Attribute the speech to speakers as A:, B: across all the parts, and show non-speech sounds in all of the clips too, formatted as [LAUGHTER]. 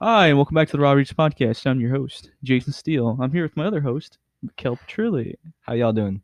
A: Hi, and welcome back to the Raw Reach Podcast. I'm your host, Jason Steele. I'm here with my other host, Mikel Petrilli.
B: How y'all doing?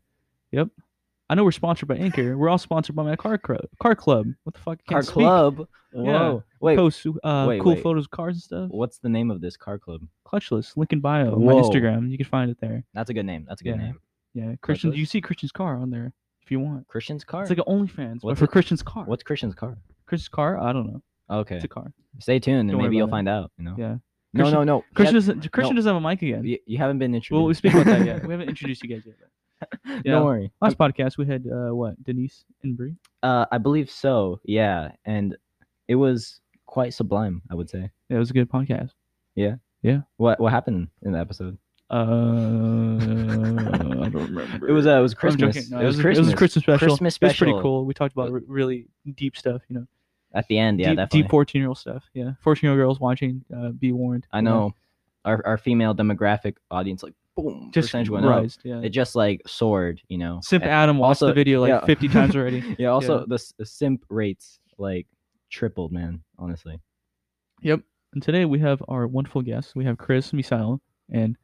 A: I know we're sponsored by Anchor. We're all sponsored by my car club. Car club. What the fuck? I
B: Car
A: can't speak. [LAUGHS]
B: club. Whoa. Wait.
A: Posts uh,
B: wait,
A: cool
B: wait.
A: photos of cars and stuff.
B: What's the name of this car club?
A: Clutchless. Link in bio. My
B: Whoa.
A: Instagram. You can find it there.
B: That's a good name. That's a good
A: Yeah.
B: name.
A: Yeah, Christian.
B: Clutchless?
A: You see Christian's car on there if you want.
B: Christian's car.
A: It's like an OnlyFans, but
B: What's
A: for
B: it-
A: Christian's car.
B: What's Christian's car?
A: Christian's car? I don't know.
B: Okay.
A: It's a car.
B: Stay
A: Don't
B: tuned, and
A: worry
B: maybe you'll
A: about it.
B: find out. You know.
A: Yeah.
B: No, no, no.
A: Christian
B: Christian.
A: doesn't. Christian doesn't have a mic again.
B: [LAUGHS] You, you haven't been introduced.
A: Well, we speak about that
B: [LAUGHS]
A: yet. We haven't introduced you guys yet. Yeah.
B: Don't worry.
A: Last podcast we had uh, what Denise and Bree.
B: Uh, I believe so. Yeah, and it was quite sublime. I would say.
A: Yeah, it was a good podcast.
B: What What happened in the episode?
A: Uh, I don't remember.
B: It was uh, it was
A: I'm joking.
B: Christmas.
A: No, it, was a, it was a Christmas special.
B: Christmas
A: It was pretty
B: special.
A: cool. We talked about re- really deep stuff, you know.
B: At the end, yeah,
A: deep,
B: definitely.
A: deep 14 year old stuff. Yeah. 14 year old girls watching, uh, be warned.
B: I
A: Yeah.
B: know our our female demographic audience like boom
A: Just
B: percentage went up.
A: rised. Yeah.
B: It just like soared, you know.
A: Simp
B: And
A: Adam watched the
B: also-
A: video like
B: yeah. [LAUGHS]
A: 50 times already.
B: yeah. Also, the s- the simp rates like tripled, man. Honestly.
A: Yep. And today we have our wonderful guests. We have Chris Misail and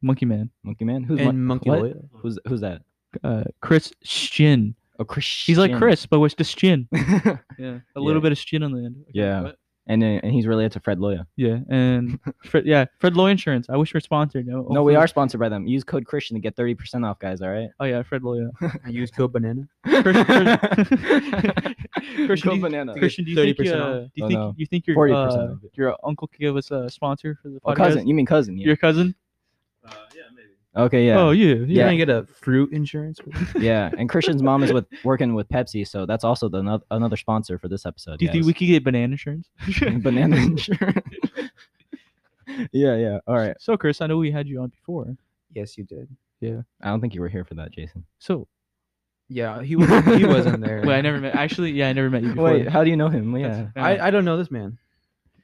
A: Monkey Man.
B: Monkey man, who's
C: and
B: mon-
C: Monkey
B: what?
C: Lawyer.
B: Who's who's that?
A: Uh, Chris Shin.
B: Oh, Christian.
A: He's like Chris, but with just
B: [LAUGHS]
A: shin.
B: Chris.
A: Yeah. A little
B: Yeah.
A: bit of shin on the end. Okay,
B: Yeah.
A: what?
B: and then- and he's related to Fred Loya.
A: Yeah.
B: [LAUGHS]
A: And Fred, yeah. Fred Loy Insurance. I wish we are sponsored. No,
B: No, we
A: hopefully-
B: are sponsored by them. Use code Christian to get thirty percent off, guys. All right.
A: Oh, yeah. Fred Loy. yeah.
C: I use Code Banana.
A: Christian-
B: [LAUGHS]
A: Christian,
B: Go
A: do you-
B: banana.
A: Christian, do you think, uh,
C: 30% off.
A: do you
B: Oh,
A: think
B: no.
A: you think your
B: 40%
A: uh,
B: off it.
A: your uncle could give us a sponsor for the podcast?
B: Oh, cousin. You mean cousin? Yeah.
A: Your cousin?
B: Okay. Yeah.
A: Oh, you?
C: You
A: Yeah.
C: gonna get a fruit insurance?
B: yeah. And Christian's mom is with working with Pepsi, so that's also the anoth- another sponsor for this episode.
A: Do you think we
B: guys.
A: could get banana
B: [LAUGHS]
A: insurance? [LAUGHS]
B: banana insurance? [LAUGHS] yeah. Yeah. All right.
A: So, Chris, I know we had you on before.
C: [LAUGHS] yes, you did.
B: I don't think you were here for that, Jason.
A: So,
C: Yeah, [LAUGHS] he was. He wasn't there.
A: wait, I never met. Actually, yeah, I never met you before.
B: [LAUGHS] Wait, how do you know him?
A: That's- [LAUGHS]
B: Yeah.
A: I,
C: I, I don't know this man.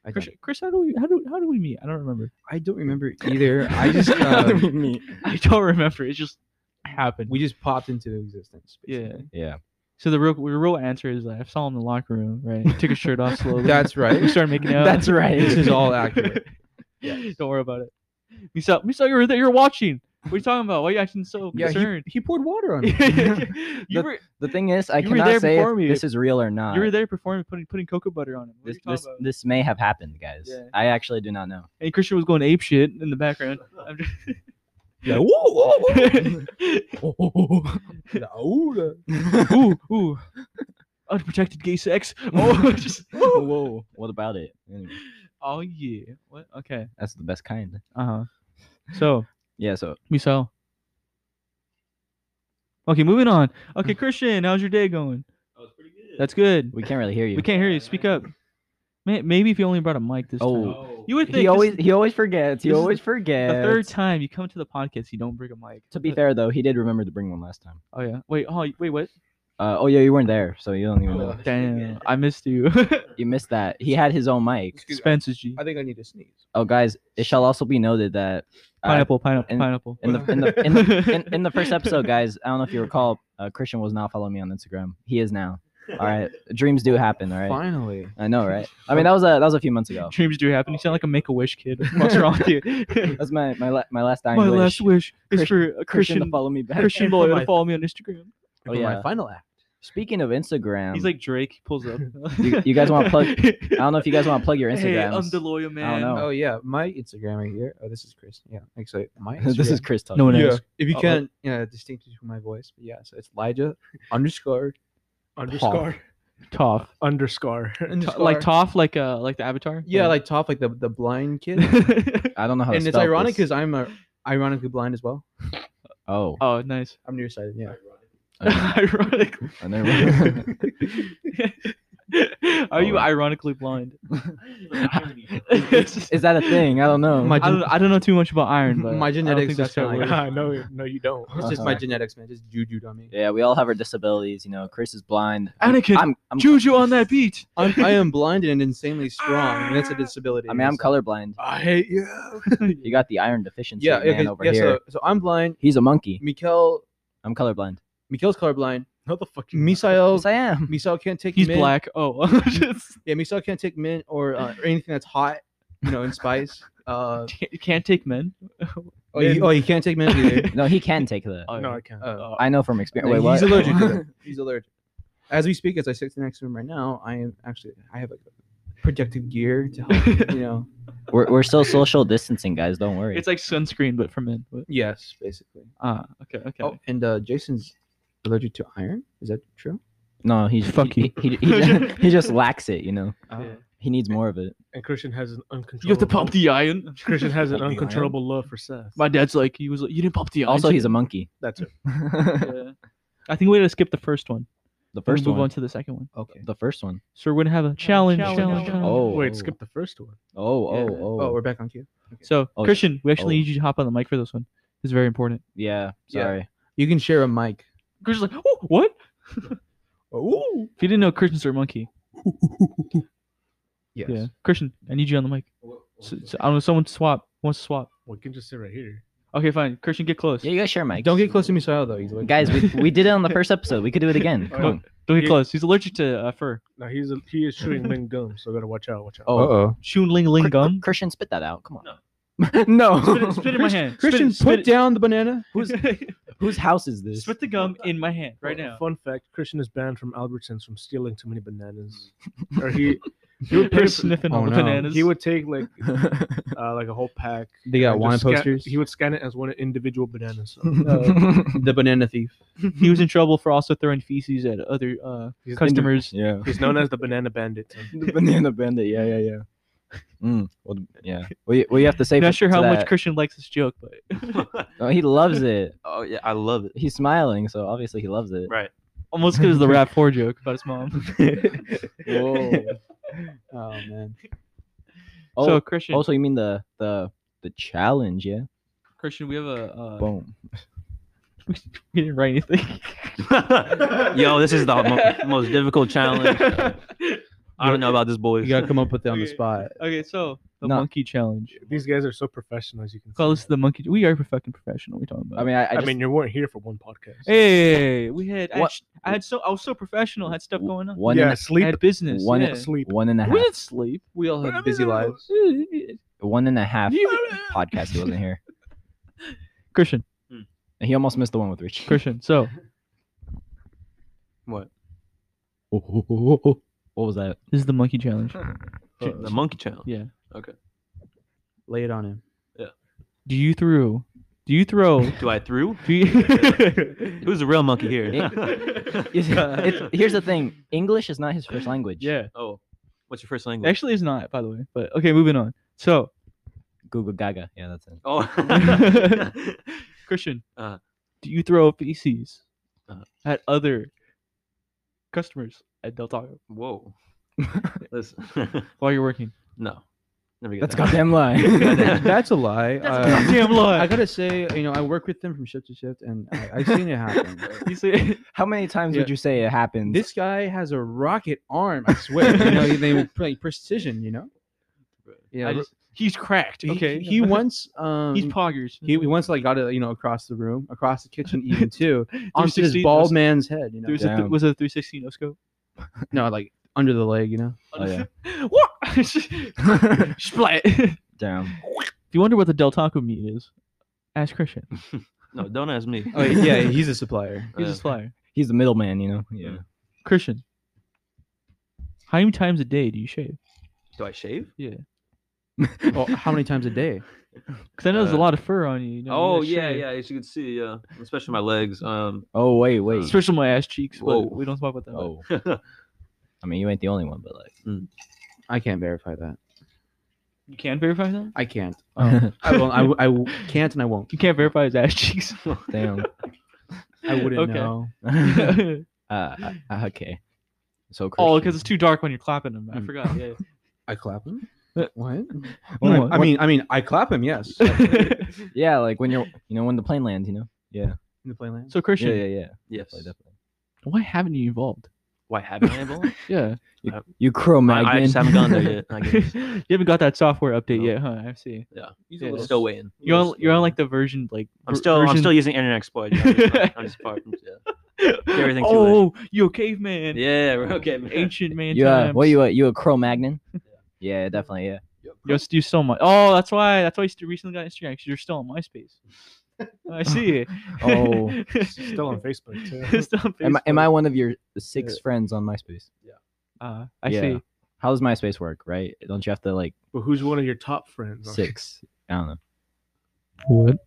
C: I
A: Chris,
C: don't,
A: Chris, how do we how do how do we meet? I don't remember. [LAUGHS]
C: I don't [LAUGHS] remember either. I
B: [LAUGHS]
C: just uh,
B: Me.
A: I don't remember. It just happened.
C: we just popped into existence.
A: yeah.
B: Yeah.
A: So the real the real answer is that I saw him in the locker room, right? He took his shirt
B: [LAUGHS]
A: off slowly.
C: That's right. [LAUGHS]
A: We started making out.
B: That's right.
C: This
A: [LAUGHS]
C: is all accurate.
A: Don't worry about it. Misa, Misa, you were there. You're watching. What are you talking about? Why are you acting so
C: Yeah, he,
A: [LAUGHS] concerned?
C: he poured water [LAUGHS] on
A: [LAUGHS]
C: me.
A: you
B: The-
A: were
B: The thing is, I
A: You were there
B: cannot say
A: before
B: if
A: me.
B: this is real or not.
A: you were there performing, putting putting cocoa butter on him. What
B: This
A: are you
B: this
A: talking about?
B: this may have happened, guys.
A: Yeah.
B: I actually do not know.
A: And Christian was going ape shit in the background. I'm [LAUGHS] just,
C: Yeah. Woo, [LAUGHS] woo, woo, woo, woo, woo. Yeah, ooh, the-
A: ooh, ooh, unprotected gay [LAUGHS] sex. Oh, just ooh.
B: Whoa. [LAUGHS] What about it? Anyway,
A: oh yeah. What? Okay.
B: that's the best kind.
A: Uh huh. So
B: Yeah. So
A: Misa. Okay, moving on. Okay, Christian, how's your day going? That's good.
B: we can't really hear you.
A: We can't hear you. Speak up. May- Maybe if you only brought a mic this time.
B: Oh.
A: You would think
B: He
A: this-
B: always he always forgets. He
A: this is
B: always
A: the
B: forgets.
A: third time you come to the podcast, you don't bring a mic.
B: To be
A: Uh,
B: fair though, he did remember to bring one last time.
A: Oh yeah. Wait. Oh wait. What?
B: Uh, oh yeah, you weren't there, so you don't
A: [LAUGHS]
B: even know.
A: Damn. I missed you.
B: You missed that. He had his own
A: [LAUGHS]
B: mic.
C: Excuse me,
A: Spence's G.
C: I think I need to sneeze.
B: Oh guys, it shall also be noted that uh,
A: Pineapple. Pineapple.
B: and-
A: pineapple. [LAUGHS]
B: in the in the in the in, in the first episode, guys, I don't know if you recall, uh, Christian was not following me on Instagram. He is now. All right, dreams do happen. All right,
C: Finally.
B: I know, right? I mean, that was a that was a few months ago.
A: Dreams do happen. You sound like a Make a Wish
B: [LAUGHS]
A: kid. What's wrong with you?
B: That's my my la- my last dying
A: My
B: wish.
A: last wish is
B: Christ-
A: for a
B: Christian,
A: Christian
B: to follow me back.
A: Christian
C: And for
B: [LAUGHS]
A: lawyer to
C: my-
A: follow me on Instagram.
B: Oh,
C: For
B: yeah.
C: My final act.
B: Speaking of Instagram,
A: He's like Drake. He pulls up.
B: You- you guys
A: [LAUGHS]
B: wanna plug- I don't know if you guys want to plug your
A: Hey,
B: Instagram.
A: I'm the lawyer man.
B: know. Oh.
C: Oh yeah, my Instagram right here. Oh, this is Chris. Yeah, actually, [LAUGHS]
B: [LAUGHS]
C: my
B: this is
C: Instagram-
B: Chris talking.
A: No one
C: yeah.
A: else.
C: If you
A: Oh, oh.
C: can't yeah, distinctly to my voice, but yeah, so it's Lija [LAUGHS] underscore
D: underscore
A: Toph.
D: underscore. [LAUGHS]
A: To- Like Toph, like uh, like the Avatar.
C: Yeah, like Toph, like the the blind [LAUGHS] kid.
B: I don't know how. to
C: and it's
B: spell
C: ironic
B: this.
C: because I'm a ironically blind as well.
A: [LAUGHS]
C: [LAUGHS]
B: oh,
A: oh, nice.
C: I'm nearsighted. Yeah.
A: Ironic.
B: I never-
A: [LAUGHS] Are you
B: Oh.
A: ironically blind? [LAUGHS]
B: [LAUGHS] is that a thing? I don't know.
C: My
A: I
C: gen-
A: don't, I don't know too much about iron, but
C: My
A: I don't
C: genetics
A: think that's
C: just kinda
A: how it
C: like-
A: works.
D: no, no, you don't.
C: It's
B: Uh-huh.
C: just my genetics, man. Just jujued on me.
B: yeah, we all have our disabilities. You know, Chris is blind.
A: Anakin,
B: I'm. I'm
A: Juju on that beat.
C: I'm, I [LAUGHS] am blind and insanely strong, and that's a disability.
B: I mean,
A: [LAUGHS]
B: I'm
C: It's-
B: colorblind.
D: I hate you.
B: You got the iron deficiency
C: Yeah.
B: man
C: Okay,
B: over
C: yeah.
B: here.
C: So, so I'm blind.
B: He's a monkey.
C: Mikel,
B: I'm colorblind.
C: Mikel's colorblind.
D: No, the fuck.
C: Misael,
B: Yes, I am.
C: Misael can't take.
A: He's
C: men.
A: black. Oh, [LAUGHS] just-
C: [LAUGHS] Yeah, Misael can't take men or, uh, or anything that's hot. you know, in [LAUGHS] spice. Uh,
A: Can't, can't take men.
C: oh, you, oh, you can't take mint either. [LAUGHS]
B: No, he can take the.
A: Oh,
D: no,
A: yeah.
D: I Uh, can't.
C: Oh.
B: I know from experience.
C: No,
B: Wait, what?
C: He's allergic to them. [LAUGHS] He's allergic. As we speak, as I sit next to him right now, I am actually I have like protective gear to help. You know.
B: We're, we're still social distancing, guys. Don't worry.
A: It's like sunscreen, but for men. But,
C: yes, basically.
A: ah, okay, okay.
C: Oh, and uh, Jason's allergic to iron. Is that true?
B: no, he's
A: Fuck
B: he, He, he, he,
A: [LAUGHS]
B: just, he just lacks it, you know.
C: Uh,
D: Yeah.
B: He needs more of it.
D: And Christian has an uncontrollable.
A: you have to pump the iron.
D: Christian has
C: Pump the
D: an
C: iron.
D: uncontrollable love for Seth.
A: My dad's like, he was like, you didn't pump the iron.
B: Also,
A: so-"
B: he's a monkey. [LAUGHS]
D: That's it.
A: [LAUGHS]
B: the
A: Yeah. I think we gotta skip the first one. and
B: first
A: move
B: one.
A: on to the second one.
C: Okay.
B: The first one.
A: So we're gonna have a challenge. challenge,
E: challenge.
A: challenge.
B: Oh.
D: Wait, skip the first one.
B: Oh, oh,
C: Yeah.
B: oh.
C: we're back on cue.
A: So
B: Oh, sh-
A: Christian, we actually
B: oh.
A: need you to hop on the mic for this one. It's very important.
B: yeah.
C: Yeah.
B: Sorry.
C: You can share a mic.
A: Christian's like, oh, what?
C: Oh.
A: If you didn't know, Christian's our monkey.
C: Yes.
A: Yeah. Christian, I need you on the mic. So, so, I don't know. Someone swap wants to swap.
D: We can just sit right here.
A: Okay, fine. Christian, get close.
B: Yeah, you guys share mics.
C: Don't get close to Misael though. He's allergic.
B: Guys,
C: [LAUGHS]
B: we, we did it on the first episode. We could do it
E: [LAUGHS]
B: again.
D: Oh,
B: Come on.
A: Don't get
D: You-
A: close. He's allergic to uh, fur.
D: Now he's a, he is chewing Ling gum, so gotta watch out. Watch out.
C: Uh oh.
A: Shun Ling Ling
B: Chr-
A: gum.
B: Christian, spit that out. Come on.
C: [LAUGHS] no.
A: Spit it, spit it in my hand.
C: [LAUGHS] Christian,
A: spit,
C: put
A: it-
C: down the banana.
A: [LAUGHS]
B: Whose house is this?
A: spit the gum in my hand right
D: Well,
A: now.
D: Fun fact: Christian is banned from Albertsons from stealing too many bananas.
A: [LAUGHS]
D: or he he would, put it-
A: sniffing all
C: Oh,
A: the
C: no.
A: bananas.
D: he would take like uh, like a whole pack.
C: They got
D: and
C: wine
D: just scan-
C: posters.
D: he would scan it as one individual banana. So
C: [LAUGHS] the banana thief.
A: [LAUGHS] he was in trouble for also throwing feces at other uh,
D: He's
A: customers.
B: yeah.
D: he's known as the banana bandit.
B: The banana bandit. Yeah, yeah, yeah. Mm, well, yeah. We we have to
C: [LAUGHS]
B: say.
A: Not
B: for-
A: sure
B: to
A: how much
B: that-
A: Christian likes this joke, but [LAUGHS]
B: Oh, he loves it.
E: [LAUGHS] Oh yeah, I love it.
B: He's smiling, so obviously he loves it.
E: Right.
A: almost because the rap four joke about his mom.
C: Whoa. oh man.
B: Oh,
A: so Christian,
B: also you mean the the the challenge? Yeah.
A: Christian, we have a. Uh,
B: Boom. [LAUGHS]
A: we didn't write anything.
E: [LAUGHS] Yo, this is the mo- most difficult challenge. I don't know about this,
C: You
E: boys.
C: gotta come up with it on the
A: Okay.
C: spot.
A: [LAUGHS] Okay, so the
B: No.
A: monkey challenge.
D: These guys are so professional, as you can.
A: Call
D: see.
A: this the monkey. We are fucking professional. We're talking about.
B: I mean, I, I,
D: I,
B: just,
D: mean, you weren't here for one podcast.
A: hey, we had. I had,
B: What-
A: sh- I had so I was so professional. I had stuff going on.
B: one
D: yeah,
B: and
A: I
D: sleep.
A: had business.
B: one-
A: yeah.
D: sleep.
B: one and a
A: We
B: half,
A: didn't sleep.
C: We all have busy lives.
B: one and a half
A: You-
B: [LAUGHS] podcast. He wasn't here.
A: Christian,
B: And He almost missed the one with Rich.
A: Christian. So
C: What?
B: [LAUGHS] What was that?
A: this is the monkey
B: [LAUGHS]
A: challenge.
E: the monkey challenge.
A: Yeah.
C: Lay it on him.
A: Do you throw? Do you throw?
E: Do I through?
A: Do
B: [LAUGHS]
A: you? [LAUGHS]
E: Who's the real monkey here? [LAUGHS]
B: Yeah. [LAUGHS] It's- here's the thing: English is not his first language.
A: yeah.
E: Oh, what's your first language?
A: Actually, it's not, by the way. But okay, moving on. So
B: Google Gaga. Yeah, that's it.
E: Oh.
A: Christian,
E: Uh.
A: do you throw feces
E: Uh.
A: at other customers at Del Taco
E: [LAUGHS] Whoa. Listen.
A: while you're working?
E: [LAUGHS] no. Never
B: [LAUGHS]
E: get
B: That's a
E: that.
B: goddamn lie.
C: [LAUGHS] That's a lie. Uh,
A: Damn
C: I
A: lie.
C: gotta say, you know, I work with them from shift to shift, and I, I've seen it happen.
A: You say-
B: [LAUGHS] How many times
C: Yeah.
B: would you say it happens?
C: This guy has a rocket arm. I swear. you know, they play precision. You know.
A: I
C: Yeah.
A: just- [LAUGHS] he's cracked.
C: he-
A: Okay.
C: He, [LAUGHS] once. Um,
A: he's poggers.
C: he, he once like got it, you know, across the room, across the kitchen, [LAUGHS] even too, onto this
A: 360
C: bald
A: was-
C: man's head. You know.
A: There was, a th-
B: Damn.
A: was a 360 no scope.
C: No, like under the leg. You know.
B: Oh, yeah.
A: [LAUGHS] what? [LAUGHS] Splat. Do
B: Damn.
A: you wonder what the Del Taco meat is? Ask Christian.
E: No, don't ask me.
C: [LAUGHS] Oh
E: [LAUGHS]
C: yeah, he's a supplier.
A: He's a
E: Uh,
A: flyer.
B: He's the middleman, you know. Yeah.
A: Christian, how many times a day do you shave?
E: Do I shave?
C: Oh, how many times a day?
A: Because I know there's a
E: Uh,
A: lot of fur on you. you know, you
E: Oh
A: gotta
E: yeah,
A: shave.
E: yeah. As you can see, yeah, especially my legs. Um, [LAUGHS]
B: Oh wait, wait.
A: Especially my ass cheeks. But
E: Whoa.
A: we don't talk about that.
B: Oh, I mean, you ain't the only one, but like,
C: I can't verify that.
A: You can verify that?
C: I can't.
A: Oh.
C: [LAUGHS]
B: [LAUGHS]
C: I won't. I, w- I w- can't, and I won't.
A: you can't verify his ass cheeks.
B: damn.
C: I wouldn't
A: Okay.
C: know.
B: uh,
A: [LAUGHS] oh,
B: uh, okay. So
A: because it's too dark when you're clapping him. I
C: Mm.
A: forgot. Yeah.
C: I clap him.
A: But-
C: What?
A: Well,
C: No,
A: what-
C: Uh, I mean, I mean, I clap him. [LAUGHS] Yes. in
B: Christian. yeah, like when you're, you know, when the plane lands, you know. Yeah.
C: the playland.
A: so Christian,
B: Yeah, yeah, yeah.
E: yes.
B: Definitely, definitely.
A: why haven't you evolved?
E: Why haven't I evolved?
A: Yeah.
B: You Cro-Magnon.
E: I, I just
B: [LAUGHS]
E: haven't gone there yet.
A: [LAUGHS]
E: I
A: you
E: guess.
A: haven't got that software update
E: No.
A: yet, huh? I see.
C: He's
A: a
E: I'm
A: little
E: still waiting.
A: You're on, you're on like the version like
E: I'm
A: ver-
E: still I'm
A: version- [LAUGHS]
E: still using Internet Explorer. you know, I'm just, I'm just part. Yeah. everything's too
A: Oh, you a caveman?
E: yeah. we're Okay. man.
A: Ancient man.
B: You, uh,
A: times.
B: what you, uh, you a Cro-Magnon? Yeah, definitely. Yeah.
A: You're, st- you're still on my. Oh, that's why. That's why you st- recently got Instagram because you're still on MySpace. I see.
B: Oh.
A: [LAUGHS]
D: Still
B: [LAUGHS]
D: on Facebook too.
A: still on
B: Am I, am
A: Facebook.
B: I one of your six friends on MySpace?
A: Uh, I
B: Yeah.
A: see.
B: How does MySpace work, right? Don't you have to like
D: But who's one of your top friends? on-
B: six? I don't know.
A: What?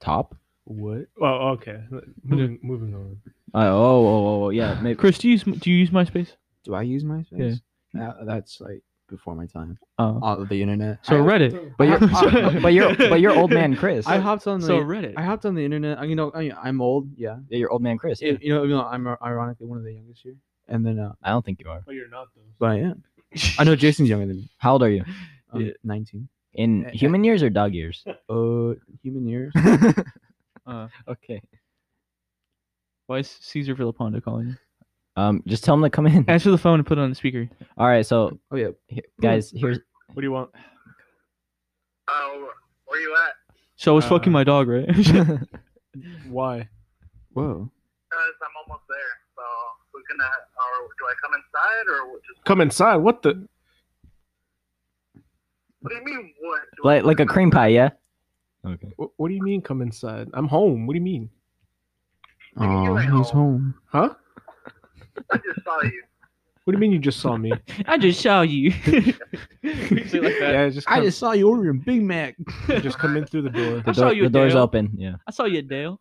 B: Top?
D: What? Oh, okay. Moving, moving on.
B: Uh, oh, oh, oh, oh, yeah. Maybe.
A: Chris, do you use do you use MySpace?
C: Do I use MySpace? Yeah. that's like before my time.
A: Oh,
C: All of the internet.
A: so
C: I,
A: Reddit.
B: But
D: [LAUGHS]
B: you're,
A: Sorry.
B: but you're, but you're old man Chris.
C: I hopped on the.
A: So Reddit.
C: I hopped on the internet. I, you know, I, I'm old. Yeah.
B: Yeah, you're old man Chris.
C: You- you know, you know, I'm uh, ironically one of the youngest here. And then, uh,
B: I don't think you are.
D: But you're not though.
C: but I [LAUGHS] am. I know Jason's younger than me.
B: How old are you?
C: Um,
A: Yeah.
C: 19.
B: In
C: Uh,
B: human years or dog years?
C: Uh, human years.
A: Uh,
B: Okay.
A: why is Caesar Villapando calling you?
B: Um, just tell him to come in.
A: Answer the phone and put it on the speaker.
B: All right, so
C: Oh yeah.
B: he- guys, here's
D: What do you want?
F: Oh, where you at?
A: So I was fucking
D: Uh.
A: my dog, right? [LAUGHS]
D: Why?
C: Whoa.
F: Because I'm almost there. So we're gonna. Or do I come inside or what- just?
D: Come inside. What the?
F: What do you mean? What? Do I
B: like like a
F: come
B: cream pie, yeah. Okay.
D: What, what do you mean? Come inside. I'm home. What do you mean?
C: Oh,
F: at
C: he's
F: home.
C: home.
D: Huh?
F: I just saw you.
D: What do you mean? You just saw me?
A: I just saw
B: [LAUGHS]
A: you.
D: yeah, just.
C: I
D: Come,
C: just saw you ordering Big Mac.
D: just come in through the door.
B: The,
A: saw
B: door,
A: you,
B: the door's
A: Dale.
B: open. Yeah.
A: I saw you, Dale.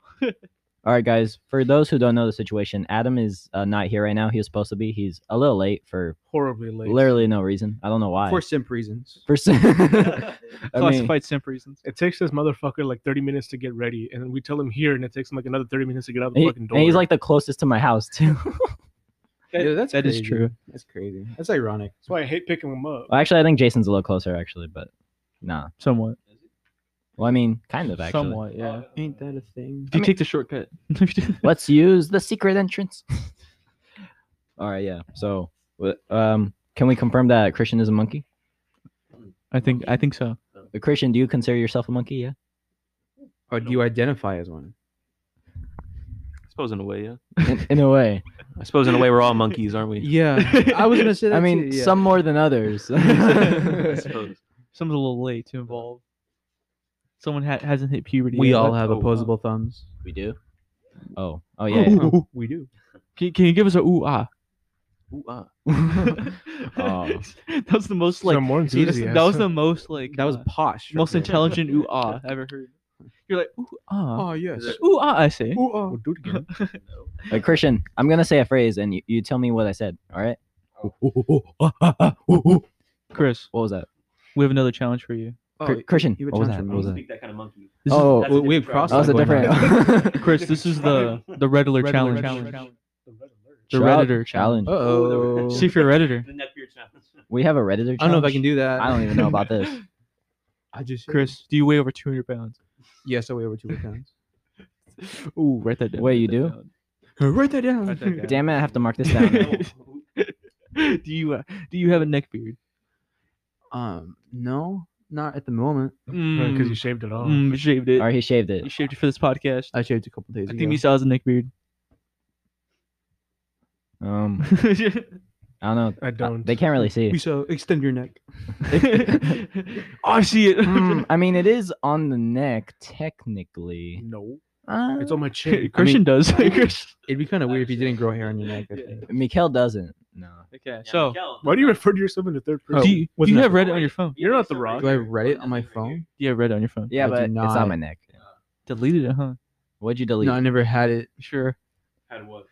B: All right, guys. For those who don't know the situation, Adam is uh, not here right now. He was supposed to be. He's a little late for
D: Horribly late.
B: literally no reason. I don't know why.
C: For simp reasons.
B: [LAUGHS] For some- [LAUGHS] I mean,
A: [LAUGHS] Classified simp reasons.
D: It takes this motherfucker like 30 minutes to get ready, and then we tell him here, and it takes him like another 30 minutes to get out the
B: he-
D: fucking door.
B: and he's like the closest to my house too. [LAUGHS]
A: That-
C: yeah, that's
A: that is
C: crazy.
A: true.
C: That's crazy. That's ironic.
D: That's why I hate picking him up.
B: well, actually, I think Jason's a little closer actually, but nah.
A: Somewhat.
B: Well, I mean, kind of actually.
A: Somewhat, yeah.
C: Ain't that a thing?
A: If you take the shortcut. [LAUGHS]
B: Let's use the secret entrance. [LAUGHS] All right, yeah. So, wh- um, can we confirm that Christian is a monkey?
A: I think I think so.
B: Uh, Christian, do you consider yourself a monkey? [LAUGHS] Yeah.
C: Or oh, do you identify as one?
E: I suppose in a way, yeah.
B: In, in a
C: [LAUGHS]
B: way.
E: I suppose in a way we're all monkeys, aren't
A: [LAUGHS]
E: we?
C: Yeah, [LAUGHS] I was gonna say
B: [LAUGHS]
C: that.
B: I mean,
C: too, yeah.
B: some more than
C: [LAUGHS]
B: others. [LAUGHS]
E: [LAUGHS] I suppose.
A: Someone's a little late to involve. Someone ha- hasn't hit puberty.
C: we
A: yet.
C: all have
E: Oh, wow.
C: opposable thumbs.
B: we do. Oh, oh yeah.
A: Ooh, ooh.
C: We do.
A: Can, can you give us a ooh ah?
E: Ooh, ah.
A: [LAUGHS]
B: Oh.
A: That was the most like.
D: Some more
A: that was-
D: enthusiasm.
A: that was the most [LAUGHS] like.
C: That was
A: uh,
C: posh.
A: most
C: right there.
A: intelligent ooh [LAUGHS] ah I've ever heard. You're like ooh ah.
C: Oh yes.
E: Is it-
A: Ooh ah, I say.
C: [LAUGHS] Ooh, ah.
D: We'll do it again.
B: Like Christian, I'm gonna say a phrase and you, you tell me what I said. All right.
A: Chris,
B: What was that?
A: we have another challenge for you.
C: Oh,
B: Cr-
C: you-
B: Christian,
C: you were
B: what was that?
C: trying to
B: What was
C: be-
B: that?
E: Speak that kind of monkey.
A: This is-
B: Oh,
E: That's
C: we- we have
E: different
C: crossed
B: that
E: [LAUGHS]
B: was a
C: going on. [LAUGHS]
B: different.
A: Chris, this is the the Reddler
D: Red
A: challenge.
D: alert.
A: The
B: Shout-
A: Redditor challenge.
B: challenge.
C: Oh. Uh-oh.
A: See if you're a
E: [LAUGHS]
A: Redditor.
E: The Netbeard challenge.
B: We have a Redditor. Challenge?
C: I don't know if I can do that.
B: I don't even know about this.
C: [LAUGHS] I just
A: Chris, do you weigh over 200 pounds?
C: Yes, I weigh over two pounds.
A: Ooh, write that down.
B: Wait, you
A: write that
B: do?
A: down.
C: Write that down.
A: Write that down. [LAUGHS]
B: Damn it! I have to mark this down.
C: [LAUGHS]
A: [LAUGHS] do you uh, do you have a neck beard?
C: Um, no, not at the moment.
A: Uh,
D: Because you shaved it off.
A: Mm, shaved it.
B: All right, he shaved
A: You
B: it.
A: shaved it for this podcast.
C: I shaved a couple days
A: I
C: ago.
A: think we saw as a neck [LAUGHS] beard.
B: Um, I don't
D: I
B: know. Uh,
D: don't.
B: They can't really see.
C: We saw extend your neck.
A: [LAUGHS] I see it. [LAUGHS]
B: Hmm, I mean, it is on the neck technically.
D: No,
B: Uh,
D: it's on my
A: [LAUGHS]
D: chin.
A: Christian does. [LAUGHS] Chris.
C: It'd be kind of weird if you didn't grow hair on your neck. I
A: Yeah.
C: think.
B: Mikkel doesn't. No.
A: [LAUGHS] Okay, so
D: Why
E: uh,
D: do you refer to yourself in the third person?
A: do you,
D: What's
A: do you have
D: that?
A: Reddit on your phone?
D: You're not the rock.
C: Do I read it on my phone?
A: Do you have Reddit on your phone?
B: Yeah,
C: I do
B: but it's
C: not.
B: on my neck.
A: Deleted it, huh?
B: What'd you delete? [LAUGHS]
C: No, I never had it.
A: Sure. [SIGHS]
E: Had what?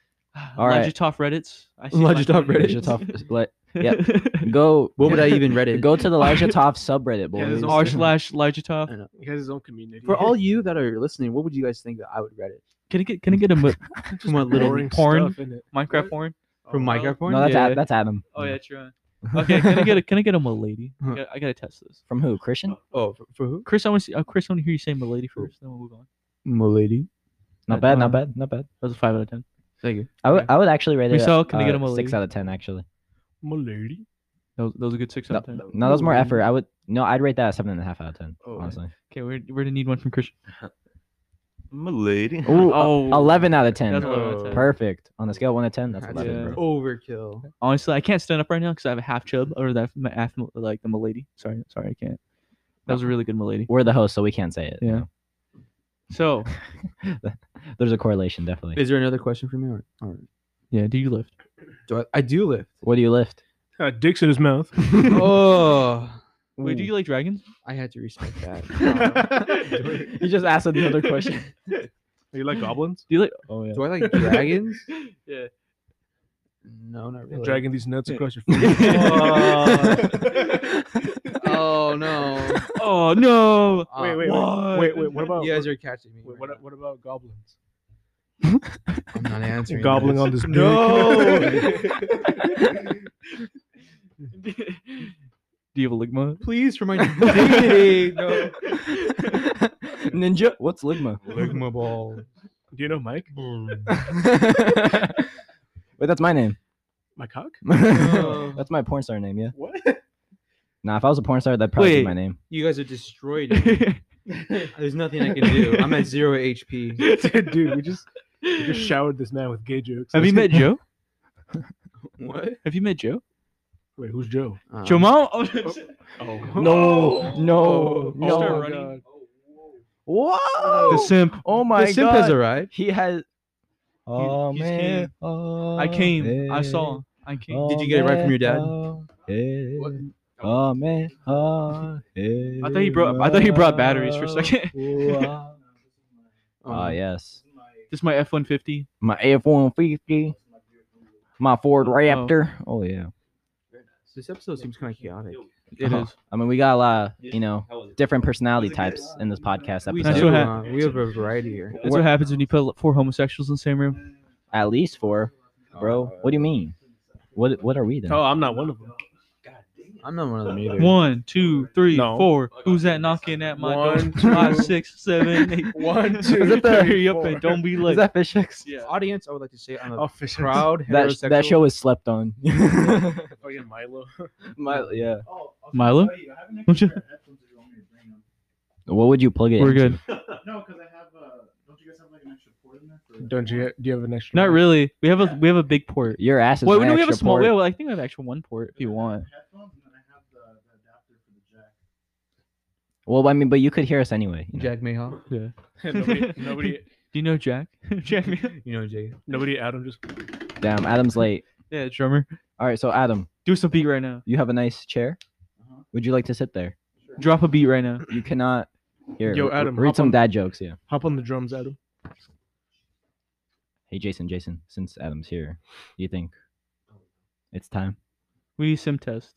B: All right.
A: Logitov Reddits. I
C: Logitov
B: There's
C: Reddit.
B: your
A: Logitov [LAUGHS]
B: top- let-
A: Reddits. [LAUGHS]
B: go.
C: What would
B: [LAUGHS]
C: I [LAUGHS] even read it?
B: Go to the Elijah Top subreddit,
D: Yeah,
B: boys.
D: there's
A: R slash Logitov.
D: He has his own community.
C: For
D: [LAUGHS]
C: all you that are listening, what would you guys think that I would read [LAUGHS] it
A: Can I get can I get a [LAUGHS] mi-
D: Just
C: my little
D: boring
A: porn.
D: stuff in it.
A: Minecraft porn?
C: from
A: Oh,
C: Minecraft porn?
B: no, that's
A: Yeah.
B: Ad- that's Adam.
A: Oh yeah, true. [LAUGHS] Okay, can I get a can I get a [LAUGHS] milady? I
C: Huh.
A: gotta, I gotta test this.
B: From who? Christian?
C: Oh, for, for who?
A: Chris, I want to see. Uh, Chris, I want to hear you say milady first, then we'll move on.
C: Milady.
B: Not bad. Not bad. Not bad.
A: That was a five out of ten.
C: Thank you.
B: I would I would actually rate it.
A: Michelle,
B: uh,
A: can I get him a
B: six
A: lead?
B: out of ten actually?
D: My lady.
A: That was, that was a good six
B: No,
A: out of ten.
B: no, that was more
C: Ooh.
B: effort. I would no, I'd rate that a seven and a half out of ten.
C: Oh, okay.
B: honestly,
A: Okay, we're we're gonna need one from Christian.
E: Milady.
B: Ooh,
A: Oh.
B: 11 out of 10.
A: That's 11 out of 10.
B: Perfect. On a scale of 1 to 10, that's
C: That's
B: 11,
A: it.
B: bro.
C: Overkill.
A: Honestly, I can't stand up right now because I have a half chub or that my half, like the milady. Sorry, sorry, I can't. That was a really good milady.
B: We're the host, so we can't say it.
A: Yeah. So,
B: [LAUGHS] There's a correlation, definitely.
C: Is there another question for me? Or, or
A: yeah, do you lift?
C: do I, I do lift.
B: What do you lift?
D: Uh, dicks in his mouth.
C: [LAUGHS] oh,
A: Wait, do you like dragons?
C: I had to [LAUGHS] respect that.
D: [LAUGHS] Do
B: You just
A: [LAUGHS]
B: asked another question.
D: you like goblins?
A: Do you like? Oh yeah.
C: do I like dragons?
A: Yeah.
C: No, not really.
D: Dragging these nuts
A: Yeah.
D: across your face.
C: [LAUGHS] Oh no.
A: Oh no.
C: Uh,
D: [LAUGHS] Wait, wait,
A: What?
D: wait, wait. What about?
C: You guys are catching me.
D: wait,
C: right
D: what, what about goblins?
C: now. I'm
D: [LAUGHS]
C: not answering.
D: Gobbling
C: this. [LAUGHS]
D: on this. dick. [LAUGHS]
A: do you have a [LAUGHS] ligma?
C: Please, for [LAUGHS] my dignity. No.
B: Ninja, what's Ligma?
C: Ligma ball.
D: Do you
B: [LAUGHS]
D: know Mike?
B: Hmm. Wait, that's my name.
D: My cock?
B: that's my porn star name, yeah.
D: [LAUGHS] What?
B: Nah, if I was a porn star, that'd probably
A: Wait.
B: be my name.
C: You guys are destroyed. me. There's nothing I can do. I'm at zero HP.
D: [LAUGHS] Dude, we just we [LAUGHS] just showered this man with gay jokes.
A: have you met Joe?
C: What?
A: Have you met Joe?
D: Wait, who's Joe?
C: Um,
A: Joe Mom? Oh,
D: Oh
B: [LAUGHS]
A: [LAUGHS]
B: No, no,
A: I'll start
B: no.
A: running.
B: Whoa!
A: The simp.
B: Oh, oh
C: the
B: my
C: simp
B: god.
C: has arrived.
B: He has. Oh
A: he's
B: man!
A: came. I came. I saw. I came.
C: Did you get it right from your dad?
B: Oh, hey. Oh, man! Oh, hey.
A: I thought he brought. I thought he brought batteries for a
B: [LAUGHS]
A: second.
B: Oh
C: [LAUGHS] Um,
B: yes,
A: Just my F one fifty.
B: my F one fifty, my Ford Raptor. Oh yeah.
C: This episode seems kind of chaotic.
A: It
B: Uh-huh.
A: is.
B: I mean, we got a lot, of, you know, different personality types in this podcast
C: We,
A: That's
C: do,
A: what
B: episode.
C: uh,
A: hap-
C: we have a variety here.
A: That's what happens when you put four homosexuals in the same room.
B: At least
E: Oh,
B: four,
C: Oh.
B: bro. What do you mean? What What are we then?
D: [LAUGHS] Oh, I'm not one of them.
C: I'm not one of them either.
A: One, two, three,
D: No.
A: four. Who's that knocking at my
D: One,
A: door? [LAUGHS] Five,
D: two-
A: six, seven,
B: [LAUGHS]
A: eight.
D: One,
B: two, Is that the-
A: [LAUGHS] Hurry up and don't be
B: Is
A: late.
B: that fish X?
A: yeah.
C: Audience, I would like to say I'm a
D: Oh, fish.
C: proud
B: That
C: heterosexual.
B: that show is slept on.
D: Fucking Milo.
B: My- yeah.
E: Oh,
A: Milo? Don't you-
E: [LAUGHS]
B: What would you plug it?
A: We're
B: into?
A: good.
D: [LAUGHS]
E: uh,
D: Don't you? Do you have an extra?
A: Not really. We have a we have a big port.
B: Your ass is.
A: Wait,
B: my
A: no, we have a
B: extra
A: small.
B: port.
A: We have, I think we have actual one port if you want.
B: Well, I mean, but you could hear us anyway. you know.
C: Jack Mayhaw.
A: Yeah.
B: [LAUGHS]
D: nobody, nobody,
A: Do you know Jack? [LAUGHS] Jack. Meehan?
C: You know Jay.
D: nobody. Adam just.
B: Damn, Adam's late.
A: yeah, drummer.
B: All right, so Adam,
A: Do some beat right now.
B: you have a nice chair. Would you like to sit there?
A: Drop a beat right now.
B: You cannot. Here,
D: Yo,
B: re- re-
D: Adam,
B: read
D: hop
B: some
D: on-
B: dad jokes. Yeah.
D: Hop on the drums, Adam.
B: Hey, Jason, Jason, since Adam's here, do you think it's time?
A: We sim test.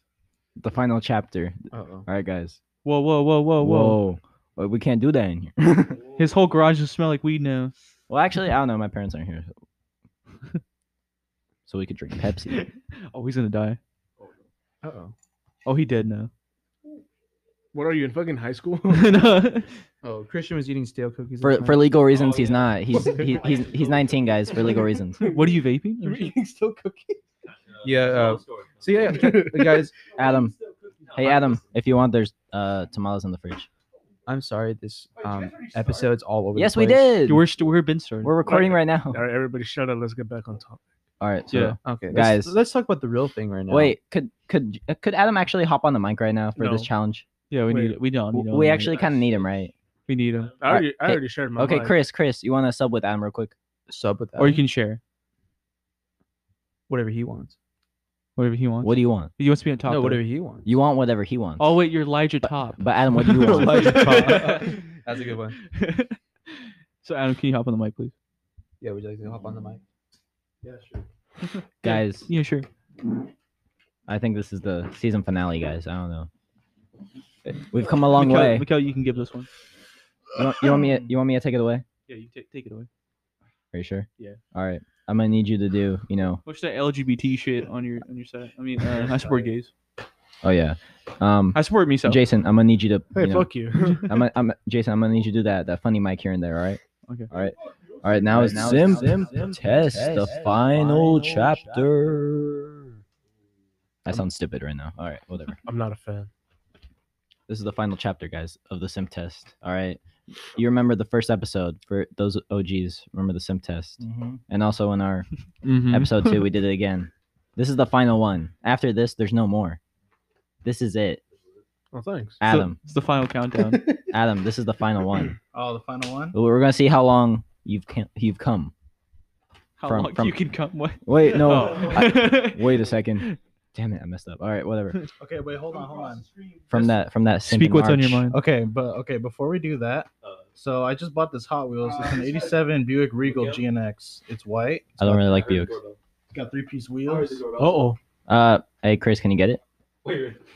B: The final chapter.
C: Uh oh.
B: All right, guys.
A: Whoa, whoa, whoa, whoa, whoa.
B: Whoa. Uh, We can't do that in here. [LAUGHS]
A: His whole garage just smell like weed now. [LAUGHS]
B: well, actually, I don't know. My parents aren't here. so- So we could
A: [LAUGHS]
B: drink Pepsi.
A: Oh, he's gonna die.
C: Uh oh.
A: Oh, he dead
B: [LAUGHS]
A: now. [LAUGHS]
D: What are you in fucking high [LAUGHS] school?
A: No.
C: Oh, Christian was eating stale cookies.
B: For
C: last
B: for
C: night.
B: legal reasons, he's not. He's he, he's he's 19, guys. For legal reasons.
A: What are you vaping? Or
B: [LAUGHS]
A: shit?
D: eating still cookies.
C: Yeah. Uh, so [LAUGHS] yeah, yeah, guys,
B: Adam, hey
E: Uh-huh.
B: Adam, if you want, there's uh tamales in the fridge.
C: I'm sorry. This um episode's all over. the
B: Yes, we
C: place.
B: did.
A: We're st- we're been started.
B: We're recording right now.
D: All right, everybody, shut up. Let's get back on top.
B: All right. So
A: yeah.
C: Okay,
B: Guys.
C: let's- Let's, talk about the real thing right now.
B: Wait, could could uh, could Adam actually hop on the mic right now for this
D: No.
B: challenge?
A: Yeah, we
D: Wait.
A: need it. We don't.
B: W-
A: need him.
B: we actually kind of need him, right?
A: we need him.
D: I already, I
B: hey-
D: already shared my.
B: okay,
D: mic.
B: Chris, Chris, you want to sub with Adam real quick?
C: Sub with that.
A: Or you can share
C: whatever he wants.
A: whatever he wants.
B: What do you want?
A: He wants to be on top.
C: no,
A: though.
C: whatever he wants.
B: You want whatever he wants.
A: Oh wait, you're Elijah Top.
B: but
A: [LAUGHS]
B: Adam, what do you want?
C: Elijah Top. That's a good one.
A: so Adam, can you hop on the mic, please?
C: Yeah, would you like to hop on the mic? Yeah, sure.
B: [LAUGHS] guys,
A: Yeah, sure.
B: I think this is the season finale, guys. I don't know. We've come a long
A: Mikhail,
B: way.
A: Mikhail, you can give this one.
B: You want, you want me? To, you want me to take it away?
A: Yeah, you take take it away.
B: Are you sure?
A: Yeah.
B: All right. I'm gonna need you to do. You know.
A: What's that LGBT shit on your on your side? I mean,
B: [LAUGHS]
A: uh, I support gays.
B: Oh yeah. Um,
A: I support me so.
B: Jason, I'm gonna need you to.
D: Hey,
B: you know,
D: fuck [LAUGHS] you.
B: I'm, gonna- I'm Jason. I'm gonna need you to do that. That funny mic here and there. All right.
A: Okay.
B: All right. All right. Now it's Zim. test, the final chapter. That sounds stupid right now. All right. Whatever.
D: I'm not a fan.
B: This is the final chapter, guys, of the sim test. All right. You remember the first episode for those OGs. Remember the sim test, and also in our
A: Mhm.
B: episode two, [LAUGHS] we did it again. This is the final one. After this, there's no more. This is it,
D: Oh, thanks.
A: So,
B: Adam.
A: it's the final
B: [LAUGHS]
A: countdown.
B: Adam, this is the final one.
G: Oh, the final one.
B: We're gonna see how long you've ca- you've come.
A: How
B: From-
A: long
B: from-
A: you can come? What?
B: Wait, no.
A: Oh. [LAUGHS]
B: Wait a second. Damn it, I messed up. All right, whatever.
G: Okay, wait, hold on, hold on.
B: From that, from that.
A: Speak
B: sinking
A: what's on your
B: arch.
A: mind.
G: Okay, but okay, before we do that, so I just bought this Hot Wheels. It's [LAUGHS] an '87 Buick Uh, Regal GNX. It's white.
B: I don't really like Buicks.
G: It's got three-piece wheels.
D: Uh oh.
B: Uh, hey, Chris, can you get it?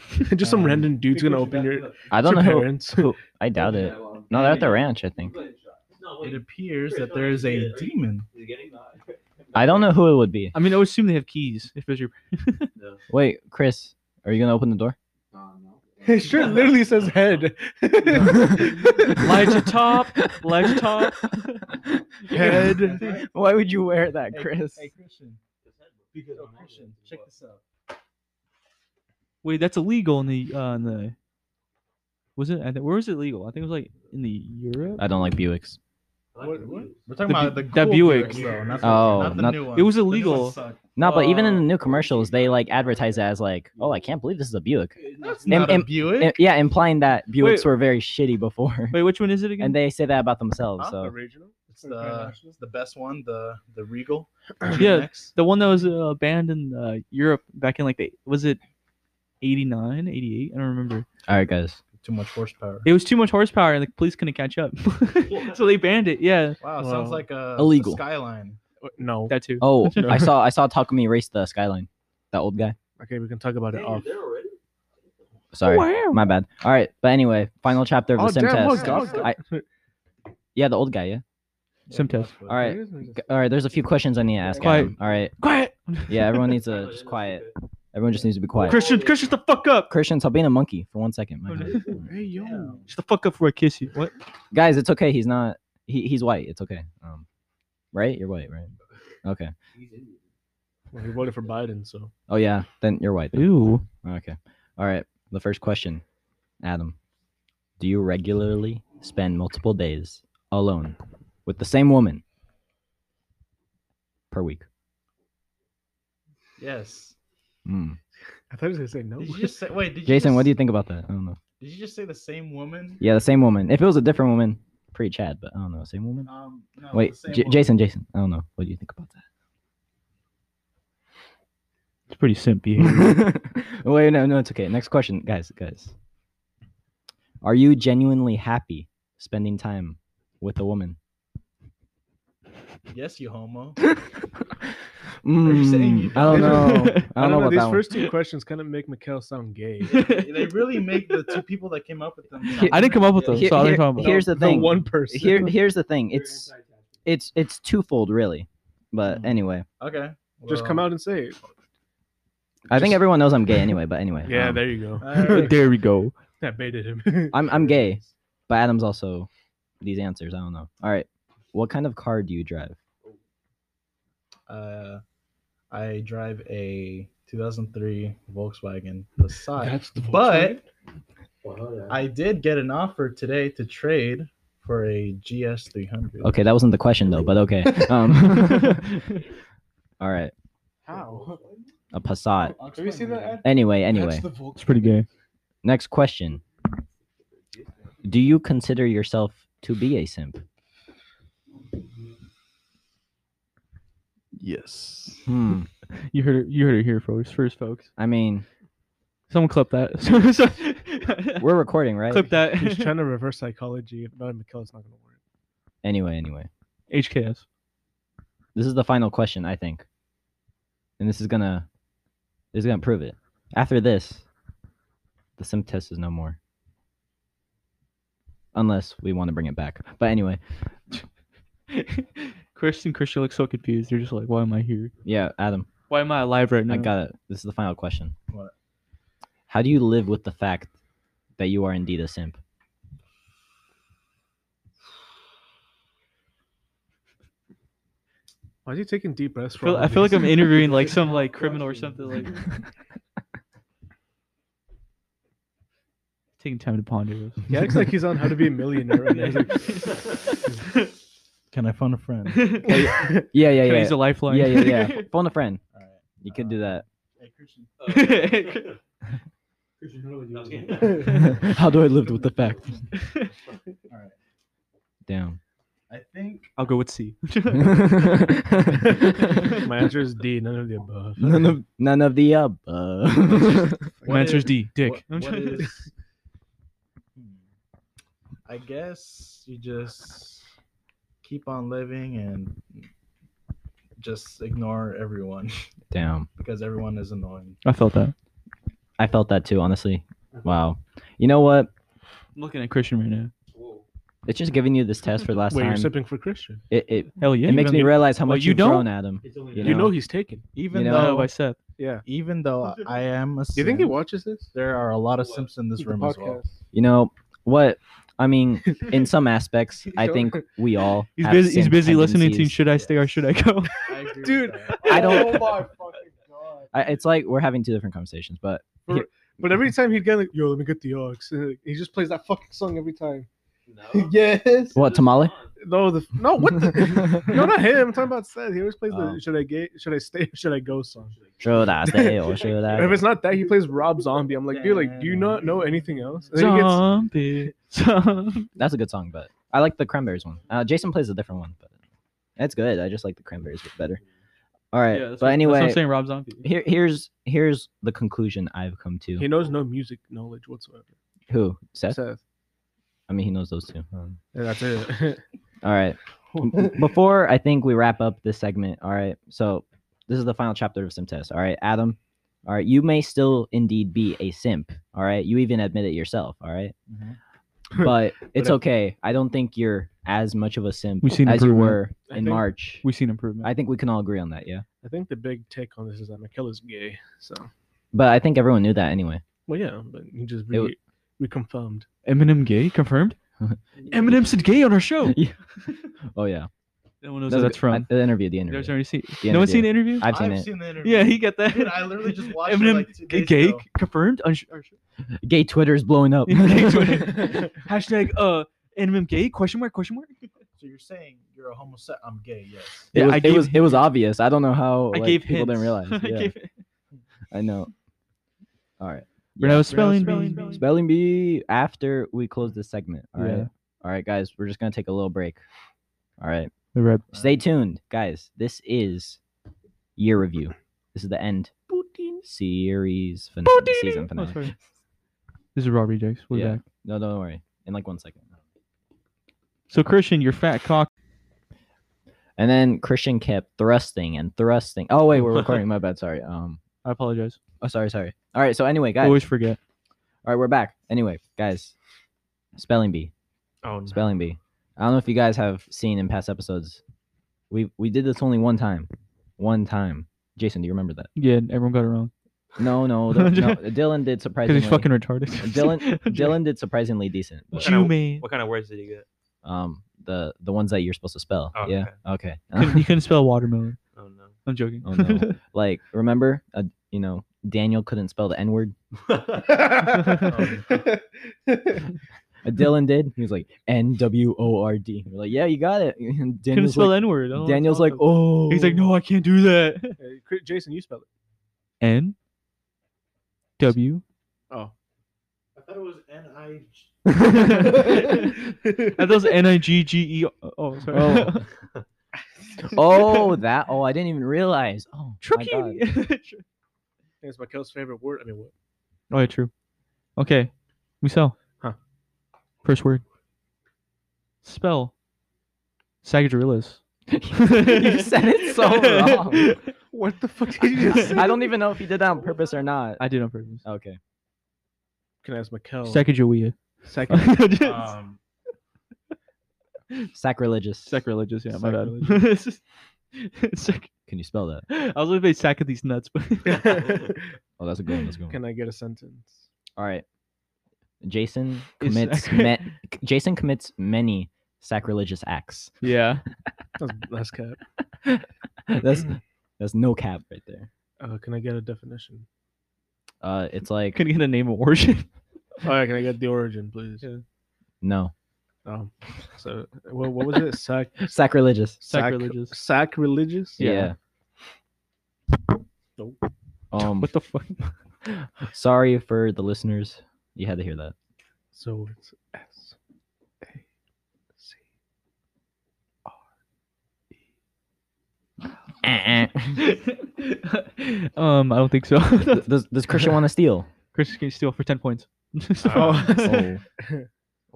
D: [LAUGHS] Just some
G: Um,
D: random dude's gonna open your.
B: I don't know.
D: your
B: Who,
D: Parents.
B: I doubt it. No, they're at the ranch, I think.
G: It appears that there is a demon.
B: I don't know who it would be.
A: I mean, I would assume they have keys. If it's your [LAUGHS]
B: Wait, Chris, are you gonna open the door?
C: [LAUGHS]
D: His [LAUGHS] shirt literally
B: [LAUGHS]
D: says head.
A: lights at top, lights at top.
B: Head. Why would you wear that,
G: Hey,
B: Chris?
G: Hey, Christian. Oh, Christian, check this out.
A: Wait, that's illegal in the uh, in the. Was it? I think- Where was it legal? I think it was like in the Europe.
B: I don't like Buicks.
G: What, what? We're talking
A: The
G: about
A: Bu-
G: the
A: that
G: cool
A: Buick.
G: Buicks, though, not the,
B: Oh,
G: not the
B: not-
G: new one.
A: It was
G: The new
A: illegal.
G: ones suck.
B: No, but even in the
G: Uh,
B: new commercials, they like advertise it as like, "Oh, I can't believe this is a Buick."
G: That's
B: Im-
G: not a
B: im-
G: Buick.
B: I- yeah, implying that Buicks
A: Wait.
B: were very shitty before,
A: Wait, which one is it again?
B: and they say that about themselves.
G: Huh?
B: So
D: Original.
G: it's the, it's the best one, the the Regal.
A: Yeah.
G: GNX.
A: the one that was uh, banned in uh, Europe back in like the was it 89, 88? I don't remember.
B: all right, guys.
G: Too much horsepower.
A: It was too much horsepower, and the police couldn't catch up, [LAUGHS] so they banned it. Yeah,
G: Wow, sounds
D: Wow.
G: like a
B: Illegal.
G: a Skyline.
D: Wait, No.
A: that too.
B: [LAUGHS] Oh, I saw I saw Takumi race the skyline. That old guy.
D: Okay, we can talk about it off.
B: Sorry, my bad. All right, but anyway, final chapter of the
D: Oh,
B: sim
D: damn,
B: test.
D: oh, God.
B: I, yeah, the old guy. Yeah.
A: Sim test.
B: All right, g- all right. There's a few questions I need to ask.
A: Quiet.
B: Adam. All right.
A: Quiet,
B: Yeah, everyone needs
D: [LAUGHS]
B: to just quiet. Everyone just needs to be quiet.
A: Christian. Christian, shut the fuck up.
B: Christian, stop being a monkey for one second. My
A: Oh,
B: bad. [LAUGHS]
D: Hey yo.
A: Shut the fuck up before I kiss you. What?
B: Guys, it's okay. He's not. He, he's white. It's okay. Um, right? You're white, right? Okay.
D: Well, he voted for Biden, so.
B: Oh yeah, then you're white. then.
A: Ew.
B: Okay. All right. The first question, Adam, do you regularly spend multiple days alone with the same woman per week?
G: Yes.
B: Hmm.
D: I thought he was gonna say no.
G: Did you just say, wait, did you
B: Jason,
G: just,
B: what do you think about that? I don't know.
G: Did you just say the same woman?
B: Yeah, the same woman. If it was a different woman, pre Chad, but I don't know, same woman.
G: Um, no,
B: Wait,
G: the same
B: J-
G: woman.
B: Jason, Jason, I don't know. What do you think about [LAUGHS]
A: It's pretty simp [LAUGHS] behavior.
B: that? Wait, no, no, it's okay. Next question, guys, guys. Are you genuinely happy spending time with a woman?
G: Yes,
B: [LAUGHS]
G: you homo.
B: Mm,
G: saying you
B: I
A: Oh,
B: don't know. [LAUGHS] I don't know about
D: These
B: that one.
D: first two questions kind of make Mikhail sound gay.
G: they really make the two people that came up with them. sound
A: I didn't come up with
G: ridiculous.
A: those. So I don't know about.
B: here's the
D: The
B: thing.
D: one person.
A: [LAUGHS]
B: Here, here's the thing. It's it's it's twofold, really. But
G: Mhm.
B: anyway,
G: Okay.
D: Just come
G: well,
D: out and say it.
B: I think everyone knows I'm gay anyway. But anyway,
D: Yeah,
B: um,
D: there you go.
A: [LAUGHS]
G: alright.
A: there we go.
D: That baited him.
B: I'm [LAUGHS] I'm gay, but Adam's also these answers. I don't know. All right, what kind of car do you drive?
G: Uh, I drive a 2003 Volkswagen Passat.
D: the
G: but I did get an offer today to trade for a GS 300.
B: Okay, that wasn't the question though. But okay. Um, [LAUGHS] all right,
D: How?
B: a Passat.
D: Have you seen that ad?
B: Anyway, anyway,
A: It's pretty gay.
B: next question. Do you consider yourself to be a simp?
D: Yes.
B: Hmm.
A: You heard it. You heard it here, folks. First, folks.
B: I mean,
A: Someone clip that. [LAUGHS] So-
B: we're recording,
A: [LAUGHS]
B: right?
A: clip [LAUGHS] that.
D: [LAUGHS] He's trying [LAUGHS] to reverse psychology. If not, Mikhail, it's not gonna work.
B: Anyway, anyway.
A: HKS.
B: This is the final question, I think. And this is gonna this is gonna prove it. After this, the sim test is no more. Unless we want to bring it back. But anyway,
A: Chris and Christian look so confused. They're just like, why am I here?
B: yeah, Adam,
A: Why am I alive right now?
B: I got it. This is the final question.
G: What?
B: How do you live with the fact that you are indeed a simp?
D: Why is he taking deep breaths?
A: I
D: For
A: feel,
D: all
A: I
D: of
A: feel like
D: these?
A: [LAUGHS] I'm interviewing like some like criminal or something. Like, [LAUGHS] taking time to ponder [LAUGHS] this.
D: He acts like he's on How to Be a Millionaire right now. He's [LAUGHS] like,
G: Can I phone a friend?
B: [LAUGHS] Yeah, yeah,
A: Can I
B: yeah.
A: use a lifeline?
B: Yeah, yeah,
A: [LAUGHS]
B: yeah. Phone a friend.
G: All right. Uh,
B: You could do that.
G: Hey, Christian.
B: [LAUGHS]
G: [LAUGHS]
B: How do I live with the fact?
G: All right.
B: Damn.
G: I think
A: I'll go with C.
B: [LAUGHS]
D: My answer is D, none of the above.
B: none of none of
A: [LAUGHS]
B: the above.
A: My answer is D. Dick.
D: [LAUGHS]
G: What- what is- Hmm. I guess you just keep on living and just ignore everyone
B: Damn.
G: because everyone is annoying.
A: [LAUGHS] I felt that.
B: I felt that too, honestly. Wow. You know what?
A: I'm looking at Christian right now.
B: It's just giving you this test for the [LAUGHS] last
D: Wait, you're
B: time.
D: sipping for Christian.
B: It it,
A: Hell yeah.
B: it makes me realize how
A: Well,
B: much
A: you
B: you've
A: don't?
B: grown at him.
D: You,
B: You
D: know,
B: know.
D: Oh, he's taken.
G: Even
B: You
A: No,
G: though
A: I said.
D: Yeah.
G: even though I am a
D: Do you think he
G: simp,
D: watches this?
G: there are a lot of simps in this
D: The
G: room as well.
D: [LAUGHS] podcast.
B: You know what? I mean, [LAUGHS] in some aspects, I
D: Yo.
B: think we all.
A: He's
B: have
A: busy. He's
B: simp
A: busy listening to
B: tendencies.
A: "Should I Stay or Should I Go?"
G: I agree with
D: Dude, oh
G: that.
B: I don't.
D: my
B: I, it's like we're having two different conversations, but
D: But every time he'd get like, yo, let me get the ox. And like, he just plays that fucking song every time.
B: [LAUGHS]
D: [LAUGHS] yes.
B: what tamale?
D: No, the no, what the
B: [LAUGHS]
D: No, not him. I'm talking about Seth. He always plays the should I get should I stay or should I go song.
B: Oh. Should I stay or should [LAUGHS]
D: And if
B: I?
D: it's not that, he plays Rob Zombie. I'm like, dude, like, do you not know anything else? And then he gets
A: Zombie, zombie.
B: That's a good song, but I like the Cranberries one. Uh, Jason plays a different one, but it's good. I just like the Cranberries bit better. All right,
A: that's what-
B: but
A: that's what
B: anyway,
A: I'm saying Rob Zombie.
B: here, here's here's the conclusion I've come to.
D: he knows no music knowledge whatsoever.
B: Who Seth?
D: Seth.
B: I mean, he knows those two. Um,
D: Yeah, that's it.
B: all
A: [LAUGHS]
B: right. M- Before I think we wrap up this segment, all right. So this is the final chapter of Sim Test. All right, Adam. All right, you may still indeed be a simp. All right, you even admit it yourself. All right,
G: Mhm.
A: Mm-hmm. [LAUGHS]
B: but it's
D: if-
B: okay. I don't think you're as much of a simp
A: We've seen
B: as you
A: improvement.
B: were
D: I
B: in
D: think-
B: March.
A: We've seen improvement.
B: I think we can all agree on that, yeah.
D: [LAUGHS] I think the big take on this is that Michaela's gay. So
B: But I think everyone knew that anyway.
D: well yeah, but he just
B: It
D: re-
B: wa-
D: reconfirmed. [LAUGHS]
A: Eminem gay confirmed. [LAUGHS] Eminem said gay on our
B: [LAUGHS]
A: show.
B: Yeah. Oh yeah,
A: No one knows where
B: a
A: that's
B: good-
A: from.
B: I- the interview. The
A: There's
B: interview.
A: already seen.
B: The
A: No one's seen the interview.
B: I've seen
G: I've
B: it.
G: seen the interview.
A: yeah, he got that.
G: Dude, I literally just watched it
A: Eminem
G: like two days
A: gay
G: ago.
A: confirmed on
B: [LAUGHS]
A: sh- [LAUGHS] our show.
B: Gay Twitter's blowing
A: [LAUGHS]
B: up.
A: Gay Twitter. Hashtag uh Eminem gay question mark question mark.
G: [LAUGHS] So you're saying you're a homosexual? I'm gay. Yes.
B: [LAUGHS] It,
A: Yeah,
B: was,
A: I
B: it
A: gave
B: was it was obvious. I don't know how
A: I
B: like,
A: gave
B: people
A: hints.
B: didn't realize.
A: [LAUGHS] I
B: Yeah,
A: gave-
B: I know. All right.
A: Bruno spelling,
D: spelling
A: bee.
D: bee.
B: Spelling bee after we close this segment. All right.
A: Yeah.
B: All right, guys. We're just gonna take a little break. All right.
A: The red.
B: Stay tuned, guys. This is year review. This is the end series finale, season
A: Oh,
B: finale.
A: sorry. [LAUGHS] This is Robbie Jakes. We're
B: Yeah.
A: back.
B: No, don't worry. In like one second.
A: So Christian, your fat cock.
B: And then Christian kept thrusting and thrusting. Oh wait, we're
A: [LAUGHS]
B: recording. My bad. Sorry. Um.
A: I apologize.
B: Oh, sorry. Sorry. All right. So anyway,
A: I
B: guys.
A: always forget.
B: All right, we're back. Anyway, guys. Spelling bee.
D: Oh no.
B: Spelling bee. I don't know if you guys have seen in past episodes. We we did this only one time. One time. Jason, do you remember that?
A: Yeah, everyone got it wrong
B: No,
A: [LAUGHS]
B: no, the- no. Dylan did
A: because
B: surprisingly.
A: he's fucking retarded.
B: Uh,
A: [LAUGHS]
B: Dylan Dylan did surprisingly decent. but,
A: Jew man.
B: [LAUGHS]
E: What kind of words did he get?
B: um, the the ones that you're supposed to spell.
E: Oh,
B: yeah. Okay.
A: Couldn't- You couldn't spell watermelon.
E: Oh no.
A: I'm joking.
B: Oh,
A: [LAUGHS]
B: no. [LAUGHS] like remember, uh, you know, Daniel couldn't spell the N word.
D: Um,
B: Uh,
A: Hmm.
B: Dylan did. He was like N W O R D. We're like, yeah, you got it. [LAUGHS] And
A: couldn't
B: Daniel's
A: spell
B: like,
A: N word.
B: Daniel's like, oh.
A: He's like, no, I can't do that. [LAUGHS]
D: Uh, Chris- Jason, you spell it.
A: N W.
D: Oh.
G: I thought it was N I.
D: [LAUGHS]
A: That was N I G G E. Oh, sorry.
B: Oh.
A: [LAUGHS]
B: oh, that. Oh, I didn't even realize. Oh, my
A: Tricky. [LAUGHS]
B: God.
D: It's Michael's favorite word. I mean what?
A: oh, yeah, true. Okay, we sell.
D: Huh.
A: First word. Spell. Sagittarius. you
B: You said it so wrong.
D: [LAUGHS] What the fuck did
A: [LAUGHS]
D: you just say?
B: I don't even know if he did that on purpose or not.
A: e-, I did on purpose.
B: Okay.
D: Can I ask
A: Oh.
D: Michael?
A: Sacagawea. [LAUGHS]
D: Second.
G: Um,
B: Sacrilegious.
A: Sacrilegious. Yeah, my bad. [LAUGHS] Sac-
B: Can you spell that?
A: I was gonna say sack of these nuts, but [LAUGHS]
D: [LAUGHS]
B: Oh, that's a good one. That's a good one.
D: Can I get a sentence?
B: All right. Jason
A: Is
B: commits.
A: sacri-
B: ma- c- Jason commits many sacrilegious
A: [CLEARS THROAT]
B: acts.
A: [LAUGHS] yeah.
D: That's, that's cap.
B: That's that's no cap right there.
D: Uh, can I get a definition?
B: Uh, it's like
D: [LAUGHS]
A: Couldn't get a name of origin.
D: All right, Oh, can I get the origin, please?
B: No.
D: Um, so what, what was it? Sac-
B: Sacrilegious.
D: sac-
A: Sacrilegious.
D: Sacrilegious.
B: Yeah.
D: Nope.
B: Um,
A: what the fuck?
B: sorry for the listeners. You had to hear that.
D: So it's S A C.
A: [LAUGHS] Eh, um, I don't think so. [LAUGHS]
B: does, does Christian want to steal?
A: Chris can steal for ten points. [LAUGHS]
C: [LAUGHS]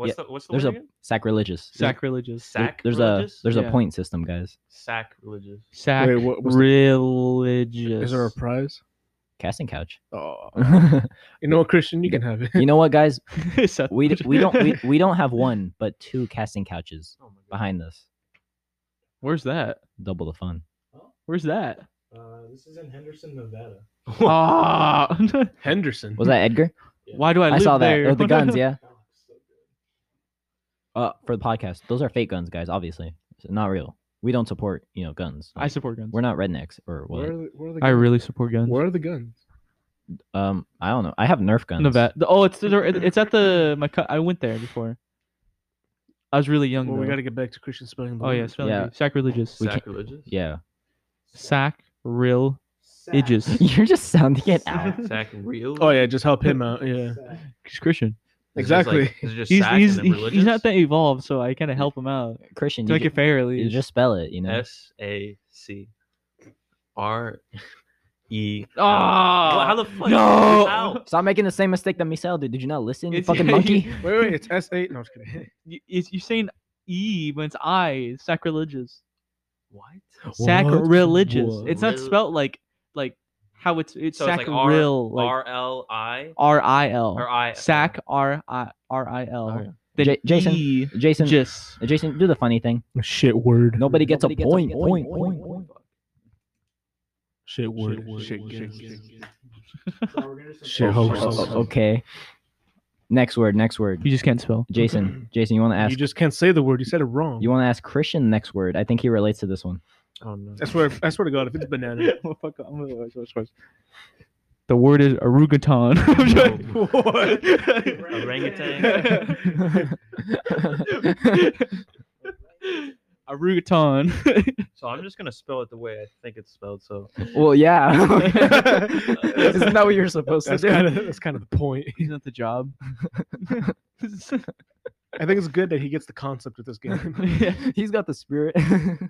B: Oh,
E: What's the what's the
B: there's
E: word
B: a
E: again?
B: sacrilegious. There's-
A: Sacrilegious.
B: there-
E: Sac.
B: There's a there's
A: Yeah.
B: a point system, guys.
E: sac religious.
A: Sac.
D: Wait, what was the-
A: religious.
D: Is there
A: [LAUGHS]
D: a prize?
B: Casting couch.
D: Oh,
B: [LAUGHS] you
D: you know what, Christian, you can have it.
B: know what, guys?
A: Seth
B: We d-
A: Rogen.
B: we don't
A: [LAUGHS]
B: we, we don't have one but two casting couches
E: Oh my god.
B: behind us.
A: Where's that?
B: Double the fun.
A: Where's
B: [LAUGHS]
A: that?
G: Uh, this is in Henderson, Nevada.
A: Ah,
D: [LAUGHS]
A: [LAUGHS]
D: Henderson.
B: Was that Edgar?
A: why do I?
B: I,
A: live
B: saw that
A: there?
B: with
A: [LAUGHS]
B: the guns. Yeah. Uh, for the podcast, those are fake guns, guys. Obviously, It's not real. We don't support you know guns.
A: I support guns.
B: We're not rednecks or what?
D: Where are the, where are the
A: I
D: guns?
A: really support guns.
D: Where are the guns?
B: Um, I don't know. I have Nerf guns.
A: Nevada. the- Oh, it's there- it's at the my. co- I went there before. I was really young.
D: Well, we
A: though.
D: got to get back to Christian spelling. the
A: oh yeah,
D: word.
A: spelling
B: Yeah.
A: bee. sacrilegious.
B: We can't-
E: Sacrilegious.
B: Yeah, [LAUGHS]
A: Sac real
D: [LAUGHS]
A: iges.
B: you're just sounding it out.
E: Sac real.
D: Oh yeah, just help him out. Yeah.
A: He's Christian.
D: Exactly.
E: Is it just
A: He's
E: sac
A: he's
E: and then
A: he-
E: religious?
A: he's not that evolved, so I kind of help him out
B: Christian,
A: to
B: you,
A: make it
B: ju-
A: fair at
B: you
A: least.
B: just spell it. You know.
E: S A C R E.
A: Oh,
E: How the fuck?
A: no!
E: How?
B: Stop making the same mistake that Michelle did. Did you not listen? You
A: It's- [LAUGHS]
B: fucking monkey.
D: Wait, wait, it's S eight. No, I'm just [LAUGHS] kidding.
A: you, it's- you're saying E, but it's I. It's sacrilegious.
E: What?
A: Sacrilegious.
D: What?
A: It's not
E: Rel-
A: spelt like like how it's it's
E: So it's like R-
A: sacril like
E: R L I
A: R I L
B: Oh,
E: [LAUGHS] or I
A: sac R I R I L. Then
B: J- Jason.
A: E,
B: Jason,
A: jis.
B: Jason, do the funny thing.
D: Shit word.
B: Nobody gets
G: Nobody
B: a
G: gets a
B: point.
G: point,
B: point, point, point.
D: Shit word. Shit
G: Shit,
D: gets.
G: shit,
D: Shit
B: Oh,
D: host.
B: oh, oh, okay. Next word. Next word.
A: You just can't
B: [LAUGHS]
A: spell.
B: Jason, Jason, you want to ask?
D: You
B: You,
D: just can't say the word. You said it wrong.
B: want to ask Christian the next word? I think he relates to this one.
E: Oh no.
D: I swear. I swear to God, if it's banana.
A: The word is orangutan. [LAUGHS] I'm joking.
D: What?
E: Orangutan.
A: [LAUGHS] orangutan. [LAUGHS]
E: [LAUGHS] So I'm just gonna spell it the way I think it's spelled. So
B: well, yeah. [LAUGHS]
E: Isn't
B: Isn't that what you're supposed to
D: That's
B: do?
D: kind of that's kind of the point.
A: He's not the job.
D: I think it's good that he gets the concept of this [LAUGHS] game.
B: He's got the spirit. [LAUGHS]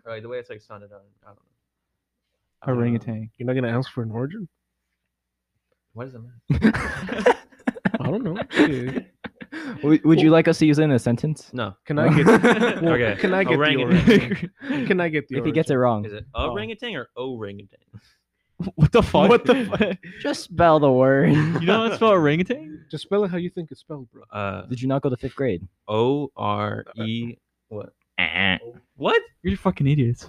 E: or, like the way it's like sounded out. I don't know.
A: Orangutan.
D: You're not gonna ask for an origin?
E: What does it mean?
D: I don't [LAUGHS] know. Shit.
B: would, would you like us to use it in a sentence?
E: No.
D: Can [LAUGHS] I get? Well,
E: Okay.
D: Can I get the origin?
E: Orangutan.
D: Can I get the
B: If he
D: origin?
B: gets it wrong,
E: Is it orangutan or orangutan?
A: what the fuck?
D: What the fuck?
B: just spell the
A: [LAUGHS]
B: word.
A: You know
E: [LAUGHS]
A: how to spell orangutan?
D: Just spell it how you think it's spelled, bro.
E: Uh,
B: Did you not go to fifth grade?
E: [LAUGHS] O R E. What? Eh. Oh, What?
A: You're fucking idiots.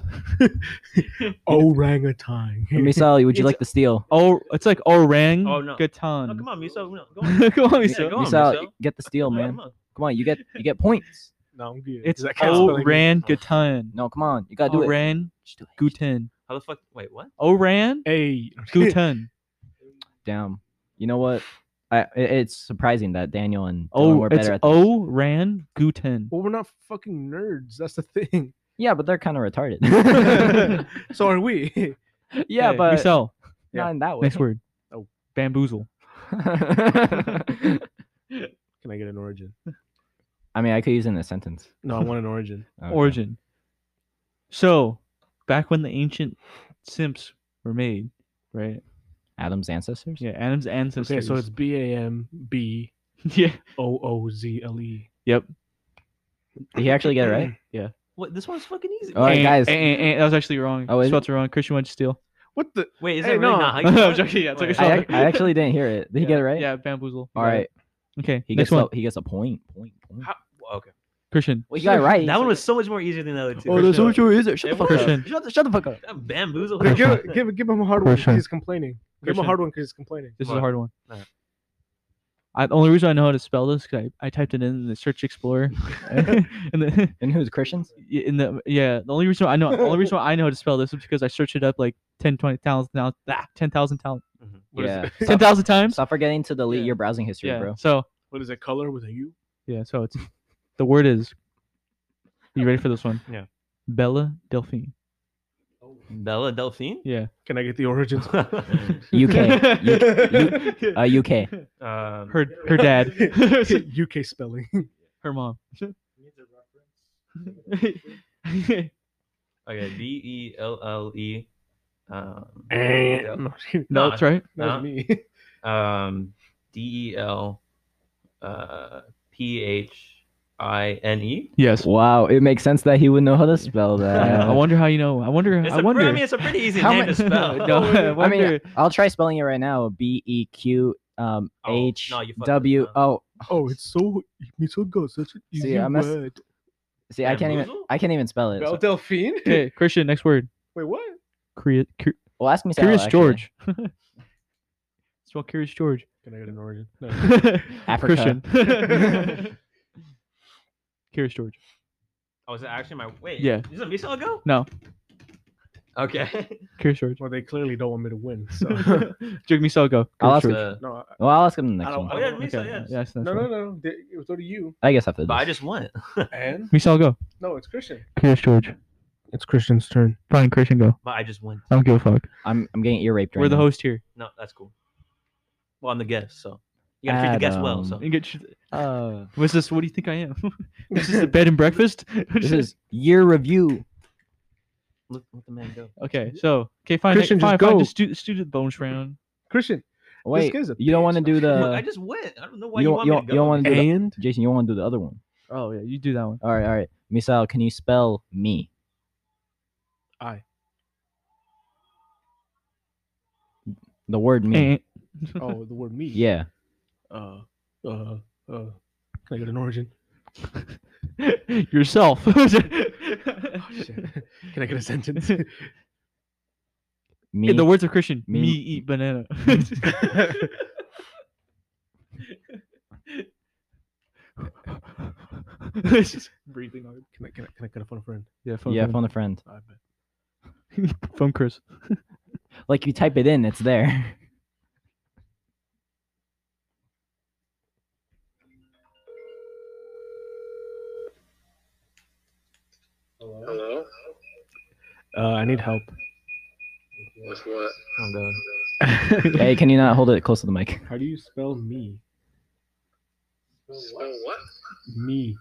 D: Orangutan. [LAUGHS]
B: Misal, would you like to steal?
A: Oh, it's like orang.
E: Oh, no.
A: Gatan.
E: No, come on, Miso. No,
A: [LAUGHS]
E: go on.
A: come on,
E: Yeah,
A: Miso.
E: go on,
B: Misal,
E: Misal.
B: get the steal,
E: No,
B: man.
E: come on.
B: Come on, you get you get points.
D: No, I'm good.
A: It's
D: Does that count? Spelling it?
A: orangutan.
B: No, come on, you gotta
A: Oh,
B: do it.
A: Orang
B: Just do it.
A: gutan.
E: How the fuck? Wait, what?
B: [LAUGHS]
A: Orang
D: Hey, [LAUGHS]
A: gutan.
B: Damn. You know what? I it, it's surprising that Daniel and Dylan
A: Oh,
B: were
A: it's
B: better at this.
A: Oran Guten.
D: well, we're not fucking nerds. That's the [LAUGHS] thing.
B: Yeah, but they're kind of retarded. [LAUGHS]
D: so are we? [LAUGHS]
B: yeah, but
A: we sell.
B: not in that way.
A: Next word.
D: Oh.
A: Bamboozle. [LAUGHS]
D: Can I get an origin?
B: I mean, I could use it in a sentence. uh,
D: No, I want an origin.
B: Okay.
A: Origin. So, back when the ancient simps were made, right?
B: Adam's ancestors.
A: Yeah, Adam's ancestors.
D: [LAUGHS] Okay, so it's B A M B
A: [LAUGHS] yeah.
D: O O Z L E.
A: Yep.
B: Did he actually get it
A: [LAUGHS]
B: right?
E: What? This one's fucking easy.
B: All right,
A: And-
B: guys.
A: and- and- and- that was actually wrong.
B: Oh,
A: Oh,
B: is it?
A: Spelt it wrong. Christian went to steal.
D: What the?
E: Wait, is
D: Hey,
E: it really
D: no.
E: not? how you spell
A: I'm
E: it?
A: joking. Yeah, it's like a
E: Wait,
B: I, [LAUGHS]
A: shot.
B: ac- I actually didn't hear it. Did he
A: yeah,
B: get it right?
A: Yeah, bamboozle. You
B: All
A: got
B: right.
A: it. Okay.
B: He
A: next
B: gets
A: one.
B: a, he gets a point. Point. point.
E: How- Okay.
A: Christian.
B: Well, he got it right.
E: That one was so much more easier than the other two.
B: Oh, that's what you is it? Shut the
E: It
B: fuck
E: was. uh,
B: up.
A: Christian.
B: Shut the, shut the fuck up.
E: I'm bamboozled.
D: Give, it- give, it- give him a hard one. 'cause
A: Question.
D: He's complaining. Give him a
A: Question.
D: hard one because he's complaining.
A: This is a
E: What?
A: hard one.
E: Alright.
A: I, the only reason I know how to spell this because I, I typed it in the search
B: [LAUGHS]
A: explorer, [LAUGHS] and the,
B: And who's Christians?
A: y- in the yeah the only reason i know the only reason why i know how to spell this is because i searched it up like 10 20,000 now ah, 10,000 times
B: Yeah.
E: Mm-hmm.
A: 10,000 times
B: Stop forgetting to delete
A: Yeah.
B: your browsing
A: [LAUGHS]
B: history,
A: yeah
B: bro.
A: so
D: What is it? Color with a U?
A: Yeah, so it's the word is. You ready for this one?
E: Yeah.
A: Bella Delphine.
E: Bella Delphine?
A: Yeah.
D: Can I get the [LAUGHS] origins?
B: UK.
E: [LAUGHS]
B: uh, UK.
E: um,
A: Her her
D: [LAUGHS]
A: dad.
D: UK [LAUGHS] spelling.
A: her mom. [LAUGHS]
E: okay, B E L L E. Um,
D: I'm not kidding.
A: No,
E: Nah,
A: that's right.
D: That was
E: nah.
D: me. [LAUGHS]
E: um, D E L uh, P H I N E.
A: Yes.
B: Wow, it makes sense that he would know how
A: [LAUGHS]
B: to spell that.
A: I wonder how you know. I wonder.
E: It's
A: I
E: a
A: wonder.
E: I mean, it's a pretty easy
B: How
E: name
B: ma-
E: to spell.
A: [LAUGHS]
E: [LAUGHS]
A: No, I
B: I mean,
A: wonder.
B: I'll try spelling it right now. B E Q um
E: Oh, no,
B: H
E: you fucked
B: W.
E: this
B: Oh,
D: Oh, it's so it's so good. Such an
B: See,
D: easy
B: I messed-
D: word.
B: see, I can't even.
E: Bamboozle?
B: I can't even spell it.
D: Belle
B: so-
D: Delphine.
A: Okay, Christian. Next word.
D: Wait, what?
A: Curi- cur-
B: Well, ask me.
A: Curious George. [LAUGHS] it's about Curious George.
D: Can I get an [LAUGHS] origin? No.
A: [LAUGHS]
B: Africa.
A: Christian. [LAUGHS] Curious George.
E: Oh, is it actually my wait?
A: Yeah.
E: Is it Visa go?
A: No,
E: Okay.
A: Curious
E: [LAUGHS]
A: George.
D: Well, they clearly don't want me to win. [LAUGHS] So
A: Jig me go.
B: I'll
A: Curious
B: ask
A: George.
E: Uh,
D: no, I-
B: Well, I'll ask him the next
D: I don't-
B: one.
E: oh yeah, Misa,
A: Okay,
E: yes.
A: yes, that's
D: no,
A: right.
D: no, no. They- It was already [LAUGHS] you
B: I guess after this.
E: Uh, But I just went. but
D: and
A: Misa go.
D: no, it's Christian.
A: Curious George.
D: It's Christian's [LAUGHS] turn.
A: Fine, Christian go.
E: I just went.
A: I don't give a fuck.
B: I'm I'm getting ear raped right
A: We're the
B: now.
A: host here.
E: No, that's cool. Well, I'm the guest, so you gotta treat the guest well. So
A: And get sh-
B: Uh,
A: what's this? What do you think I am? this is the bed and [LAUGHS] breakfast.
B: [LAUGHS] this is year review.
E: look, let the man go.
A: okay. So okay, fine.
D: Christian,
A: next, fine,
D: just
A: fine.
D: go.
A: Just do, just do the bonus round.
D: Christian.
B: Wait,
D: guy's a
B: you don't want to
D: bitch.
B: do
E: Look, I
B: the.
E: just went. I don't know why
B: You don't-
E: you, want
B: you
E: me
B: don't-
E: to
B: you don't
E: go.
B: wanna do the-
D: And
B: Jason, you want to do the other one.
A: Oh yeah, you do that one.
B: All right, all right. Misael, can you spell me?
D: I.
B: The word me.
A: Eh.
D: [LAUGHS] oh, the word me.
B: Yeah.
D: Uh, uh, uh. Can I get an [LAUGHS] origin?
A: [LAUGHS] Yourself.
D: Oh, shit. Can I get a [LAUGHS] sentence?
B: Me.
A: In the words of Christian,
B: Me-
A: me, eat [LAUGHS] banana. [LAUGHS]
D: Breathing hard. Can I can I can I get a phone a friend?
A: yeah, phone
B: yeah,
A: friend.
B: phone a friend.
D: I bet.
A: phone Chris.
B: Like you type it in,
A: [LAUGHS]
B: it's there. [LAUGHS]
F: Hello?
D: Uh, I need help.
F: What's what?
E: Oh, God.
B: hey, can you not hold it close to the mic? [LAUGHS]
D: How do you spell me?
F: Spell what?
D: Me.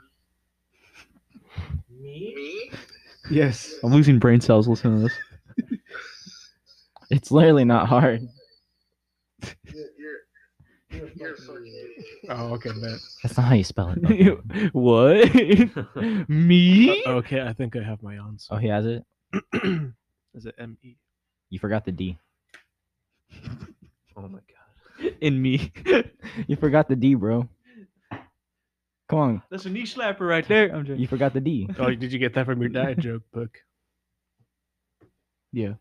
F: Me?
D: Yes.
A: I'm losing brain cells listening to this.
B: It's literally not hard.
F: You're, you're a fucking idiot.
D: Oh, okay, [LAUGHS] man.
B: That's not how you spell
A: [LAUGHS]
B: it.
A: You-
B: Okay.
A: what? [LAUGHS] me?
D: Okay, I think I have my answer.
B: oh, he has it.
D: Is it M E?
B: You forgot the D.
E: Oh my God.
A: In me.
B: You forgot the D, bro. Come on.
A: That's a knee slapper [LAUGHS] right there. I'm joking.
B: You forgot the D.
D: Oh, did you get that from your dad joke book?
A: Yeah.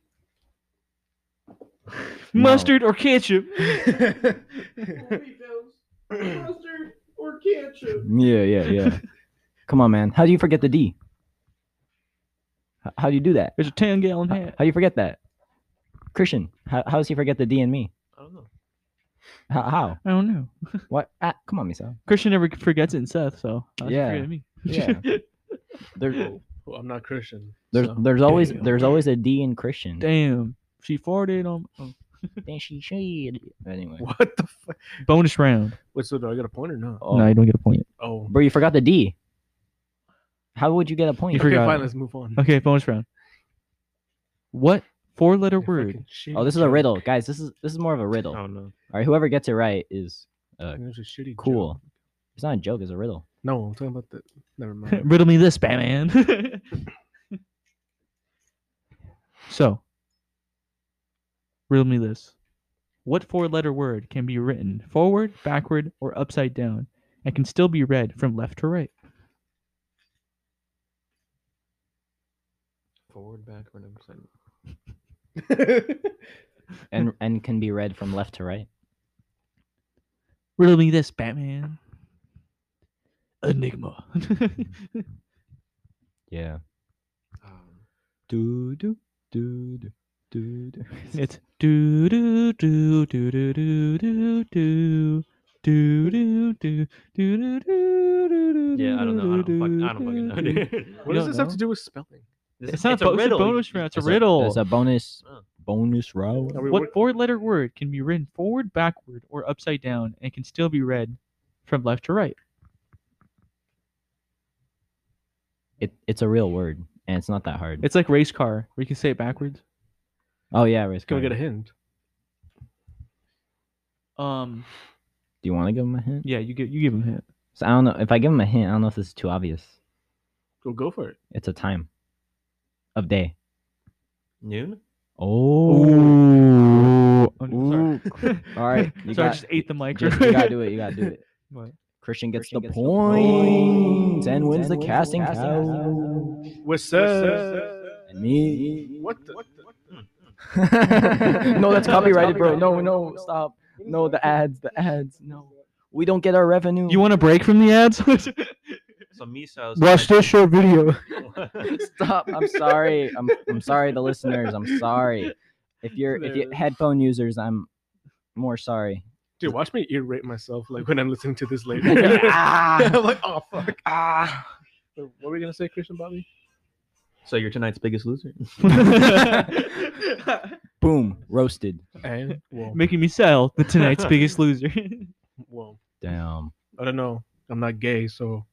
B: No.
A: Mustard or ketchup?
B: Yeah, yeah, yeah. Come on, man. How do you forget the D? H- How do you do that?
A: There's a 10 gallon
B: How,
A: hat.
B: how do you forget that? Christian, how, how does he forget the D and me?
E: I don't know.
B: How? how?
A: I don't know.
B: What? Ah, come on, Misa.
A: Christian never forgets it in Seth, so I
B: Yeah.
A: forget me.
B: Yeah. There,
D: Well, I'm not Christian.
B: there's,
D: so-
B: there's always,
D: Damn.
B: there's always a D in
A: [LAUGHS]
B: Christian.
A: Damn. She farted on. oh.
B: Then she shade. Anyway.
D: What the fuck?
A: Bonus round.
D: Wait, so do I get a point or not?
B: Oh,
A: No, you don't get a point.
D: Oh,
B: bro, you forgot the D. How would you get a point?
A: You
D: okay,
A: forgot
D: fine.
A: it.
D: Let's move on.
A: Okay, bonus round. What four letter
D: Okay,
A: word?
D: fucking shitty
B: Oh, this is a
D: joke.
B: riddle, guys. This is this is more of a riddle.
E: I
A: Oh.
B: All
E: don't know.
B: right, whoever gets it right is
D: It was a shitty joke.
B: cool. It's not a joke; it's a
D: [LAUGHS]
B: riddle.
D: No, I'm talking about the. Never
B: [LAUGHS]
D: mind.
A: [LAUGHS] Riddle me this, Batman. [LAUGHS] so, riddle me this. What four letter word can be written forward, backward, or upside down and can still be read from left to right?
E: Forward, backward, upside.
B: and and can be read from left to right.
A: Riddle me this, Batman. Enigma. [LAUGHS]
B: Yeah.
E: Um,
B: Do do do do do.
A: it's do do do do do do do do Do do do do do do do do.
E: Yeah, I don't know. I don't, fuck, I don't fucking know, dude.
D: [LAUGHS]
A: You
D: What does
A: don't
D: this have to
A: know?
D: do with spelling?
A: [LAUGHS]
E: This-
A: It's not a, bo- it's a bonus round. It's a
B: It's a-
A: riddle.
B: It's a bonus
E: Oh.
B: bonus row.
D: Are we-
A: What four-letter word can be written forward, backward, or upside down, and can still be read from left to right?
B: It, it's a real word, and it's not that hard.
A: It's like race car, where you can say it backwards.
B: oh yeah, race
D: Can we
B: car.
D: get a hint?
A: Um,
B: Do you want to give him a hint?
A: yeah, you give you give him a hint.
B: So I don't know if I give him a hint. I don't know if this is too obvious.
D: Go go for it.
B: It's a time of day.
E: Noon?
B: Oh,
A: Ooh.
B: Ooh.
A: [LAUGHS]
B: all right.
A: Sorry, I
B: You got,
A: just ate the mic.
B: just- you gotta do it. You gotta do it.
A: [LAUGHS] What?
B: Christian gets,
C: Christian
B: the,
C: gets the
B: points
C: points
B: and wins the
C: and wins the
B: casting
C: casting
B: couch.
D: What's
B: And me.
D: What the?
B: [LAUGHS]
E: Hmm.
B: [LAUGHS]
C: [LAUGHS]
B: no, that's copyrighted, bro. No, no, stop. No, the ads, the ads. No, we don't get our revenue.
A: You want a break from the ads? [LAUGHS]
E: So Miso. [LAUGHS]
A: short video.
B: [LAUGHS] stop? I'm sorry. I'm, I'm sorry, the listeners. I'm sorry. If you're if you
D: There.
B: headphone users, I'm more sorry.
D: Dude, watch me ear rape myself like when I'm listening to [LAUGHS] this later.
B: Ah.
D: I'm [LAUGHS] like, oh fuck. Ah. What were we gonna say, Christian Bobby?
E: so you're tonight's biggest loser.
B: Boom, roasted.
D: And well,
A: [LAUGHS] Making me sell the tonight's biggest loser.
D: well,
B: Damn.
D: I don't know. I'm not gay, so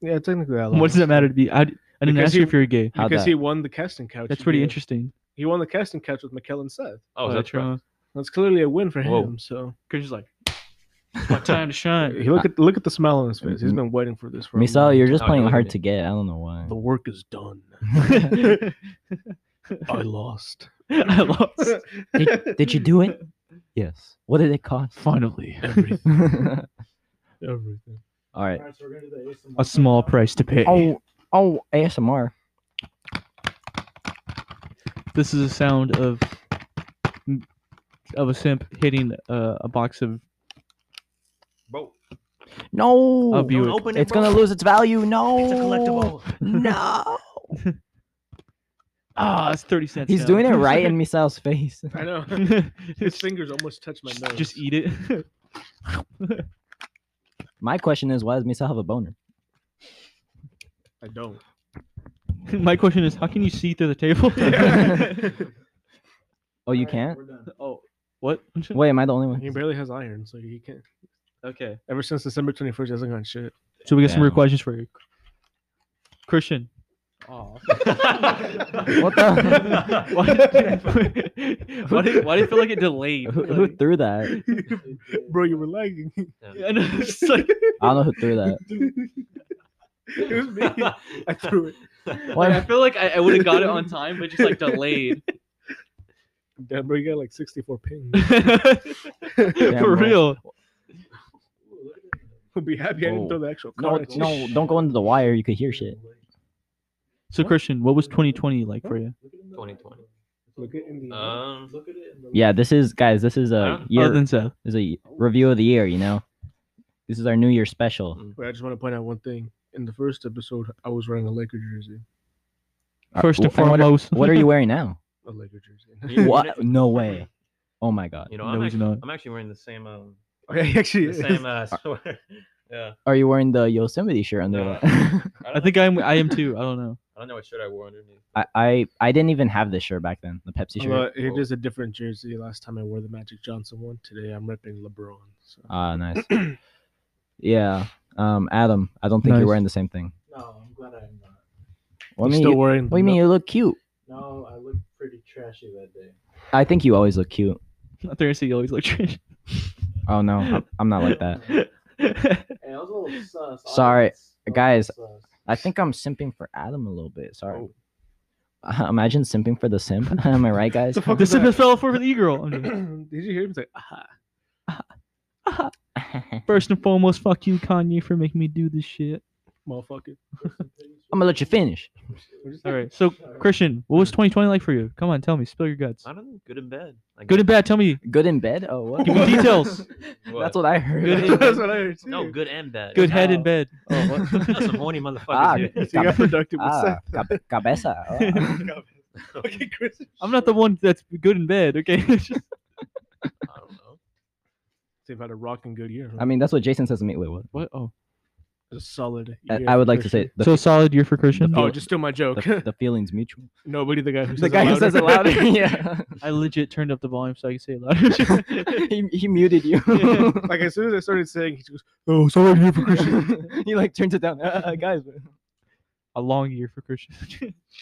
D: yeah, technically I.
A: what does it matter to be? I, I didn't
D: Because
A: ask
D: he-
A: you if you're gay.
B: How'd
D: Because
B: that-
D: he won the casting couch.
A: That's
D: he
A: pretty
D: did.
A: interesting.
D: He won the casting couch with McKellen Seth.
E: Oh,
A: Uh,
E: that's right.
A: Toronto.
D: That's clearly a win for him.
E: Whoa.
D: So
A: Christian's like, "It's my time to shine. [LAUGHS]
D: He look at look at the smile on his face. He's been waiting for this for. a long
B: Misal, you're just
E: Oh,
B: playing
E: look at
B: hard
E: it.
B: to get. I don't know why.
D: time. The work is done. [LAUGHS] I lost.
A: I lost.
B: Did, did you do it? Yes. What did it cost? [LAUGHS]
A: Finally,
D: Everything.
B: All
D: [LAUGHS] Everything.
B: right.
A: a small price to pay.
B: Oh, oh, ASMR.
A: This is a sound of of a simp hitting uh, a box of.
E: Bro,
B: No.
A: Of you.
E: don't
A: Buick.
E: open it.
B: It's
E: bro.
B: gonna lose its value. No.
E: It's a collectible. [LAUGHS]
B: No.
A: Ah, it's thirty cents.
B: He's
A: now. [LAUGHS]
B: doing it [LAUGHS] right in Misael's face.
D: I [LAUGHS] know. His fingers almost touch my nose.
A: Just eat it.
B: [LAUGHS]
A: [LAUGHS]
B: My question is, why does Misael have a boner?
D: I don't.
A: My question is, how can you see through the table? [LAUGHS]
B: Oh, you can't.
A: oh, what? [LAUGHS]
B: Wait, am I the only
D: He
B: one?
D: barely has iron, so he can't.
A: Okay.
D: Ever since December 21st, he hasn't gotten shit.
A: [LAUGHS] So we got some more
B: Damn.
A: questions for you, Christian.
B: What the?
A: [LAUGHS] Why, [LAUGHS] why, do, why do you feel like it delayed?
B: [LAUGHS] who, who
A: Like,
B: threw that?
D: Bro, you were lagging. [LAUGHS]
A: I know, it's like,
B: I don't know who
A: [LAUGHS]
B: threw that.
D: it was me. I threw it.
A: like, [LAUGHS] I
B: Why?
A: feel like I, I would have got it on time, but just like [LAUGHS] delayed.
D: Damn, bro, you got like 64 ping.
A: For
D: [LAUGHS]
B: bro.
A: real.
D: I'd be happy I didn't
B: Oh.
D: throw the actual
B: No,
D: card. at you.
B: no, don't go into the wire. You could hear shit.
A: So Christian, what was 2020 like for you?
E: 2020.
D: Look it in the eye. [LAUGHS]
E: [LAUGHS] Um,
B: Yeah, this is guys. This is
E: I
B: a
E: don't-
A: Other
B: year.
A: than so,
B: This is a review of the year. You know, this is our New Year special.
D: Wait, I just want to point out one thing. In the first episode, I was wearing a Laker jersey.
B: Uh,
A: first and
B: wh- what are-
A: foremost,
B: what are you
A: [LAUGHS]
B: wearing now?
D: A Laker jersey.
E: you know,
B: What? No way. Oh my god.
E: You know,
A: No,
E: I'm,
A: he's
E: actually,
A: not.
E: I'm actually wearing the same um,
D: Oh, yeah, [LAUGHS] he actually
E: the
D: is.
E: same uh, [LAUGHS] sweater. Yeah.
B: Are you wearing the Yosemite shirt under
E: No.
B: that?
E: I, don't
A: I think
E: know,
A: I'm. I am too. I don't know.
E: I don't know what shirt I wore underneath.
B: [LAUGHS] I, I I didn't even have this shirt back then. The Pepsi
D: Although
B: shirt.
D: it is a different jersey. Last time I wore the Magic Johnson one. Today I'm ripping LeBron. So.
B: Ah, nice.
G: [CLEARS THROAT]
B: yeah. Um, Adam, I don't think
A: Nice.
B: you're wearing the same thing.
G: No, I'm glad I'm not.
B: What
D: He's
B: do you mean?
D: still
B: You,
D: wearing.
B: what do you mean? You look cute.
G: No, I looked pretty trashy that day.
B: I think you always look cute.
A: I think I see you always look trash.
B: Oh no, I'm, I'm not like
G: [LAUGHS]
B: that.
A: [LAUGHS]
G: Hey, I was a little sus. I
B: Sorry,
G: was a little
B: guys.
G: sus.
B: I think I'm simping for Adam a little bit. Sorry.
G: Oh.
B: Uh, [LAUGHS] imagine simping for the simp. [LAUGHS] Am I right, guys?
G: [LAUGHS]
D: The fuck
A: This
D: was
A: is
D: that?
A: the fellow for the e-girl.
D: [COUGHS]
A: I'm just-
D: Did you hear him say, "Ah, aha?
B: I'm
A: First and foremost, fuck you, Kanye, for making me do this shit.
B: [LAUGHS]
D: Motherfucker. [LAUGHS]
B: gonna let you finish. [LAUGHS]
A: All right. So Christian, what was 2020 like for you? Come on, tell me. Spill your guts.
E: I don't know. Good and bad. I
A: Good
E: guess.
A: and bad. Tell me.
B: Good in bed. Oh,
A: [LAUGHS]
B: what?
A: Give me details.
B: [LAUGHS] That's what I heard.
A: Good in-
D: That's what I heard too.
E: [LAUGHS] No, good and bad.
A: Good head in bed.
B: Oh, what?
E: [LAUGHS]
B: [LAUGHS]
E: That's some horny motherfuckers.
B: Ah,
E: dude.
D: So you got productive with
B: ah,
D: Seth.
B: cab-
A: [LAUGHS]
B: cabeza. Oh.
D: Okay, Chris.
A: [LAUGHS] I'm not the one that's good in bed. Okay.
E: I don't know.
D: They've had a rocking good year.
B: I mean, that's what Jason says to me. Wait, what?
A: What? Oh,
D: a solid.
B: I-
D: year
B: I would
D: for
B: like to say
D: Christian.
B: the,
A: so solid year for Christian.
B: the
D: Oh,
B: feel-
D: just steal my joke. [LAUGHS]
B: the, the feelings mutual.
D: Nobody, the guy who says
B: the guy who says it louder. yeah,
A: [LAUGHS] I legit turned up the volume so I could say it louder. [LAUGHS]
B: he, he muted you.
D: [LAUGHS]
B: [LAUGHS]
D: like as soon as I started saying, he goes, "Oh, solid year for Christian."
B: [LAUGHS] he like turns it down. Uh, uh, guys,
A: a long year for Christian.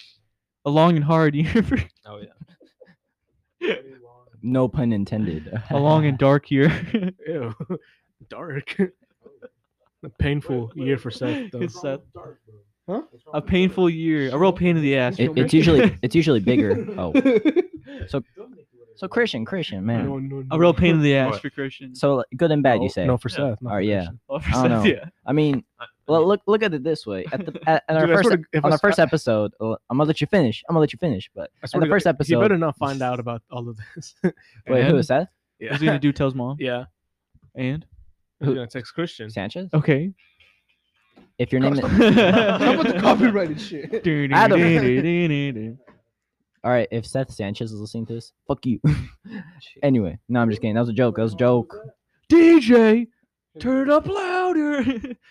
A: [LAUGHS] a long and hard year for
E: Oh yeah.
B: no pun [LAUGHS] intended.
A: [LAUGHS] a long and dark year.
D: [LAUGHS] Ew, [LAUGHS] dark. [LAUGHS] a painful year for Seth. Though.
A: It's Seth.
D: Huh?
A: A
D: [LAUGHS]
A: painful year, a real pain in the ass.
B: It- it's usually it's usually
D: [LAUGHS]
B: bigger. [LAUGHS] Oh, so so Christian, Christian, man.
D: No, no,
A: a
D: no.
A: real pain in the ass
E: What?
A: for Christian.
B: So like, good and bad,
D: No,
B: you say.
D: No, for
E: Yeah.
D: Seth. not
B: Or,
D: for
B: yeah.
D: Christian.
A: Oh, for
B: I don't
A: Seth,
B: know.
A: yeah.
B: I mean,
E: I- I
B: well,
E: mean,
B: look look at it this way. At the at, at our
D: Dude, I
B: first
D: swear to- if I
B: on the
D: s-
B: first episode, uh, I'm gonna let you finish. I'm gonna let you finish. But
D: I swear
B: in the
D: to
B: first
D: God, he
B: episode,
D: better not find out about all of this.
B: wait, who
A: And?
B: is that?
A: What's he gonna
D: yeah,
A: do? Tell his [LAUGHS] mom.
D: [LAUGHS] yeah.
A: And
D: He's gonna text Christian.
B: Sanchez.
A: [LAUGHS] okay.
B: If your name, is,
D: How
A: How
D: about
A: [LAUGHS]
D: the copyrighted shit?
A: Adam.
B: all right, if Seth Sanchez is listening to this, fuck you. anyway, no, I'm just kidding. That was a joke. That was a joke.
A: DJ, turn it up louder.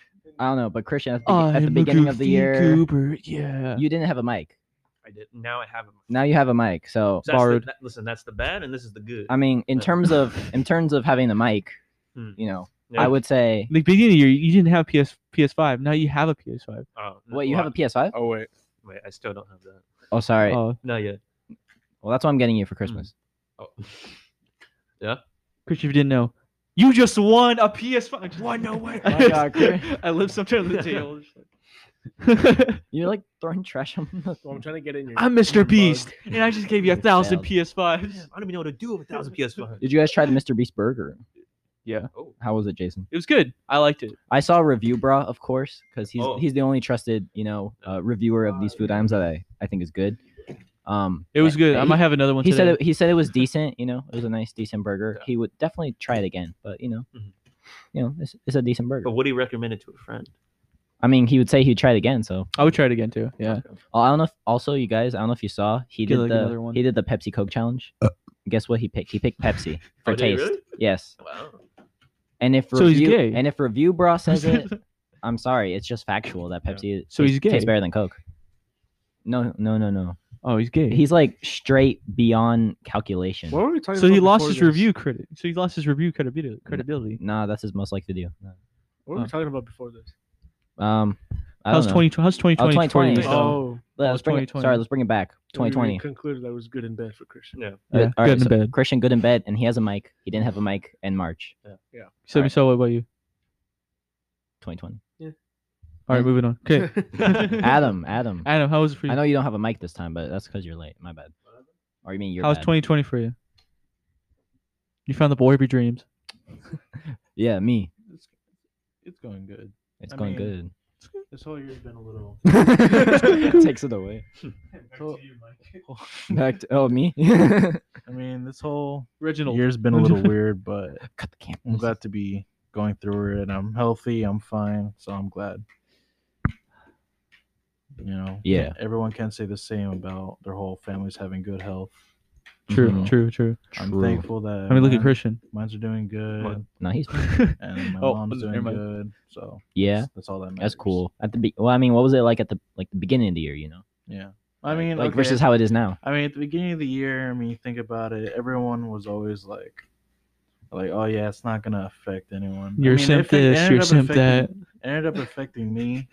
A: [LAUGHS]
B: I don't know, but Christian, at the,
A: I'm
B: be- at the
A: a
B: beginning of the
A: goofy
B: year,
A: Goober. Yeah.
B: you didn't have a mic.
E: I did. Now I have them.
B: Now you have a mic. So
E: So that's the-
A: borrowed.
E: that- listen, that's the bad, and this is the good.
B: I mean, in
E: Uh,
B: terms of in terms of having a mic,
E: Hmm.
B: you know,
E: Yeah.
B: I would say,
A: Like beginning of the year, you didn't have PS PS5. Now you have a PS5.
E: Oh, no,
B: wait, you
E: well,
B: have a PS5?
D: Oh wait.
E: I- Wait, I still don't have that.
B: Oh, sorry.
A: Oh,
E: No, yeah.
B: Well, that's what I'm getting you for Christmas.
E: Oh.
A: Christian,
E: [LAUGHS]
A: if you didn't know, you just won a
B: [LAUGHS]
A: PS5. One, no [LAUGHS] way.
B: My God, Chris.
A: I live sometimes
B: [LAUGHS]
A: on the table. just like-
B: You're like throwing trash on
D: [LAUGHS]
B: the
D: Well, I'm trying to get in your.
A: I'm Mr. Beast, and I just gave you a
B: You
A: thousand
B: failed.
A: PS5s.
E: I don't even know what to do with a thousand PS5.
B: Did you guys try the Mr. Beast burger?
A: Yeah.
E: Oh.
B: How was it, Jason?
A: It was good. I liked it.
B: I saw Review Bra, of course, because he's
E: Oh.
B: he's the only trusted, you know, uh, reviewer of these food items that I, I think is good. Um,
A: It was good. I
B: He,
A: might have another one
B: he
A: today.
B: said
A: [LAUGHS]
B: it, he said it was decent. You know, it was a nice, decent burger.
E: Yeah.
B: He would definitely try it again, but you know,
A: Mm-hmm.
E: Mhm.
B: you know, it's, it's a decent burger.
A: Oh.
E: But what do you recommend it to a friend?
B: I mean, he would say he'd try it again. So
A: I would try it again too. Yeah.
B: Oh, I don't know. If, also, you guys, I don't know if you saw he
A: Get,
B: did
A: like, another
B: the
A: one.
B: he did the Pepsi Coke challenge. Guess what he picked? He
A: [LAUGHS]
B: picked Pepsi for
E: Oh, did he
B: taste.
E: really?
B: Yes,
E: Wow.
B: and if
A: So
B: review
A: he's gay.
B: and if
A: [LAUGHS]
B: review bra says it, I'm sorry, it's just factual that Pepsi
A: So he's
B: tastes- tastes
A: gay.
B: better than Coke. No, no, no, no.
A: oh, he's gay.
B: He's like straight beyond calculation.
D: What were we talking
A: so
D: about
A: he lost
D: before
A: his
D: this?
A: review credit. So he lost his review credibility. credibility.
B: Nah, that's his most liked video.
D: What were we
A: Oh.
D: talking about before this?
B: Um, I
A: How's
B: don't know.
A: twenty? How's twenty twenty?
B: 2020,
A: twenty.
B: So-
D: oh,
A: Oh,
B: let's bring it,
A: 2020.
B: sorry, let's bring it back.
D: so we
B: 2020.
D: concluded that was good and bad for Christian. [LAUGHS]
E: Yeah.
B: Uh,
A: Yeah,
B: all
A: good and
B: so
A: bad.
B: Christian good and bad, and he has a mic. He didn't have a mic in March
A: So, so what about you? [LAUGHS]
B: 2020.
A: All right,
B: Yeah.
A: moving on. Okay, [LAUGHS]
B: Adam, Adam.
A: Adam, how was it for you?
B: I know you don't have a mic this time, but that's because you're late. My bad. Or you mean you're
A: How's
B: bad.
A: twenty twenty for you? You found the boy of your dreams.
B: Yeah, me.
G: It's, it's
D: [LAUGHS]
G: going good.
B: It's
G: I
B: going
G: mean- This whole year's been a little.
D: [LAUGHS]
B: good. [LAUGHS] Takes it away. Back to oh me. [LAUGHS] Cut
G: I mean, this whole
A: Reginald.
D: [LAUGHS]
G: year's been a little weird, but
B: the camera.
G: I'm glad to be going through it. I'm healthy. I'm fine. So I'm glad. You know.
B: Yeah.
G: Everyone can say the same about their whole families having good health.
A: True,
B: Mhm.
A: true, true.
G: I'm
B: True.
G: thankful that.
A: I mean, look at
G: mine-
A: Christian.
G: Mine's are doing good,
E: What?
B: No, he's
A: [LAUGHS]
G: and my
A: Oh,
G: mom's
A: never
G: doing
A: mind.
G: good. So
B: yeah.
G: that's- that's all that matters.
B: That's cool. At the be- well, I mean, what was it like at the like the beginning of the year? You know,
G: Yeah. I mean,
B: like
G: okay.
B: versus how it is now.
G: I mean, at the beginning of the year, I mean, you think about it, everyone was always like, like, oh yeah, it's not gonna affect anyone. I
A: You're
G: mean,
A: simp
G: if it
A: this,
G: ended
A: you're
G: up
A: simp that.
G: affecting- Ended up affecting me.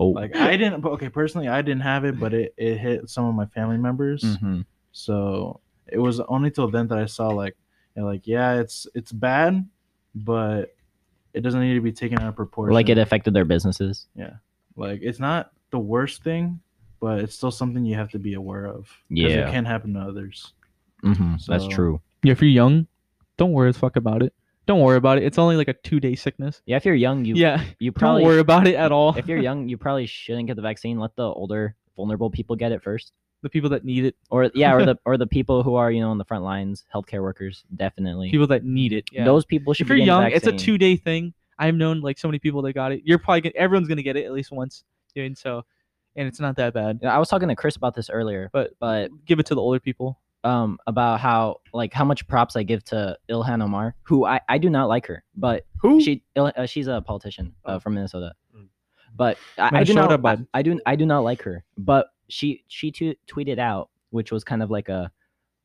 B: Oh,
G: Like I didn't. but, Okay, personally, I didn't have it, but it it hit some of my family members.
B: Mhm.
G: So it was only till then that I saw like, you know, like yeah, it's it's bad, but it doesn't need to be taken out of proportion.
B: like it affected their businesses.
G: like it's not the worst thing, but it's still something you have to be aware of. 'cause
B: Yeah.
G: it can happen to others.
B: hmm that's
G: So-
B: true.
A: Yeah, if you're young, don't worry as fuck about it. Don't worry about it. It's only like a two day sickness.
B: Yeah, if you're young, you
A: yeah,
B: you
A: don't worry
B: probably
A: about it at all.
B: if you're young, you probably shouldn't get the vaccine. Let the older, vulnerable people get it first.
A: the people that need it, [LAUGHS]
B: or yeah, or the or the people who are you know on the front lines, healthcare workers, definitely.
A: people that need it. Yeah.
B: Those people should
A: if you're
B: be getting
A: young, it's a
B: vaccine.
A: two day thing. I've known like so many people that got it. You're probably gonna, everyone's gonna get it at least once, and so, and it's not that bad.
B: Yeah, I was talking to Chris about this earlier,
A: But
B: but
A: give it to the older people.
B: um about how like how much props I give to Ilhan Omar, who I I do not like her, but
D: Who?
B: she Il- uh, she's a politician uh, from Minnesota,
E: Mm.
B: but I, I do
A: Minnesota,
B: not I,
A: bud.
B: I do I do not like her. But she she too tweeted out, which was kind of like a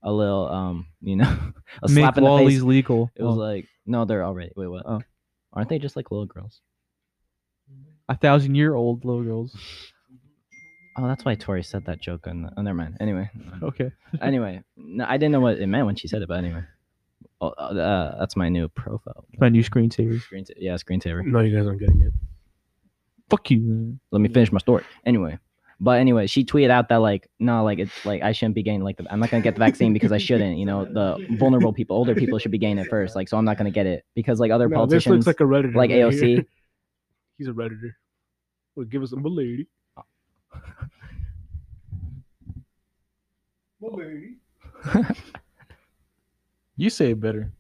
B: a little um you know [LAUGHS] a
A: Make
B: slap in the
A: Wally's
B: face.
A: legal.
B: It was
A: Oh,
B: like no, they're already wait what?
A: Oh.
B: Aren't they just like little girls?
A: a thousand year old little [LAUGHS] girls.
B: Oh, that's why Tori said that joke on the. Oh, never mind. Anyway, [LAUGHS]
A: Okay.
B: anyway, no, I didn't know what it meant when she said it, but anyway, oh, uh, that's my new profile.
A: My new screensaver.
B: Screen sa- yeah, screensaver.
D: No, you guys aren't getting it.
A: Fuck you.
B: Let me finish my story. Anyway, but anyway, she tweeted out that like, no, like it's like I shouldn't be getting like the, I'm not gonna get the vaccine because I shouldn't. You know,
D: [LAUGHS]
B: the vulnerable people, older people should be getting it first. Like, so I'm not gonna get it because like other
D: No, this
B: politicians,
D: looks like a
B: [LAUGHS]
D: redditor.
B: like
D: right
B: AOC.
D: here. [LAUGHS] He's a redditor. Well, give us a [LAUGHS] lady. lady.
G: You say it better.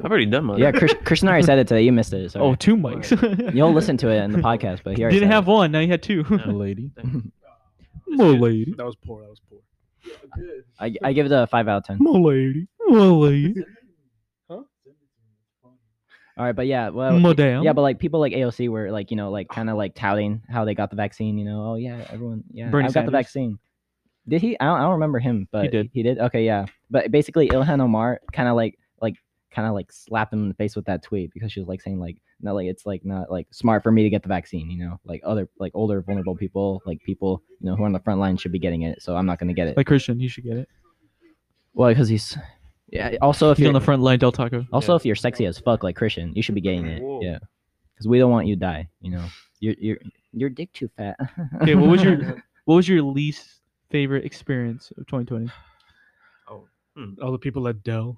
E: I've already done mine. [LAUGHS]
B: yeah, Krish, Krishnari said it today. You missed it.
A: Oh,
B: Sorry.
A: two mics. [LAUGHS]
B: You'll listen to it in the podcast,
D: [LAUGHS]
B: but he
A: You
B: already
A: didn't
B: said
A: have
B: it.
A: one. Now you had two. [LAUGHS]
E: No.
G: lady.
A: More lady.
D: That was poor. That was poor.
B: I, I give it a five out of ten.
D: My lady.
A: More lady.
B: All right, but yeah, well,
A: More damn.
B: Yeah, but like people like AOC were like, you know, like kind of like touting how they got the vaccine. You know, oh yeah, everyone, yeah,
A: Bernie
B: I got the
A: Sanders.
B: vaccine. Did he? I don't, I don't remember him, but
A: did.
B: He did. Okay, yeah. But basically, Ilhan Omar kind of like, like, kind of like slapped him in the face with that tweet because she was like saying like, no, like it's like not like smart for me to get the vaccine. You know, like other like older vulnerable people, like people you know who are on the front line should be getting it. So I'm not gonna get it.
A: like Christian, you should get it.
B: well, because he's, yeah. Also, if
A: He's
B: you're
A: on the front line, Del Taco.
B: also, if you're sexy as fuck like Christian, you should be getting it.
E: Whoa.
B: Yeah, because we don't want you to die. You know, your your your dick too fat.
A: [LAUGHS] Okay, what was your what was your least favorite experience of 2020?
D: All the people at Dell.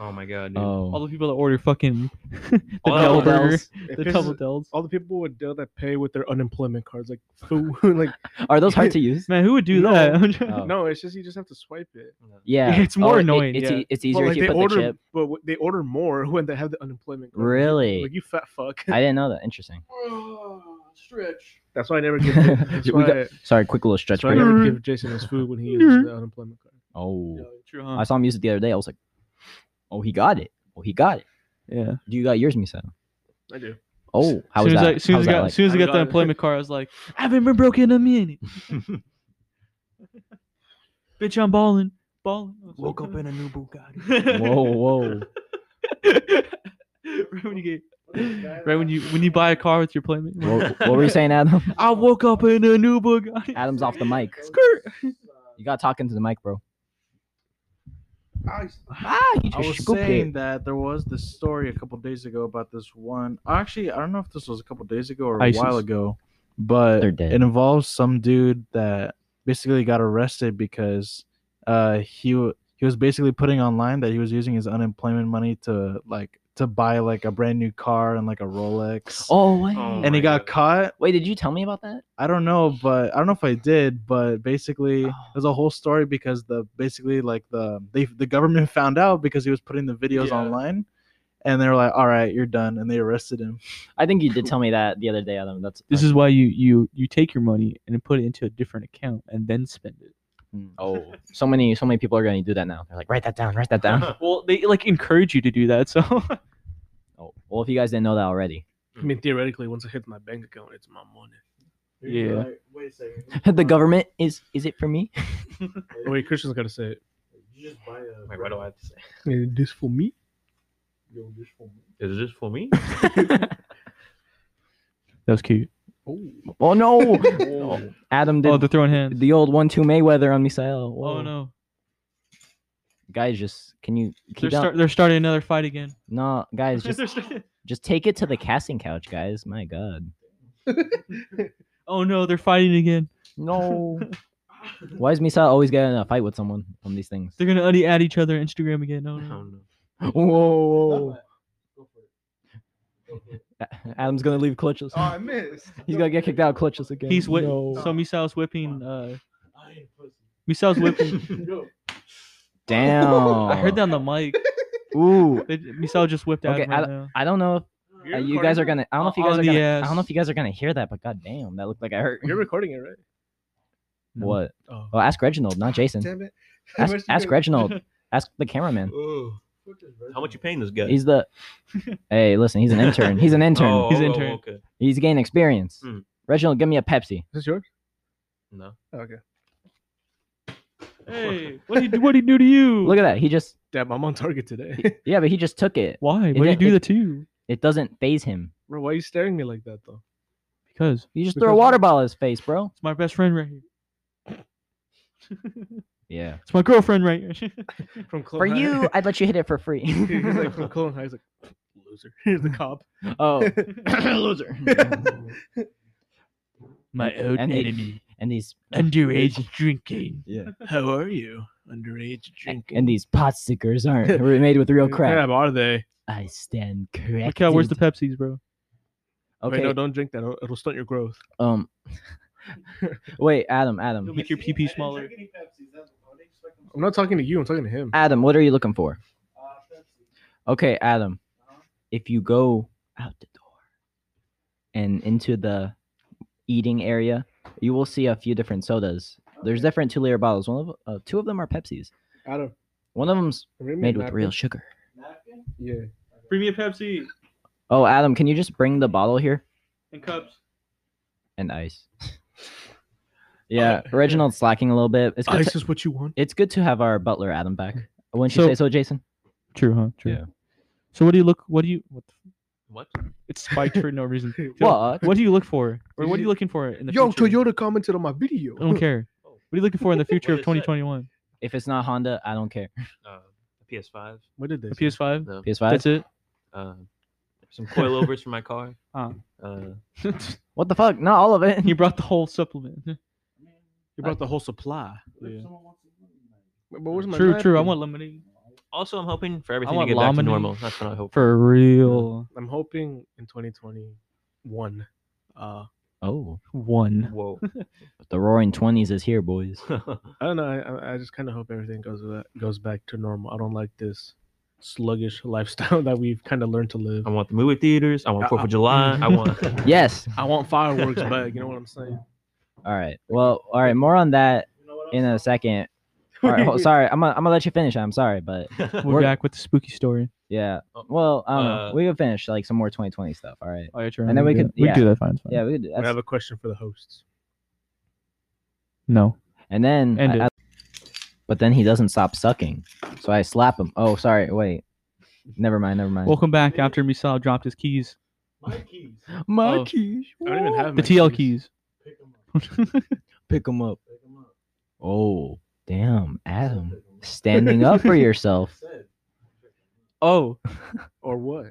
E: Oh my god, dude.
A: All
B: [LAUGHS] Oh,
A: the people that order fucking [LAUGHS] the
E: All the
A: Del burger,
B: Dells.
A: the double Dells.
D: all the people at Dell that pay with their unemployment cards, [LAUGHS] like food. like
B: are
A: [LAUGHS]
B: those hard to use?
A: Man, who would do
D: No.
A: that? I'm [LAUGHS] trying-
B: Oh.
D: no, it's just you just have to swipe it.
B: Yeah,
A: It's more
B: it- it-
A: annoying,
B: it's,
A: yeah.
B: e- it's easier
D: but like
B: if you
D: they
B: put
D: order,
B: the chip.
D: but w- they order more [LAUGHS] when they have the unemployment. card.
B: Really?
D: Like you fat fuck.
B: I didn't know that. Interesting.
C: stretch.
D: That's why
B: [LAUGHS]
D: I never give. That's
B: We
D: why,
B: got- sorry, quick little
D: that's
B: stretch
D: why I
B: break.
D: never give Jason his food when he uses the unemployment card.
B: Oh,
A: True,
B: I
A: huh?
B: saw him use it the other day. I was like, oh, he got it. Oh, he got it.
A: Yeah.
B: Do you got yours, Misa?
D: I do.
B: Oh,
A: soon
B: how was
A: as
B: that?
A: I, soon
B: How
A: as
B: was
A: I
B: that
A: got,
B: like?
A: soon as I
D: I
A: got the
D: got it.
A: employment card, I was like, I haven't been broken in a [LAUGHS] minute. Bitch, I'm balling, balling. Woke up in a new Bugatti.
B: Whoa, whoa.
A: [LAUGHS] right when you get, right when you when you buy a car with your employment.
B: what, what were you saying, Adam?
A: I woke up in a new Bugatti.
B: Adam's off the mic.
A: Skirt.
B: You got talking to the mic, bro.
C: I-
B: Ah, you
G: I was
B: just scooped
G: saying
B: it.
G: that there was this story a couple days ago about this one. Actually, I don't know if this was a couple days ago or
A: ISIS.
G: a while ago, but
B: They're dead.
G: it involves some dude that basically got arrested because uh, he w- he was basically putting online that he was using his unemployment money to like to buy like a brand new car and like a Rolex.
B: Oh, wait.
E: Oh.
G: and
E: my
G: he got
E: God.
G: caught.
B: Wait, did you tell me about that?
G: I don't know, but I don't know if I did, but basically
B: Oh.
G: there's a whole story because the basically like the they the government [LAUGHS] found out because he was putting the videos
D: Yeah.
G: online and they were like, All right, you're done and they arrested him.
B: I think you did tell me that the other day, Adam. That's
A: This is why you you you take your money and put it into a different account and then spend it. [LAUGHS]
B: oh, so many, so many people are gonna do that now. They're like, write that down, write
A: [LAUGHS]
B: that down.
A: Well, they like encourage you to do that.
B: [LAUGHS]
A: So
B: oh, well, if you guys didn't know that already, [LAUGHS]
D: I mean, theoretically, once it hits my bank account, it's my money.
A: Yeah.
G: Wait a
B: [LAUGHS]
G: second.
B: the government is—is it for
A: [LAUGHS]
B: me? [LAUGHS]
D: Oh, wait, Christian's got to say it.
G: You just buy [LAUGHS] a
E: Wait, what do I have to say?
D: Is this for me?
E: Is this for me?
A: that was cute.
B: Oh no, [LAUGHS] Adam did
A: oh, they're throwing hands.
B: the old one-two Mayweather on Misael. Whoa.
A: oh no,
B: guys, just can you
A: they're
B: keep up?
A: start, they're starting another fight again.
B: no,
A: [LAUGHS]
B: guys, just
A: They're starting-
B: just take it to the casting couch, guys. My God,
A: oh no, they're fighting again. [LAUGHS]
B: no. Why is Misael always getting in a fight with someone on these things?
A: They're gonna undi- at each other on Instagram again. No,
E: I
A: no.
B: [LAUGHS]
E: don't know.
B: Whoa,
D: Oh,
B: whoa, whoa. Adam's gonna leave clutchless.
C: Oh, I missed.
B: [LAUGHS] He's gonna get kicked out clutchless again.
A: He's whip.
B: No.
A: So Misao's whipping. Uh, Misao's whipping.
B: Damn. [LAUGHS]
A: I heard that [LAUGHS] on the mic.
B: Ooh.
A: They, Misao just whipped out
B: Okay,
A: right now.
B: I don't know if uh, you guys are gonna. I don't know if you
A: On
B: guys are
A: the
B: gonna. I don't
A: ass.
B: know if you guys are gonna hear that, but goddamn, that looked like I hurt.
D: You're recording it, right?
A: No.
B: What?
D: Oh,
B: Oh, ask Reginald, not Jason.
D: damn it.
B: Ask,
D: Where's the
B: ask [LAUGHS]
D: dude?
B: Reginald. Ask the cameraman.
D: Oh,
E: How much you paying this guy?
B: He's the. hey, listen, he's an intern. He's an intern.
E: Oh,
A: He's
E: oh,
A: intern.
E: okay.
B: He's gaining experience.
E: Hmm.
B: Reginald, give me a Pepsi.
D: Is this yours? Oh,
E: No.
D: Okay. [LAUGHS]
A: Hey, what did what did he do to you?
B: Look at that. He just.
D: Damn, I'm on target today. [LAUGHS]
B: Yeah, but he just took it.
A: Why? Why
B: It
A: do you
B: didn't-
A: do
B: it-
A: that to you?
B: It doesn't phase him.
D: Bro, why are you staring me like that though?
A: Because
B: You just
D: Because
B: throw a
D: what?
B: water ball at his face, bro.
A: it's my best friend right here.
B: Yeah.
A: It's my girlfriend right here. [LAUGHS]
D: From Clone
B: For
D: High.
B: [LAUGHS] you, I'd let you hit it for free. [LAUGHS]
D: He's like from Clone High. He's like [LAUGHS] loser. Here's the cop. [LAUGHS]
B: oh, [LAUGHS]
D: loser.
A: my own
B: And they-
A: enemy.
B: and these
A: Underage drinking.
D: How are you? Underage drinking.
B: and these pot stickers aren't were made with real crap.
D: are they?
B: I stand corrected.
A: Mikhail, where's the Pepsis, bro?
D: Okay.
B: okay?
D: no, don't drink that. It'll, it'll stunt your growth.
B: um, wait, Adam,
A: You'll
B: Adam,
A: make your PP smaller.
D: I'm not talking to you. I'm talking to him.
B: Adam, what are you looking for? Okay, Adam, if you go out the door and into the eating area, you will see a few different sodas. There's different two-liter bottles. One of uh, two of them are Pepsis.
D: Adam.
B: One of them's
D: bring me a
B: made with
D: napkin.
B: real sugar.
D: Yeah.
A: Bring me a Pepsi
B: Oh, Adam, can you just bring the bottle here?
A: and cups. [LAUGHS]
B: and ice. yeah, Reginald's slacking a little bit. It's good,
D: Ice
B: to,
D: is what you want.
B: it's good to have our butler Adam back. Wouldn't you
A: So-
B: say so, Jason?
A: True, huh? True.
B: Yeah.
A: So what do you look? What do you? What the,
E: [LAUGHS] What?
A: it's spiked for no reason.
B: What?
A: [LAUGHS] What do you look for, or
D: Did
A: what are
D: you-
A: you [LAUGHS] looking for in the
D: Yo,
A: future?
D: Toyota commented on my video.
A: I don't care.
E: Oh.
A: What are you looking for in the future of
E: [LAUGHS] What is that?
A: 2021?
B: If it's not Honda, I don't care.
E: Uh, PS5.
D: What did they?
A: A PS5.
E: No.
B: PS5.
A: That's it.
E: Uh,
B: [LAUGHS]
E: some coilovers for my car.
A: Ah.
E: Uh,
B: What the fuck? Not all of
A: [LAUGHS]
B: it.
A: you brought the whole supplement.
D: You brought the whole supply.
A: Yeah.
D: But where's my
A: True, true. I
D: napkin?
A: want lemonade
E: also, I'm hoping for everything to
A: want
E: get back to
A: Lamini.
E: normal. That's what I hope.
A: for real.
D: I'm hoping in 2021, uh,
B: Oh,
A: One.
E: Whoa.
B: the Roaring Twenties is here, boys.
D: I don't know. I- I, I just kind of hope everything goes ba- goes back to normal. I don't like this sluggish lifestyle [LAUGHS] that we've kind of learned to live.
E: [LAUGHS] I want the movie theaters. I want Fourth of
B: mm-hmm.
E: July. I want.
B: [LAUGHS] Yes.
D: I want [LAUGHS] fireworks back. You know what I'm saying?
B: All right. Well, all right. More on that in a second.
A: [LAUGHS]
B: All right. hold- sorry, I'm gonna, I'm gonna let you finish. I'm sorry, but
A: We're,
B: We're-
A: back with the spooky story.
B: yeah.
E: Oh,
B: Well, I don't know.
E: uh,
B: We can finish like some more 2020 stuff. All right.
A: Oh, yeah, true.
B: And then we
A: can
B: could-
A: we
B: yeah.
A: can do that. Fine. it's fine.
B: Yeah, we could do
D: I
B: that's-
D: have a question for the hosts.
A: No.
B: And then,
A: End
B: I-
A: it.
B: I- but then he doesn't stop sucking. So I slap him. Oh, sorry. Wait. Never mind. Never mind.
A: Welcome back after Misal dropped his keys,
B: My
A: oh.
B: keys.
D: I don't even have
A: the
D: my
A: TL [LAUGHS] keys.
D: [LAUGHS]
B: Pick them up. Oh, damn, Adam, standing up for yourself.
A: oh,
D: or what?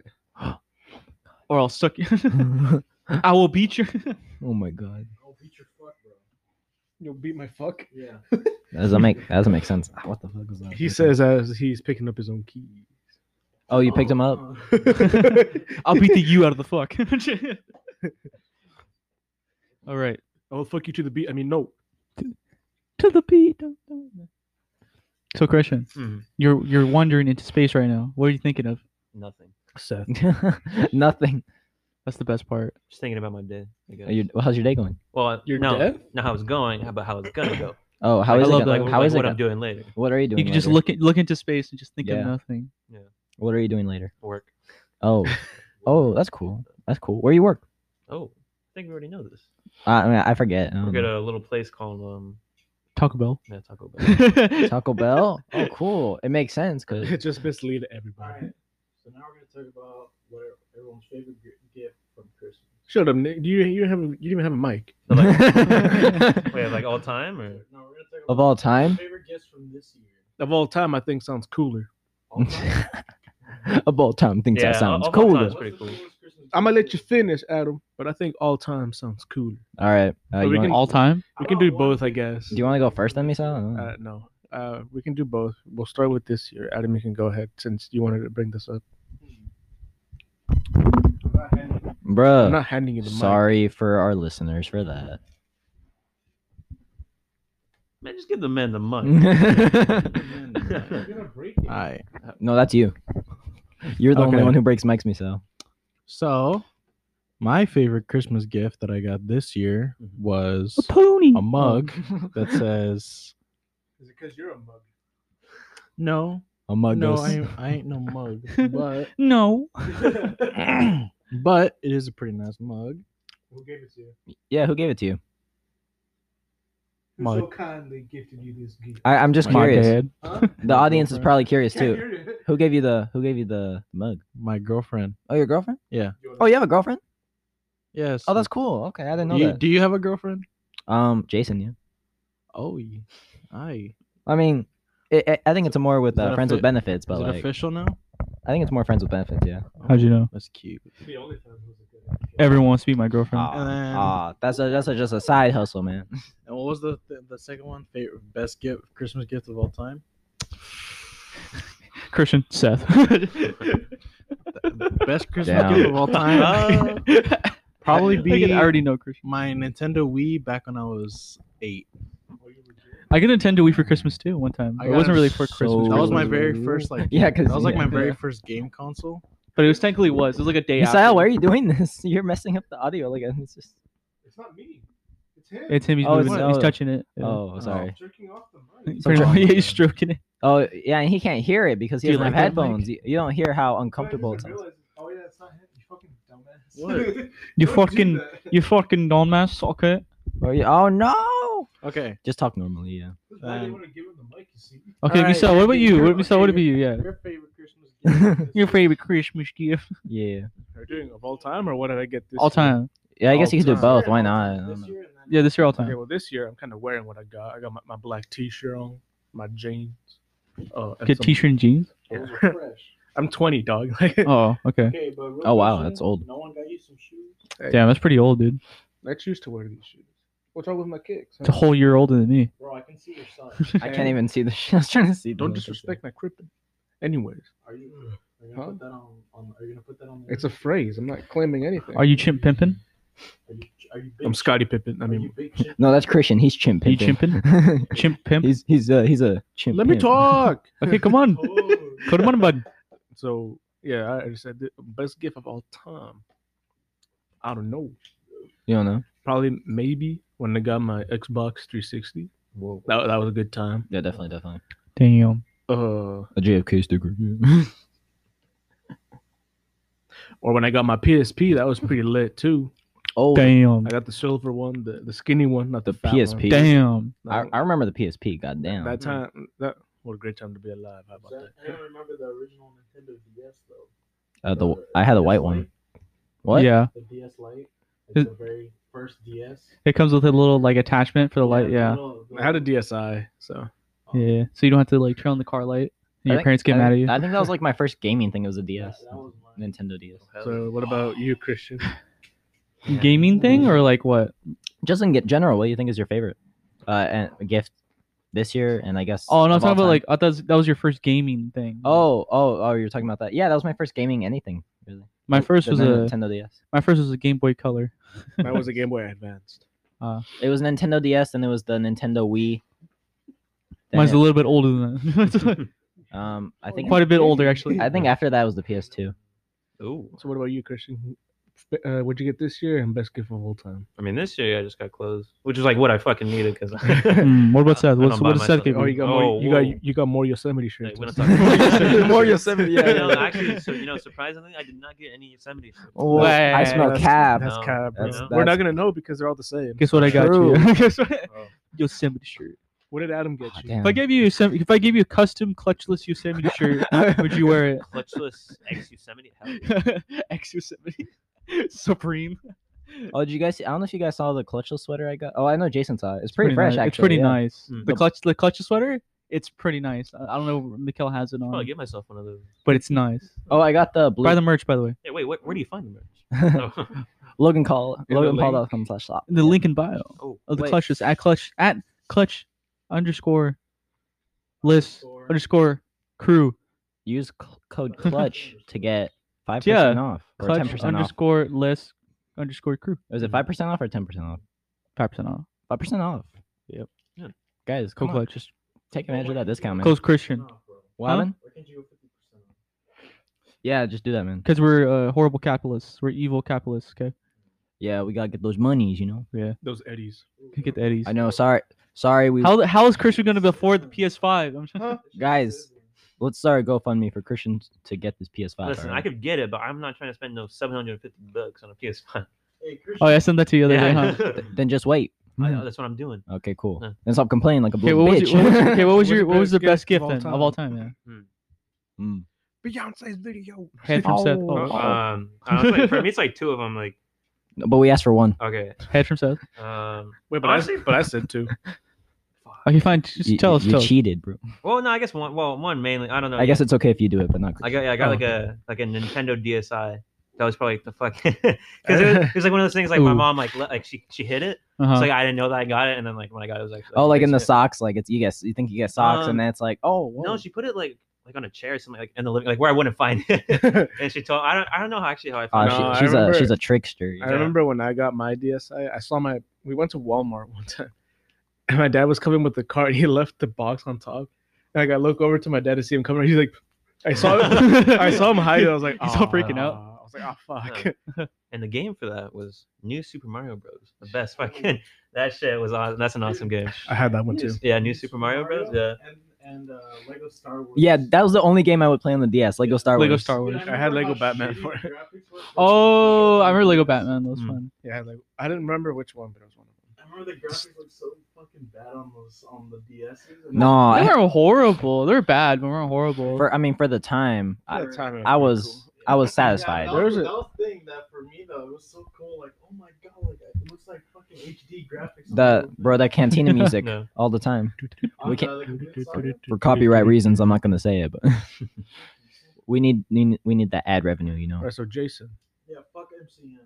A: or I'll suck you.
B: oh
A: I will beat you.
B: my god.
D: You'll beat my fuck.
B: That doesn't make that doesn't make sense. Ah, What the fuck is that?
D: He says as he's picking up his own keys.
B: Oh, you picked him
D: [LAUGHS]
B: up.
A: I'll beat the you out of the fuck. [LAUGHS] All right.
D: I'll Oh, fuck you to the beat. I mean, no.
A: To the beat. So Christian,
E: Mhm.
A: you're you're wandering into space right now. What are you thinking of?
E: [LAUGHS] Nothing.
D: Seth.
B: [LAUGHS] Nothing.
A: That's the best part.
E: Just thinking about my day. I guess.
B: Are you- how's your day going?
E: well, I-
D: You're
E: no,
D: dead?
E: not how it's going, how about how it's gonna go.
B: Oh, how
A: I
B: is it?
A: love
B: go-
A: that.
B: Like, how
E: like
B: is it?
E: what I'm
B: go-
E: doing later?
B: What are you doing?
A: You can just
B: later?
A: look at, look into space and just think
B: Yeah.
A: of [LAUGHS] nothing.
B: What are you doing later?
E: Work.
B: Oh, oh, that's cool. That's cool. Where you work?
E: Oh, I think we already know this.
B: Uh, I, mean, I forget. I don't
E: We're
B: know.
E: at a little place called um
A: Taco Bell.
E: yeah, Taco
B: [LAUGHS]
E: Bell.
B: Taco Bell. Oh, cool. It makes sense because
D: [LAUGHS] It just mislead everybody.
H: So now we're gonna talk about what are everyone's favorite gi- gift from Christmas.
D: Shut up, Nick. Do you you don't have a, you didn't even have a mic?
E: So,
A: [LAUGHS]
E: like, wait,
B: [LAUGHS]
E: like all time or
H: No, we're gonna talk about
B: of all time, [LAUGHS]
H: favorite gifts from this year.
D: Of all time, I think sounds cooler.
H: All time.
B: of all time, thinks
E: Yeah,
B: that sounds
E: of all
B: cooler.
E: times.
H: What's
E: pretty
H: the
E: cool.
H: coolest Christmas
D: I'm gonna
H: gift
D: let you finish, Adam. But I think all time sounds cooler.
B: All right. Uh,
D: But
B: you
D: we
B: wanna,
D: can-
A: All time.
D: We can do both, I
B: [LAUGHS]
D: guess.
B: do you want to go first, then, Misa?
A: Hmm.
D: Uh, no, uh, we can do both. We'll start with this year. Adam, you can go ahead since you wanted to bring this up.
A: Uh,
D: I'm
B: Bruh.
D: not [LAUGHS] handing you the
B: Sorry for our listeners for that.
E: man, just give the men the money.
B: [LAUGHS]
E: [LAUGHS]
B: no,
D: mic. I
B: that's you. You're the only
D: Okay.
B: one who breaks mics, Misa.
G: So, My favorite Christmas gift that I got this year
B: Mm-hmm.
G: was
A: A pony.
B: [LAUGHS]
G: a mug
B: Oh.
G: that says
H: Is it because you're a mug?
G: no.
B: A mug
G: No,
B: goes-
G: [LAUGHS] I, ain't- I ain't
H: [LAUGHS]
G: no mug, but
A: no.
G: but it is a pretty nice mug.
H: Who gave it to you?
B: Yeah, who gave it to you?
H: Who so
G: Mug.
H: kindly gifted you this gift?
B: I, I'm just
G: My
B: curious.
G: dad,
H: Huh?
B: The audience is
G: girlfriend.
B: probably curious
H: Can't
B: too.
H: hear it.
B: Who gave you the Who gave you the mug?
G: my girlfriend.
B: Oh, your girlfriend?
H: You wanna-
B: Oh, you have a girlfriend?
G: Yes.
B: Oh, that's cool. Okay, I didn't know
G: you,
B: that.
G: Do you have a girlfriend?
B: Um, Jason, yeah.
G: Oh, y- aye.
B: I mean, it, it- I think it's more with
G: Is that
B: uh,
G: a
B: friends
G: fi-
B: with benefits,
G: Is
B: but
G: it
B: like,
G: official now?
B: I think it's more friends with benefits. Yeah.
A: How'd you know?
G: That's cute.
H: The only time it was a good
A: Everyone wants to be my girlfriend.
B: Aw,
G: then-
B: aw, Ah, that's a, that's a, just a side hustle, man. [LAUGHS]
G: And what was the the, the second one? Favorite best gift, Christmas gift of all
B: [LAUGHS]
G: time?
A: Christian, [LAUGHS] Seth.
G: Best Christmas
B: Damn.
G: gift of
A: [LAUGHS]
B: [LAUGHS]
G: all time? probably
A: I,
G: be
A: can- I already know Christian.
G: my Nintendo Wii back when I was eight.
A: I got a Nintendo Wii for Christmas too one time.
G: I
A: It
G: got
A: wasn't
G: it
A: really for Christmas.
G: That was my
A: but-
G: very first like.
B: Yeah, because
G: That was like my
A: Yeah.
G: very
A: Yeah.
G: first game console.
A: but it was technically was. It was like a day
B: Misael,
A: after.
B: why are you doing this? [LAUGHS] You're messing up the audio again. It's just.
H: It's not me. It's him.
A: It's him. He's,
B: Oh,
A: moving
B: it's-
A: it. he's
B: oh.
A: touching it. Yeah.
B: Oh, sorry.
H: jerking off the mic.
A: Pretty much, [LAUGHS] yeah, he's stroking it.
B: Oh, yeah, and he can't hear it because he
A: Do you
B: doesn't
A: like
B: have
A: that mic?
B: headphones. You, you don't hear how uncomfortable it
H: I
B: sounds.
H: realized, oh yeah, it's not him. You fucking dumbass.
G: What?
H: [LAUGHS] Don't do
A: You fucking,
H: that.
A: you fucking non-mass socket.
B: Or you, oh no!
G: Okay.
B: Just talk
H: [LAUGHS]
B: normally, yeah.
H: That's why they
G: Um,
H: want to give him the mic. You see.
A: Okay,
G: Alright,
A: Misael, what about you?
D: [LAUGHS]
A: What, Misael, what about you? Yeah.
H: Your favorite
A: [LAUGHS]
H: Christmas gift.
A: Your favorite Christmas gift
B: Yeah.
D: Are you doing of all time or what did I get this
A: all
D: year?
A: time?
B: Yeah, I guess
D: All
B: you could do
D: time.
B: both. Why not? I don't
H: This
B: know.
H: year and then
A: Yeah, this year all time.
D: Okay, well this year I'm kind of wearing what I got. I got my, my black T-shirt on, my jeans. Oh, and
A: Good
D: some-
A: t-shirt and jeans.
H: those
D: Yeah. [LAUGHS]
H: were fresh.
D: I'm 20, dog. [LAUGHS] Like,
A: Oh, okay.
H: Okay, but real
B: Oh, wow,
H: question,
B: that's old.
H: No one got you some shoes.
A: Damn, that's pretty old, dude.
D: I choose to wear these shoes. What's wrong with my kicks?
A: It's a whole year older than me.
H: Bro, I can see your son.
B: [LAUGHS] I can't even see the shit. I was trying to see.
D: Don't
B: the-
D: disrespect my crypto. Anyways,
H: Are you? Are you gonna
D: Huh?
H: put that on, on? Are you gonna put that on? the-
D: Mm-hmm. it's a phrase. I'm not claiming anything.
A: Are you chimp pimping?
H: Are you? Are you big?
D: I'm Scotty Pippen. I
H: Are
D: mean,
H: you big chimp?
B: No, that's Christian. He's chimp.
A: Are you
B: pimping.
A: chimping? Chimp pimp?
B: [LAUGHS] he's he's uh, he's a chimp.
D: let me
B: pimp.
D: talk.
A: Okay, come
B: [LAUGHS]
A: on.
H: Oh,
A: Put him on, bud.
D: So yeah, I- I just said the best gift of all time. I don't know.
B: You don't know?
D: Probably maybe when I got my Xbox 360.
B: Whoa.
D: That, that was a good time.
B: Yeah, definitely, definitely.
A: Damn.
D: Uh,
B: A JFK sticker.
D: or when I got my PSP, that
B: [LAUGHS]
D: was pretty lit too.
B: oh,
A: Damn.
D: I got the silver one, the, the skinny one, not the,
B: The
D: fat one.
B: PSP.
A: Damn.
B: [LAUGHS] I,
D: No,
B: I remember the PSP. Goddamn.
C: Hmm.
D: that time, that what a great time to be alive. How about
H: is
D: that?
H: that- I don't remember the original Nintendo DS though.
B: Uh, the I had a white one. What?
A: Yeah.
H: The DS Lite,
A: Is-
H: like the very first DS.
A: It comes with a little like attachment for the light.
H: the
A: Yeah.
H: little- the
D: I had a
H: little-
D: DSi, so
H: Oh,
A: Yeah. So you don't have to like turn on the car light. And
B: I
A: your
B: think-
A: parents get
B: I
A: mad at
B: think-
A: you.
B: I think that was like my first gaming thing. It was a DS,
H: That, that was mine.
B: Nintendo DS.
D: so what about you, Christian?
E: Yeah.
A: Gaming thing or like what?
B: Just in ge- general, what do you think is your favorite uh and a gift this year? And I guess.
A: Oh, and I'm
B: of all
A: talking about
B: time?
A: like I thought that was, that was your first gaming thing.
B: Oh, oh, oh! You're talking about that. Yeah, that was my first gaming anything. Really.
A: my first
B: The
A: was a
B: Nintendo DS.
A: my first was a Game Boy Color.
D: That was a Game Boy Advanced.
B: It was Nintendo DS, and it was the Nintendo Wii. Then
A: Mine's a
B: it-
A: little bit older than that. [LAUGHS]
B: um, I think
A: Quite a bit older actually.
B: I think after that was the PS2.
E: Ooh.
D: So what about you, Christian? Uh, what'd you get this year and best gift of all time?
E: I mean, this year I just got clothes, which is like what I fucking needed [LAUGHS] because
A: Mm, what about Seth?
E: I
A: What's, what
E: don't buy
A: does Seth
E: myself-
A: give
D: Oh,
A: you?
D: you got
E: Oh,
D: more. You got
E: whoa.
D: you got more Yosemite shirts.
E: we're
D: [LAUGHS]
E: not
B: [LAUGHS]
E: talking-
B: More Yosemite, yeah,
E: You know,
B: yeah.
E: actually, so you know, surprisingly, I did not get any Yosemite. shirts.
B: Oh, I smell
D: That's-
B: cab.
D: That's
E: No,
D: cab. Bro.
E: that's-
D: We're not
B: that's-
D: gonna know because they're all the same.
A: Guess what I got you? [LAUGHS]
B: True.
A: Guess what?
E: Oh.
A: Yosemite shirt.
D: What did Adam get
B: Ah,
D: you?
B: damn.
A: If I gave you Yosemite, if I gave you a custom clutchless [LAUGHS] Yosemite shirt, would you wear it?
E: Clutchless ex Yosemite. Hell yeah.
A: [LAUGHS] Ex Yosemite. [LAUGHS] Supreme.
B: Oh, did you guys? See, I don't know if you guys saw the clutchless sweater I got. Oh, I know Jason saw it. It's, pretty, fresh.
A: nice.
B: Actually,
A: It's pretty
B: yeah.
A: nice.
E: Mm.
A: The clutch the clutch sweater, it's pretty nice. I I don't know if Mikkel has it on,
E: I'll get myself one of those.
A: but it's nice.
B: Oh, I got the
A: Buy
B: blue
A: the merch by the way.
E: Hey, wait, what, where do you find the merch? Oh,
B: Logan Call
D: In the
B: LoganPaul.com slash shop.
A: The link in bio
E: oh,
A: of the
B: Wait.
A: clutches at clutch at clutch underscore list
H: Underscore.
A: underscore crew.
B: Use cl-
A: [LAUGHS]
B: code clutch to get five
A: Yeah,
B: percent off or ten
A: Clutch
B: percent off.
A: underscore list underscore crew.
B: Is it five percent off or ten percent off?
A: Five percent off.
B: Five percent off.
A: Yep.
E: Yeah.
B: Guys,
A: Code
B: come on,
A: clutch. Just
B: take advantage of that discount, man.
A: close Christian.
D: Oh.
B: What
A: Huh?
B: happened?
H: Where can you go fifty percent off?
B: Yeah, just do that, man.
A: Because we're uh, horrible capitalists. We're evil capitalists, okay?
B: Yeah, we gotta get those monies, you know.
D: Those eddies.
A: Could get the Eddies.
B: I know. Sorry, sorry. We
A: How how is Christian gonna afford the PS5? I'm trying-
B: guys, let's start a GoFundMe for Christian to get this PS5.
E: [LAUGHS] Listen, I
B: alright?
E: could get it, but I'm not trying to spend those 750 bucks on a PS5.
H: Hey, Christian,
A: [LAUGHS] oh, yeah, I sent that to you the other
E: [LAUGHS]
A: day,
B: [LAUGHS]
A: huh?
B: Then just wait.
E: I know, that's what I'm doing.
B: Okay, cool.
E: Huh.
B: Then stop complaining like a
A: Okay,
B: blue
A: what was,
B: bitch.
A: your, what was your- okay, what was
D: What's
A: your
D: your
A: what was the
D: best
A: best
D: gift
A: gift
D: of
A: then
D: all
A: of all time?
B: [LAUGHS]
A: Yeah.
B: Mm.
D: Beyonce's video.
A: Head from Seth. Oh,
E: Um, honestly, for me, it's like two of them. Like,
B: No, [LAUGHS] But we asked for one.
E: okay.
D: Oh.
A: head from
B: [LAUGHS]
A: Seth.
E: Um,
D: Wait, but
E: Honestly-
D: I, but I said two.
A: Okay, fine. Just
B: You-
A: tell us.
B: you
A: Tell us.
B: cheated, bro.
E: well, no, I guess one. Well, one mainly. I don't know.
B: I guess it's okay if you do it, but not.
E: I got yeah, I got
A: Oh,
E: like a like a Nintendo DSI. That was probably the fuck [LAUGHS] because it, was- it was like one of those things like my
A: Ooh.
E: mom like le- like she she hit it.
A: Uh-huh.
E: So like I didn't know that I got it, and then like when I got it, it was like
B: Oh, like in the
E: side.
B: socks, like it's you guess you think you get socks,
E: Um,
B: and then it's like, oh, whoa.
E: No, she put it like like on a chair or something like in the living like where I wouldn't find it. and she told I don't I don't know how actually how I
B: Ah,
E: found
D: No,
E: it.
B: she-
D: I
B: she's a she's
D: remember-
B: a trickster.
D: [LAUGHS] I remember when I got my DSI, I saw my. We went to Walmart one time, and my dad was coming with the cart. [LAUGHS] He left the box on top, and like I look over to my dad to see him coming. He's like, I saw, [LAUGHS]
A: [LAUGHS]
D: I saw him hide. I was [LAUGHS] like,
A: He's all
D: "Aw."
A: freaking out.
D: I was like, oh fuck.
E: Yeah. And the game for that was New Super Mario Bros. The best fucking [LAUGHS] that shit was awesome. That's an awesome game.
D: [LAUGHS] I had that one too.
E: Yeah, New Super Mario Bros. Yeah.
H: And, and uh, Lego Star Wars.
B: Yeah, that was the only game I would play on the DS, Lego Star Wars.
A: Lego Star Wars.
H: Dude,
D: I had
H: remember
D: Lego
H: how
D: Batman
H: shitty
D: for it. [LAUGHS]
H: the graphics were for
A: Oh,
H: Star
A: I remember
H: Wars.
A: Lego Batman. That was
B: Hmm.
E: Mm.
A: fun.
D: Yeah, like I didn't remember which one, but it was one of them.
H: I remember the graphics looked so fucking bad on those on the DSs. and
B: No,
A: They
B: Oh, I,
A: were horrible. They were bad, but weren't horrible.
B: for I mean for the time, I,
D: At the time, it
B: I
D: pretty
B: was I was
H: Yeah,
B: satisfied.
H: that, was,
D: There's a-
H: that was the thing that for me though it was so cool. Like, oh my god, like it looks like fucking HD graphics. on
B: The
H: those
B: bro, that [LAUGHS] Cantina music
E: No.
B: all the time
H: things.
B: we
H: On,
B: can't-
H: uh,
D: [LAUGHS]
H: the computer
D: cool.
H: software.
B: for copyright reasons. I'm not gonna say it, but [LAUGHS] we need need- we need that ad revenue, you know.
D: Alright, so Jason.
H: Yeah, fuck MCM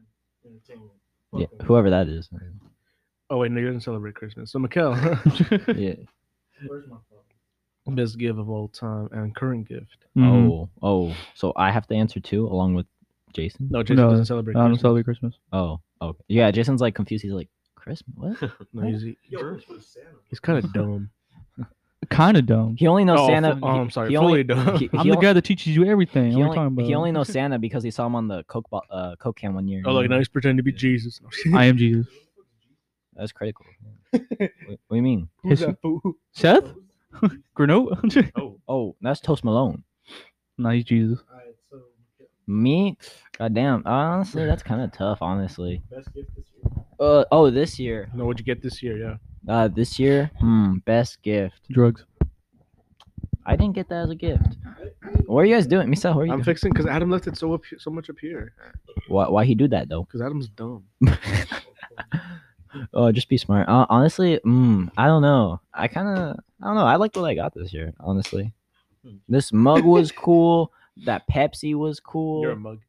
H: Entertainment.
B: Yeah,
H: Fuck 'em.
B: whoever that is.
D: Oh wait, no, you didn't celebrate Christmas. So
B: [LAUGHS]
D: Mikel, [LAUGHS]
B: Yeah.
H: Where's my phone?
D: best gift of all time and current gift.
A: Mhm.
B: Oh, oh. So I have to answer too, along with Jason.
D: No, Jason
A: No,
D: doesn't celebrate.
A: I don't
D: Christmas.
A: celebrate Christmas.
B: Oh, oh. Yeah, Jason's like confused. He's like, Christmas? What? [LAUGHS]
D: No, he's,
H: Yo, which was Santa?
D: he's kind of dumb.
A: Kind of dumb.
B: He only knows
D: Oh,
B: Santa.
D: fu- oh,
B: he-
D: I'm
B: [LAUGHS]
D: sorry,
B: He
D: fully
B: only,
D: dumb.
B: he-
A: I'm
B: he
A: the
B: on-
A: guy that teaches you everything.
B: He
A: What are you
B: only,
A: talking about?
B: he
D: [LAUGHS]
B: only knows Santa because he saw him on the Coke bo- uh, Coke can one year.
D: Oh,
B: you
D: look,
B: know?
D: now he's pretending to be Jesus. [LAUGHS]
A: I am Jesus.
B: That's critical. what, what do you mean?
D: Who's
A: His-
D: that fool?
A: [LAUGHS] Seth? [LAUGHS] Granote?
E: Oh,
B: Oh, that's Toast Malone.
A: no, he's Jesus.
H: Alright, so yeah,
B: Me? Goddamn. Honestly, that's kind of tough. Honestly.
H: best gift this year.
B: Uh oh. This year.
D: No, what'd you get this year? Yeah.
B: Uh, this year. Hmm. Best gift.
A: Drugs.
B: I didn't get that as a gift. What are you guys doing, Misa? What are you
D: I'm
B: doing?
D: fixing because Adam left it so up, so much up here.
B: why, why he do that though?
D: Because Adam's dumb.
B: Oh, just be smart. Uh, honestly, mm, I don't know. I kind of, I don't know. I liked what I got this year. Honestly, this mug was cool. That Pepsi was cool.
D: You're a mug.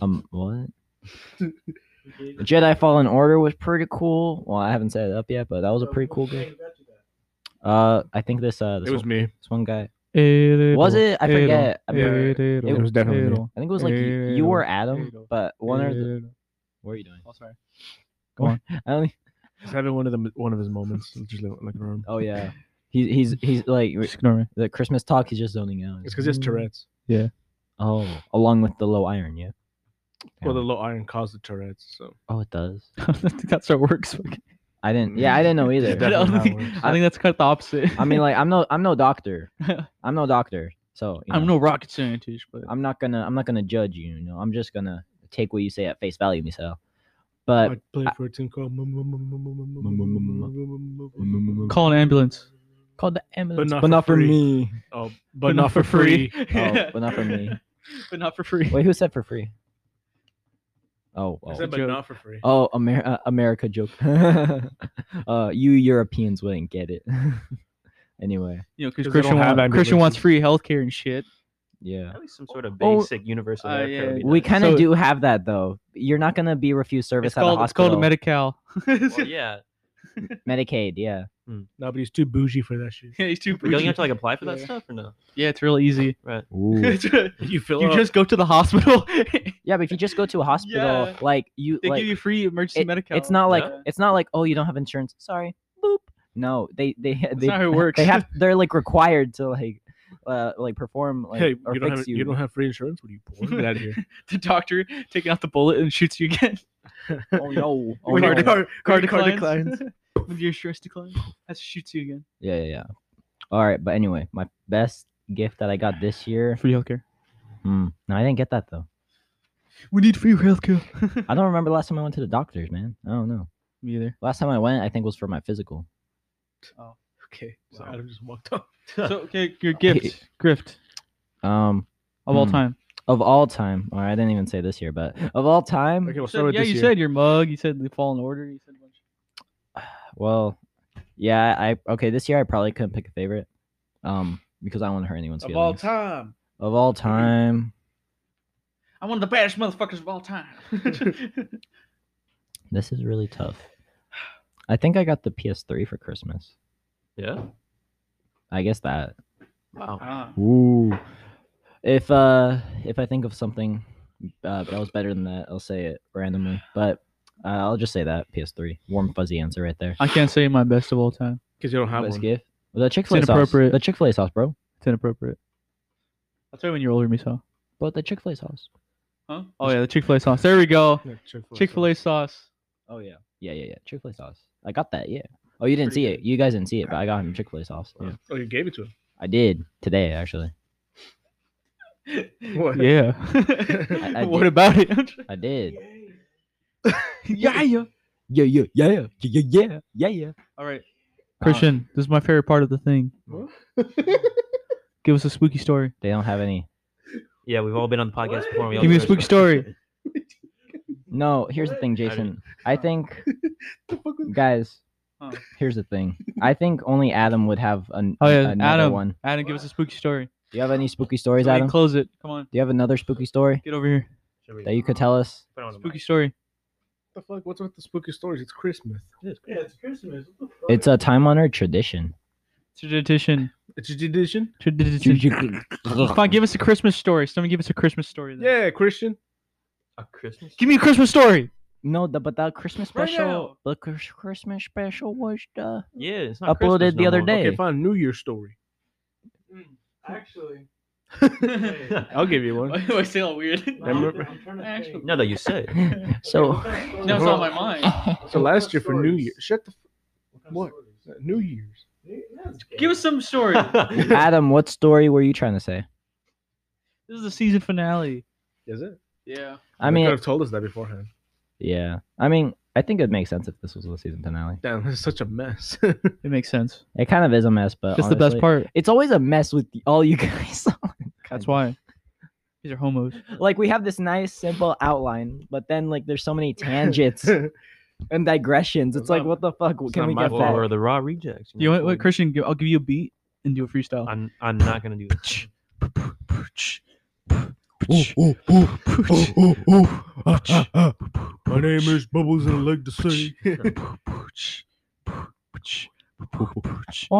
B: Um, what?
H: He gave-
B: Jedi Fallen Order was pretty cool. Well, I haven't set it up yet, but that was a
H: So,
B: pretty
H: who
B: cool
H: the
B: game.
H: hell got you that?
B: Uh, I think this uh,
D: It
B: this,
D: was
B: one,
D: me.
B: this one guy.
A: Was
B: it? I forget. I
D: forget.
B: It
D: was definitely me.
B: I think it was like you,
A: Hey,
B: you
A: Lord.
B: were
A: Hey,
B: Adam,
A: Lord.
B: but one or the. What are you doing?
A: Oh, sorry.
B: [LAUGHS] I don't. e,
D: He's having one of them, one of his moments. [LAUGHS] Just like, like room.
B: Oh yeah, he's he's he's like
A: Just ignore me. [LAUGHS]
B: the Christmas talk. He's just zoning out.
D: It's because he has Tourette's.
B: Oh, along with the low iron, yeah.
D: Well, the low iron caused the Tourette's. So
B: Oh, it does.
A: I don't think that's how it works. [LAUGHS]
B: I didn't. Yeah, I didn't know
D: It's
A: I
B: either.
D: definitely
A: don't
D: how it
A: think-
D: works.
A: I think that's kind of the opposite.
B: I mean, like, I'm no, I'm no [LAUGHS] doctor. I'm no doctor. So
A: [LAUGHS]
B: you
A: I'm
B: know,
A: no rocket scientist, but
B: I'm not gonna, I'm not gonna judge you. You know, I'm just gonna take what you say at face value, Michelle. But
D: I played for a team called.
A: Mm-hmm. call an ambulance.
B: call the ambulance,
D: not
B: but
D: for
B: not for
D: free.
B: me.
D: Oh, but not for free.
B: Oh, but not for me.
A: but not for free.
B: Wait, who said for free? Oh,
D: I
B: oh,
D: said, but
A: Joke.
D: not for free.
B: oh, Amer- uh, America joke. [LAUGHS] uh, you Europeans wouldn't get it. [LAUGHS] anyway,
A: You know,
D: 'Cause they
A: because
D: don't
A: Christian,
D: have
A: wa- Christian wants
D: ambulances.
A: free healthcare and shit.
B: yeah.
E: at least some sort of
A: Oh,
E: basic universal
A: uh,
E: healthcare would
A: yeah.
E: be
B: We
E: nice.
B: kind of
A: So-
B: do have that though. You're not gonna be refused service
A: It's
B: at
A: called,
B: a
A: it's called
B: hospital.
A: a Medi-Cal.
E: Well, yeah.
B: Medicaid, yeah.
D: No, but he's too bougie for that [LAUGHS] shit.
A: [LAUGHS] yeah, he's too
E: But don't
A: bougie.
E: you have to like apply for that
A: Yeah.
E: stuff or no?
A: yeah, it's real easy.
E: Right.
A: you
D: You fill out.
A: just go to the hospital. [LAUGHS] they
B: [LAUGHS] yeah, but if you just go to a hospital,
A: Yeah.
B: like you, like
A: give you free emergency
B: it-
A: Medi-Cal.
B: it's not like
E: Yeah.
B: it's not like oh you don't have insurance. Sorry, boop. No, they [LAUGHS] they they
A: not how it works.
B: they have they're like required to like uh, like perform like
D: hey,
B: or
D: you don't,
B: fix
D: have,
B: you.
D: you. don't have free insurance? What are you poor? [LAUGHS] Get out of here.
A: [LAUGHS] the doctor taking out the bullet and shoots you again.
B: [LAUGHS]
A: [LAUGHS]
B: oh no! Oh,
A: When
B: no.
A: your
D: Card-
A: car, car
D: card
A: declines.
D: declines.
A: [LAUGHS] when your stress declines, that shoots you again.
B: Yeah, yeah, yeah. All right, but anyway, my best gift that I got this year.
A: Free healthcare.
B: Hmm, no, I didn't get that though.
A: We need free healthcare. [LAUGHS]
B: I
D: [LAUGHS]
B: don't remember the last time I went to the doctors, man. I don't know.
A: Me either.
B: Last time I went, I think was for my physical.
D: Okay. So Adam just walked up.
A: So okay, your gift, grift
B: Um,
A: of all
B: Hmm.
A: time.
B: of all time. All right, I didn't even say this year, but of all time.
D: Okay,
A: You
D: we'll
A: said-
D: start with
A: yeah,
D: this
A: you
D: year.
A: said your mug. You said the Fallen Order. You said a bunch.
B: Well, yeah, I okay. This year I probably couldn't pick a favorite, um, because I don't want to hurt anyone's
D: Of
B: feelings.
D: all time.
B: Of all time,
A: I'm one of the baddest motherfuckers of all time.
B: this is really tough. I think I got the PS3 for Christmas.
E: Yeah.
B: I guess that.
E: Wow.
B: Ah. Ooh. If uh, if I think of something uh, that was better than that, I'll say it randomly. But uh, I'll just say that PS3. Warm fuzzy answer right there.
A: [LAUGHS] I can't say my best of all time.
D: Because you don't have
B: Best
D: one.
B: gift. The Chick Fil A sauce.
A: inappropriate.
B: The Chick Fil A sauce, bro.
A: It's inappropriate. That's right when you're older, me so.
B: But the Chick Fil A sauce.
A: Huh? Oh yeah, the Chick Fil A sauce. There we go.
D: Yeah, Chick-fil-A
A: Chick Fil A sauce.
B: Oh yeah. Yeah, yeah, yeah. Chick Fil A sauce. I got that. Yeah. Oh, you didn't see it. You guys didn't see it, but I got him Chick Fil A sauce. Yeah.
D: sauce. Oh, you gave it to him.
B: I did today actually.
D: What?
A: Yeah. [LAUGHS]
D: [LAUGHS]
B: I
A: what
B: did.
A: about it? [LAUGHS]
B: I did.
A: yeah, yeah.
B: Yeah, yeah, yeah, yeah, yeah, yeah, yeah, yeah.
A: All right, Christian. This is my favorite part of the thing.
D: What?
A: Give us a spooky story.
B: They don't have any.
E: Yeah, we've all been on the podcast before. and we all
A: Give me a
E: know
A: spooky
E: this.
A: story.
B: No, here's the thing, Jason. I think, guys,
A: Huh.
B: here's the thing. I think only Adam would have an,
A: Oh yeah,
B: another
A: Adam.
B: one.
A: Adam, give us a spooky story.
B: Do you have any spooky stories,
A: Somebody
B: Adam? Do
A: Close it. Come on,
B: you have another spooky story
A: get over here.
E: Should we
B: that you could tell us?
E: put it on the
A: Spooky
E: mic?
A: story.
D: the fuck? What's with the spooky stories? It's Christmas.
H: Yeah, it's Christmas. What the fuck?
B: It's a time-honored tradition.
A: Tradition.
D: It's a tradition.
A: Tradition. Fine, give us a Christmas story. Somebody give us a Christmas story. Then.
D: Yeah, Christian.
E: A Christmas.
A: Give me a Christmas story.
B: [LAUGHS] No, the, but the Christmas
A: Right
B: special,
A: now.
B: the Chris- Christmas special was the
E: Yeah, it's not
B: Uploaded
E: Christmas
B: the
E: no
B: other
E: more. [LAUGHS]
B: day.
D: Okay, fine. New Year's story.
H: Mm, actually.
D: I'll give you
A: [LAUGHS]
D: one.
A: do I say all weird?
D: Remember-
H: I'm trying to
A: Actually-
H: think.
E: Now that you say, [LAUGHS] it.
B: so.
A: Now it's on my mind.
D: So last year for New Year, shut the
H: What?
D: What? f- New Year's.
A: [LAUGHS] Give us some story. [LAUGHS]
B: Adam, what story were you trying to say?
A: this is the season finale.
D: Is it?
A: Yeah.
B: I
D: They
B: mean,
D: could have told us that beforehand.
B: yeah. I mean, I think it makes sense if this was the season finale.
D: Damn, this is such a mess.
A: It makes sense.
B: It kind of is a mess, but
A: That's the best
B: honestly-
A: part.
B: It's always a mess with y- all you guys. [LAUGHS]
A: That's why. These are homos.
B: like we have this nice simple outline, but then like there's so many tangents
D: [LAUGHS]
B: and digressions. It's
D: It's
B: like, what
D: not-
B: the fuck?
D: it's
B: Can
D: not
B: we
D: my
B: get
D: fault.
E: or
B: that?
E: the raw rejects.
A: You know what,
E: so
A: what, Christian? Give, I'll give you a beat and do a freestyle.
E: I'm I'm not gonna do
A: [LAUGHS]
E: that.
B: [LAUGHS]
D: My
A: [LAUGHS]
D: name is Bubbles and I like to sing.
A: Come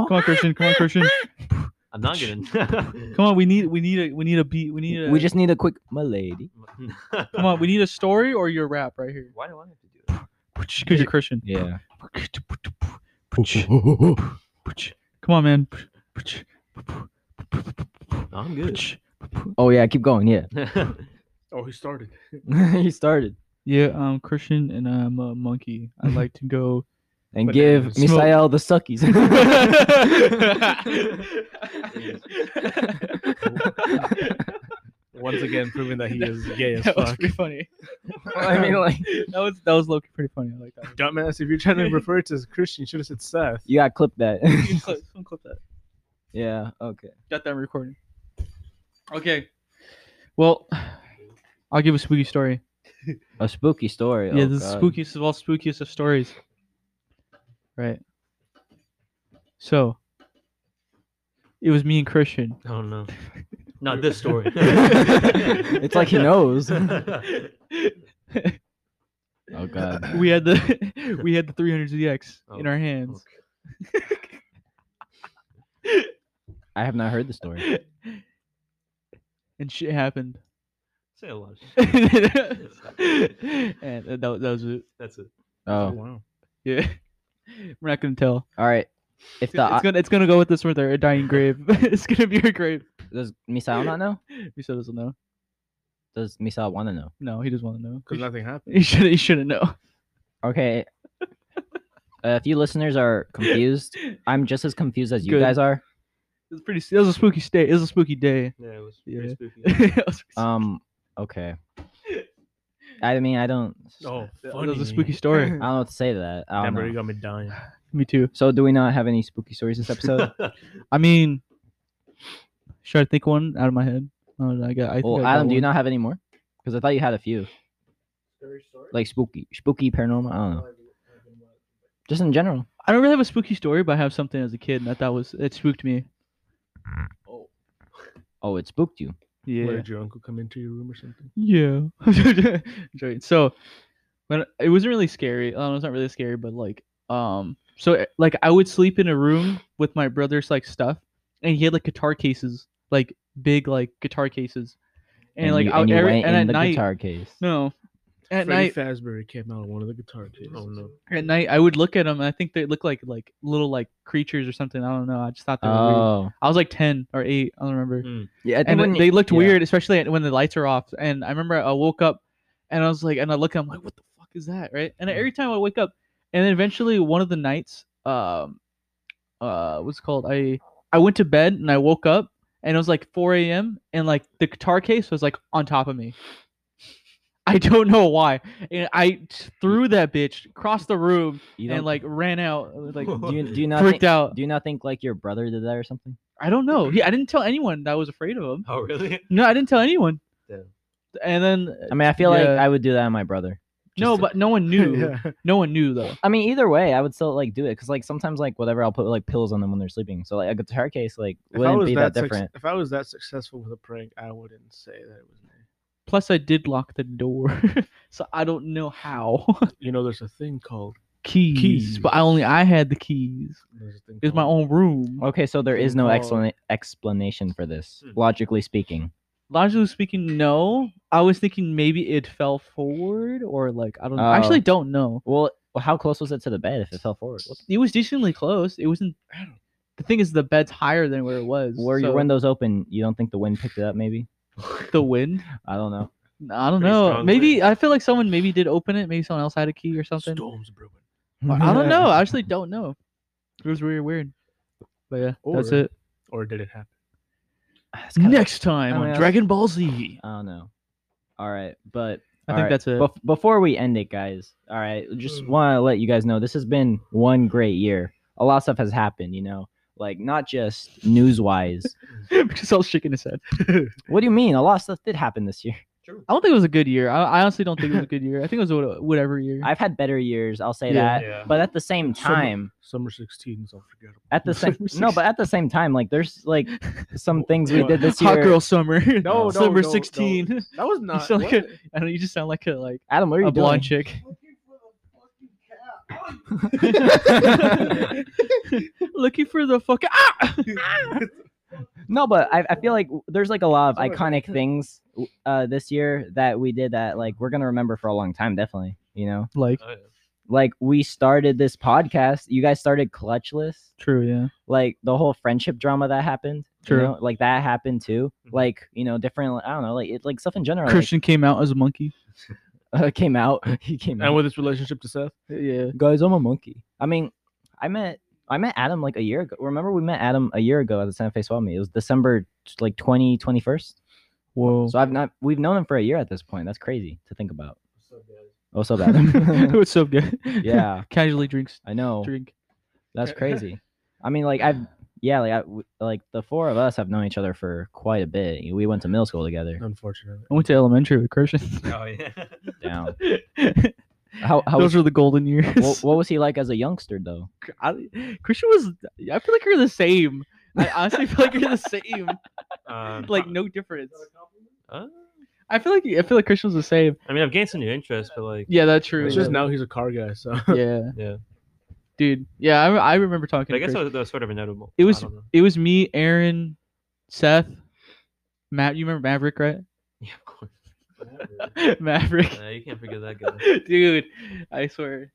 A: on, Christian. Come on, Christian.
E: I'm not gonna.
A: Come on. We need. We need a. We need a beat. We need a.
B: We just need a quick my lady.
A: Come on. We need a story or your rap right here.
E: [LAUGHS] Why do I have to do that?
A: Because you're Christian.
B: Yeah.
A: Come on, man.
E: No, I'm good. [LAUGHS]
B: Oh yeah, keep going. Yeah. [LAUGHS]
D: Oh, he started.
B: he started.
A: Yeah, I'm Christian and I'm a monkey. [LAUGHS] I like to go.
B: And
D: But, uh,
B: give
D: smoke-
B: Misael the suckies.
D: [LAUGHS]
B: [LAUGHS]
D: Once again, proving that he is gay as
A: that was
D: fuck.
A: pretty funny.
B: I mean, like
A: That was that was low pretty funny. I like that.
D: Dumbass, if you're trying to refer to as Christian, you should have said Seth.
B: you gotta clip that. [LAUGHS]
A: You clip, someone clip that.
B: yeah. Okay.
A: Got that recording. Okay. Well, I'll give a spooky story.
B: A spooky story.
A: yeah,
B: oh,
A: this is
B: God.
A: spookiest of all spookiest of stories. Right. So, it was me and Christian. [LAUGHS]
E: Oh no, not this story.
B: it's like
A: [LAUGHS]
B: he knows. Oh god.
A: we had the [LAUGHS] we had the 300ZX in
E: Oh,
A: our hands.
B: I have not heard the story.
A: and shit happened.
E: Say
A: [LAUGHS]
E: a lot. of shit.
A: and that, that was it.
E: That's it.
B: Oh.
D: [LAUGHS] wow.
A: Yeah. [LAUGHS] We're not gonna tell.
B: All right. If
A: It's, gonna-
D: [LAUGHS]
B: the
A: [LAUGHS]
B: uh,
A: it's gonna it's gonna go with this right there, a dying grave. it's gonna be a grave.
B: Does Misael not know?
A: He still doesn't know.
B: Does Misael want to know?
A: No, he doesn't want to know.
D: because nothing happened.
A: He should. He shouldn't know. [LAUGHS]
B: Okay. Uh, if you listeners are confused, I'm just as confused as you
A: Good.
B: guys are.
A: It's pretty. It was a spooky day. It was a spooky day. [LAUGHS]
E: Yeah, it was
A: Yeah.
E: pretty spooky.
A: It was-
B: Um. Okay. I mean, I don't.
D: Oh,
A: that was a spooky story. [LAUGHS]
B: I don't know what to say to that. I don't
D: Amber, you
B: know.
D: got me
E: [LAUGHS]
D: dying.
A: Me too.
B: So, do we not have any spooky stories this
A: [LAUGHS]
B: episode?
A: I mean, should I think one out of my head? Oh, I got. I think I
B: well,
A: got
B: Adam, do you
A: one.
B: not have any more? Because I thought you had a few,
H: Scary story?
B: like spooky, spooky paranormal. I don't know.
H: Like, like in what?
B: Just in general.
A: I don't really have a spooky story, but I have something as a kid, and I thought was it spooked me.
B: Oh, it spooked you.
A: Yeah.
D: Where did your uncle come into your room or something?
A: Yeah. [LAUGHS] I'm joking. so when it wasn't really scary. Um, it's not really scary, but like um so uh, like I would sleep in a room with my brother's like stuff and he had like guitar cases, like big like guitar cases. And, like
B: you,
A: I would
B: you
A: every,
B: went
A: and
B: in
A: at
B: the
A: night
B: guitar case.
A: no. At
D: Freddy
A: night
D: Fazbear came out of one of the guitar cases.
E: Oh no.
A: at night I would look at them and I think they look like like little like creatures or something. I don't know. I just thought they were weird.
B: Oh,
A: I was like 10 or 8, I don't remember.
B: yeah. I think
A: and
B: when
A: it- they looked
B: yeah.
A: weird, especially at- when the lights are off. And I remember I woke up, and I was like, and I look, I'm like, what the fuck is that, right? And every time I wake up, and then eventually one of the nights, um, uh, what's it called? I I went to bed and I woke up, and it was like 4 a.m. and like the guitar case was like on top of me. I don't know why, and I threw that bitch across the room
B: You
A: [LAUGHS]
B: don't,
A: and like ran out, like
B: do you, do you not
A: freaked
B: think,
A: out.
B: Do you not think like your brother did that or something?
A: I don't know. He, I didn't tell anyone that I was afraid of him.
E: Oh really?
A: No, I didn't tell anyone.
E: Damn.
A: And then
B: I mean, I feel like
A: Yeah.
B: I would do that on my brother.
A: No,
B: Just-
A: but no one [LAUGHS]
B: [LAUGHS]
A: knew. No one knew though.
B: I mean, either way, I would still like do it because like sometimes like whatever, I'll put like pills on them when they're sleeping. So like a guitar case like
D: If I
B: wouldn't
D: was
B: be
D: that,
B: that,
D: suc-
B: different.
D: if I was that successful with a prank, I wouldn't say that it was me.
A: Plus, I did lock the door, [LAUGHS] so I don't know how [LAUGHS]
D: You know, there's a thing called.
A: keys. But I only I had the keys.
D: There's a thing
A: It's my
D: called-
A: own room.
B: Okay, so there is
A: Thing
B: no
D: Oh.
A: called-
B: explana- explanation for this,
E: Hmm.
B: logically speaking.
A: Logically speaking, no. I was thinking maybe it fell forward or like I don't. know.
B: Oh.
A: I actually don't know.
B: Well, well, how close was it to the bed if it fell forward? What-
A: It was decently close. It wasn't. The thing is, the bed's higher than where it was.
B: Were your
A: so
B: windows open? You don't think the wind picked it up? Maybe
A: The wind.
B: I don't know. [SIGHS]
A: I don't
E: Pretty
A: know.
E: strong
A: Maybe
E: wind.
A: I feel like someone maybe did open it. Maybe someone else had a key or something.
D: Storms brewing.
A: I don't know. I actually don't know. It was really weird. But yeah, that's
D: Or-
A: it.
D: Or did it happen?
B: It's kinda-
A: Next time
B: I mean,
A: on
B: that's-
A: Dragon Ball Z.
B: I don't know. All right, but
A: I
B: all
A: think
B: right,
A: that's it. Mm.
B: bef- before we end it, guys. All right, just want to let you guys know this has been one great year. A lot of stuff has happened, you know, like not just news
A: [LAUGHS]
B: wise.
A: [LAUGHS] because I was shaking his head.
B: what do you mean? A lot of stuff did happen this year.
A: I don't think it was a good year. I, I honestly don't think it was a good year. I think it was what- whatever year.
B: I've had better years. I'll say
D: Yeah.
B: that.
E: Yeah.
B: But at the same
D: Some-
B: time,
D: Summer 16 is unforgettable.
B: at the
A: [LAUGHS]
B: same no, but at the same time, like there's like some things we
D: What?
B: did this year.
A: Hot girl
B: [LAUGHS]
A: summer.
D: No, no,
A: summer
D: no, no.
A: sixteen.
D: That was
A: [LAUGHS] You
D: not.
A: sound like a,
D: what?
A: I don't know. You just sound like a like
B: Adam, what are you
A: a blonde
B: doing? [LAUGHS]
A: chick. [LAUGHS]
H: Looking for the fucking cat.
A: Looking for the fucking ah!
B: No, but I, I feel like w- there's like a lot of
D: Sorry.
B: iconic things w- uh this year that we did that like we're gonna remember for a long time, definitely. You know,
A: like
E: Oh, yeah.
B: like we started this podcast. You guys started clutchless.
A: true, yeah.
B: Like the whole friendship drama that happened.
A: True. Mm-hmm.
B: You know? Like that happened too.
E: Mhm.
B: Like you know, different. I don't know. Like it, like stuff in general. like,
A: Christian came out as a monkey.
B: [LAUGHS] uh, came out. He came out.
D: [LAUGHS] And with his relationship to Seth?
A: [LAUGHS] Yeah,
B: guys i'm a monkey i mean i met i met adam like a year ago remember we met adam a year ago at the santa fe swap meet it was december t- like 20 21st
A: whoa.
B: so i've not we've known him for a year at this point that's crazy to think about
H: What's up, guys?
B: oh
A: [LAUGHS]
B: so adam
A: What's up, guy?
B: [LAUGHS] yeah
A: [LAUGHS] casually drinks
B: i know
A: drink.
B: that's crazy i mean like i've yeah like I, w- like the four of us have known each other for quite a bit we went to middle school together
D: Unfortunately.
A: I went to elementary with
D: [LAUGHS]
A: Christian.
E: [LAUGHS]
B: [LAUGHS]
E: Oh yeah.
A: [LAUGHS]
B: Damn.
A: Those
B: how, how was,
A: were the golden years.
B: what, what was he like as a youngster though
A: [LAUGHS] I, Christian was. I feel like you're the same. I honestly feel like you're the
E: [LAUGHS]
A: same.
E: Um,
A: Like no difference.
E: uh,
A: I feel like I feel like Christian was the same.
E: I mean, I've gained some new interests, but like,
A: Yeah, that's true.
D: It's just now he's a car guy, so. [LAUGHS]
A: yeah,
E: yeah.
A: dude. Yeah, I, I remember talking. to
E: I guess
A: Chris.
E: that was, that was sort of inevitable.
A: It
E: I
A: was-
E: don't know. [LAUGHS]
A: it was me, Aaron, Seth, Matt. You remember Maverick, right? [LAUGHS]
E: Yeah, of course.
A: Maverick,
E: Nah, you can't forget that [LAUGHS] guy.
A: dude. I swear.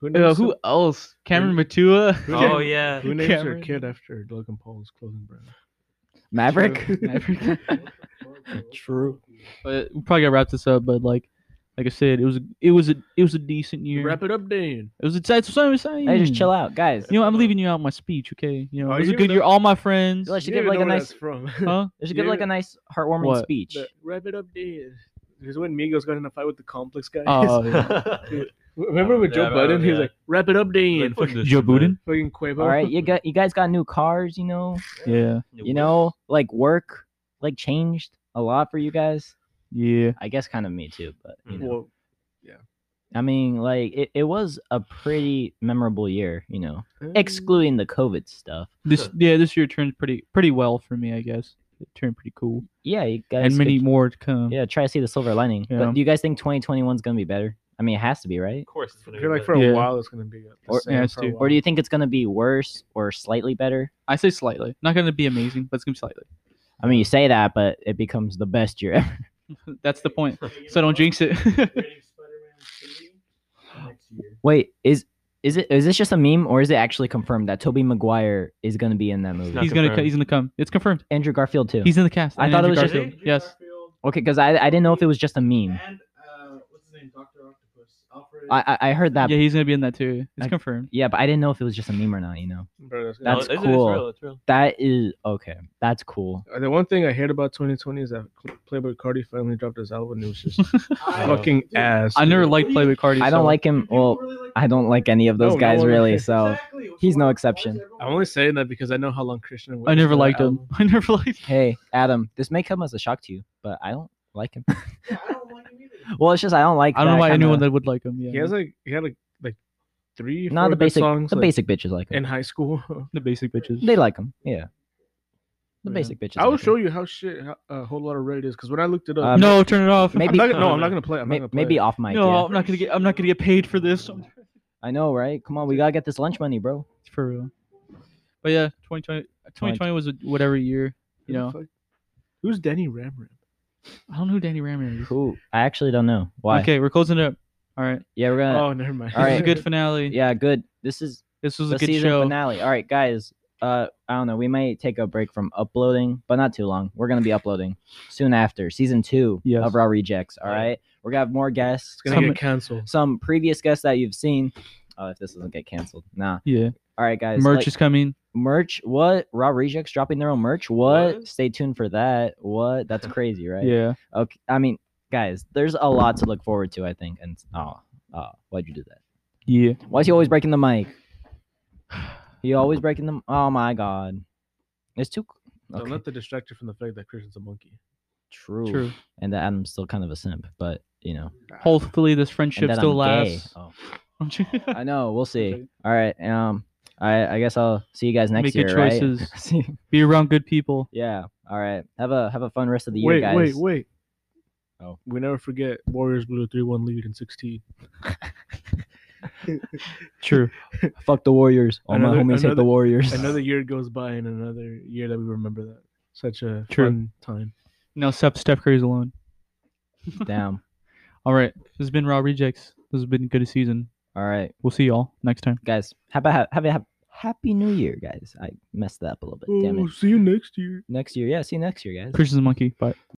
D: Who
A: Uh,
D: names,
A: who
D: their-
A: else? Cameron Matua.
E: oh yeah. [LAUGHS]
D: who names their
A: Cameron?
D: kid after Logan Paul's clothing brand?
B: Maverick. [LAUGHS]
A: Maverick.
G: True.
A: but we probably gotta wrap this up. But like, like I said, it was it was a it was a decent year.
D: Wrap it up, Dan.
A: It was a that's what I'm saying.
B: Hey, just chill out, guys.
A: You know, I'm leaving you out of my speech, okay? You know,
D: Oh,
A: it was
D: you
A: a good
D: know-
A: year. All my friends,
B: Let's
D: You
B: give
D: don't
B: like a
D: even know where
B: nice-
D: that's from. [LAUGHS]
A: huh?
B: They should give like a
D: Yeah.
B: nice heartwarming
A: What?
B: speech.
D: The wrap it up, Dan. Because when Migos got in a fight with the complex guys.
A: Oh, yeah.
D: [LAUGHS] Remember with Joe
E: Yeah,
D: Budden? He was
E: yeah.
D: like, wrap it up, Dan.
E: Like, fuck this
A: Joe
E: shit, man.
A: Budden?
D: Fucking Quavo.
B: All right, you
D: [LAUGHS]
B: got you guys got new cars, you know.
A: yeah,
B: You know, like work like changed a lot for you guys.
A: yeah.
B: I guess kind of me too, but you
E: Hmm.
B: know.
D: Well,
B: I mean, like it, it was a pretty memorable year, you know,
D: Mm. eh.
B: excluding the COVID stuff.
D: [LAUGHS]
A: This yeah, this year turned pretty pretty well for me, I guess. It turned pretty cool,
B: Yeah, you guys.
A: and
B: could-
A: many more to come.
B: Yeah, try to see the silver lining.
A: Yeah.
B: But do you guys think 2021 is gonna be better? I mean, it has to be, right?
E: Of course. it's
D: I
E: gonna be
D: feel like
E: better.
D: for a
A: Yeah.
D: while it's going to be.
B: Or-
D: Or,
A: yeah,
D: yeah,
A: it's
D: for a
A: too-
D: while.
B: Or do you think it's gonna be worse or slightly better?
A: I say slightly, not gonna be amazing, but it's gonna be slightly.
B: I mean, you say that, but it becomes the best year [LAUGHS] ever.
A: That's the
D: [LAUGHS]
A: point. So don't jinx it. [LAUGHS]
B: Wait, is is it is this just a meme or is it actually confirmed that Toby Maguire is gonna be in that movie?
E: not-
A: he's gonna co-
E: confirmed.
A: he's gonna come. It's confirmed.
B: Andrew Garfield too.
A: He's in the cast.
B: I
A: and
B: thought it
A: Andrew
B: was just-
A: Garfield. yes.
B: okay, because I I didn't know if it was just a meme.
H: And uh, what's his name? Doctor Octopus. Alfred.
B: I I, I heard that.
A: Yeah,
B: Yeah.
A: he's gonna be in that too. It's
B: I-
A: confirmed.
B: but I didn't know if it was just a meme or not. You know,
D: Bro, that's
E: No,
B: That's
E: it's- it's
B: cool.
E: real, it's real.
B: that is okay. That's cool.
D: Uh, The one thing I hate about 2020 is that Cl- Playboy Cardi finally dropped his album. and It
B: [LAUGHS]
D: was just fucking
H: Dude,
D: ass.
A: I never
D: dude.
A: liked Playboi Carti.
B: I don't
A: so-
B: like him.
H: People
B: Well,
H: really like
B: I don't like any of
A: Oh,
B: those
D: No, no
B: guys
D: one-
B: really. So
H: Exactly, which
B: he's
H: is
B: no
H: why- why is
B: exception.
H: everyone-
D: I'm only saying that because I know how long Christian.
A: I
D: waited for
A: never
D: that
A: liked him.
D: album.
A: [LAUGHS] I never liked him.
B: hey, Adam, this may come as a shock to you, but I don't like him.
H: Yeah, I don't like him either.
B: [LAUGHS] well, it's just I don't like.
A: I don't know
B: that
A: why
B: kinda-
A: anyone that would like him. Yeah,
D: He has like he had like like three.
B: Nah,
D: four
B: the
D: good
B: basic
D: songs
B: the
D: like,
B: basic bitches like him.
D: in high school. [LAUGHS]
A: the basic bitches.
B: They like him. Yeah. The
A: Yeah.
B: basic bitches.
D: I will
B: like him.
D: show you how shit how- a whole lot of red is because when I looked it up,
B: Uh,
D: I'm
A: no, turn it off. [LAUGHS]
B: Maybe
D: not gonna- no, I'm not gonna play. it, I'm
B: May-
D: not gonna play
B: maybe
D: it.
B: off mic.
A: no,
B: yeah.
A: I'm not gonna get. I'm not gonna get paid for this.
B: I know, right? Come on, we gotta get this lunch money, bro.
A: For real. But yeah, 2020, 2020 was a whatever year. You
D: Who the
A: know,
D: fuck- who's Danny Ramram?
A: I don't know who Danny Ramon is.
B: Who? I actually don't know. Why?
A: Okay, we're closing it up. All right,
B: Yeah, we're gonna.
D: oh, never mind.
B: Uh, all
D: [LAUGHS]
A: this
B: right.
A: is a good finale.
B: Yeah, good. This is
A: this was
B: the
A: a good
B: season
A: show.
B: finale. All right, guys. Uh, I don't know. We might take a break from uploading, but not too long. We're gonna be uploading soon after season two
A: Yes.
B: of Raw Rejects. All
E: Yeah.
B: right, we're gonna have more guests.
D: It's gonna
A: Some-
D: get canceled.
B: some previous guests that you've seen. Oh, if this doesn't get canceled, nah.
A: Yeah,
B: All right, guys.
A: merch
B: like-
A: is coming.
B: merch. What? Raw Rejects dropping their own merch. What?
E: What?
B: Stay tuned for that.
A: [LAUGHS]
B: What? That's crazy, right?
A: Yeah,
B: Okay. I mean, guys, there's a lot to look forward to. I think. And oh, oh, why'd you do that?
A: yeah.
B: Why is he always breaking
A: [SIGHS]
B: the mic? He always breaking the. Oh my god, it's too.
D: Don't
B: Okay.
D: let the distract you from the fact that Christian's a monkey.
B: True.
A: True.
B: And that Adam's still kind of a simp, but you know.
A: Hopefully, this
B: And
A: friendship
B: that
A: still
B: I'm gay.
A: lasts. [LAUGHS]
B: Oh,
A: Make
B: I know. We'll see.
A: Okay.
B: All right. Um. I I guess I'll see you guys next
A: good
B: year, right?
A: choices.
B: [LAUGHS] See-
A: Be around good people.
B: Yeah. All right. Have a have a fun rest of the year,
D: Wait,
B: guys.
D: wait, wait.
B: Oh.
D: We never forget Warriors blew a 3 1 lead in 16. [SIGHS]
B: [LAUGHS]
A: True.
B: Fuck the Warriors. All
D: Another-
B: my homies hate the
D: another-
B: Warriors. [LAUGHS]
D: Another year goes by and another year that we remember that. Such a
A: True.
D: fun time.
A: Now Steph Steph Curry's alone.
B: Damn.
A: All right, this has been Raw Rejects. This has been a good season.
B: All right,
A: We'll see y'all next time.
B: guys. Have a have a happy New Year, guys. I messed that up a little bit. Damn
D: Oh,
B: it.
D: see you next year.
B: Next year, yeah. See you next year, guys.
A: Christian's a monkey. Bye.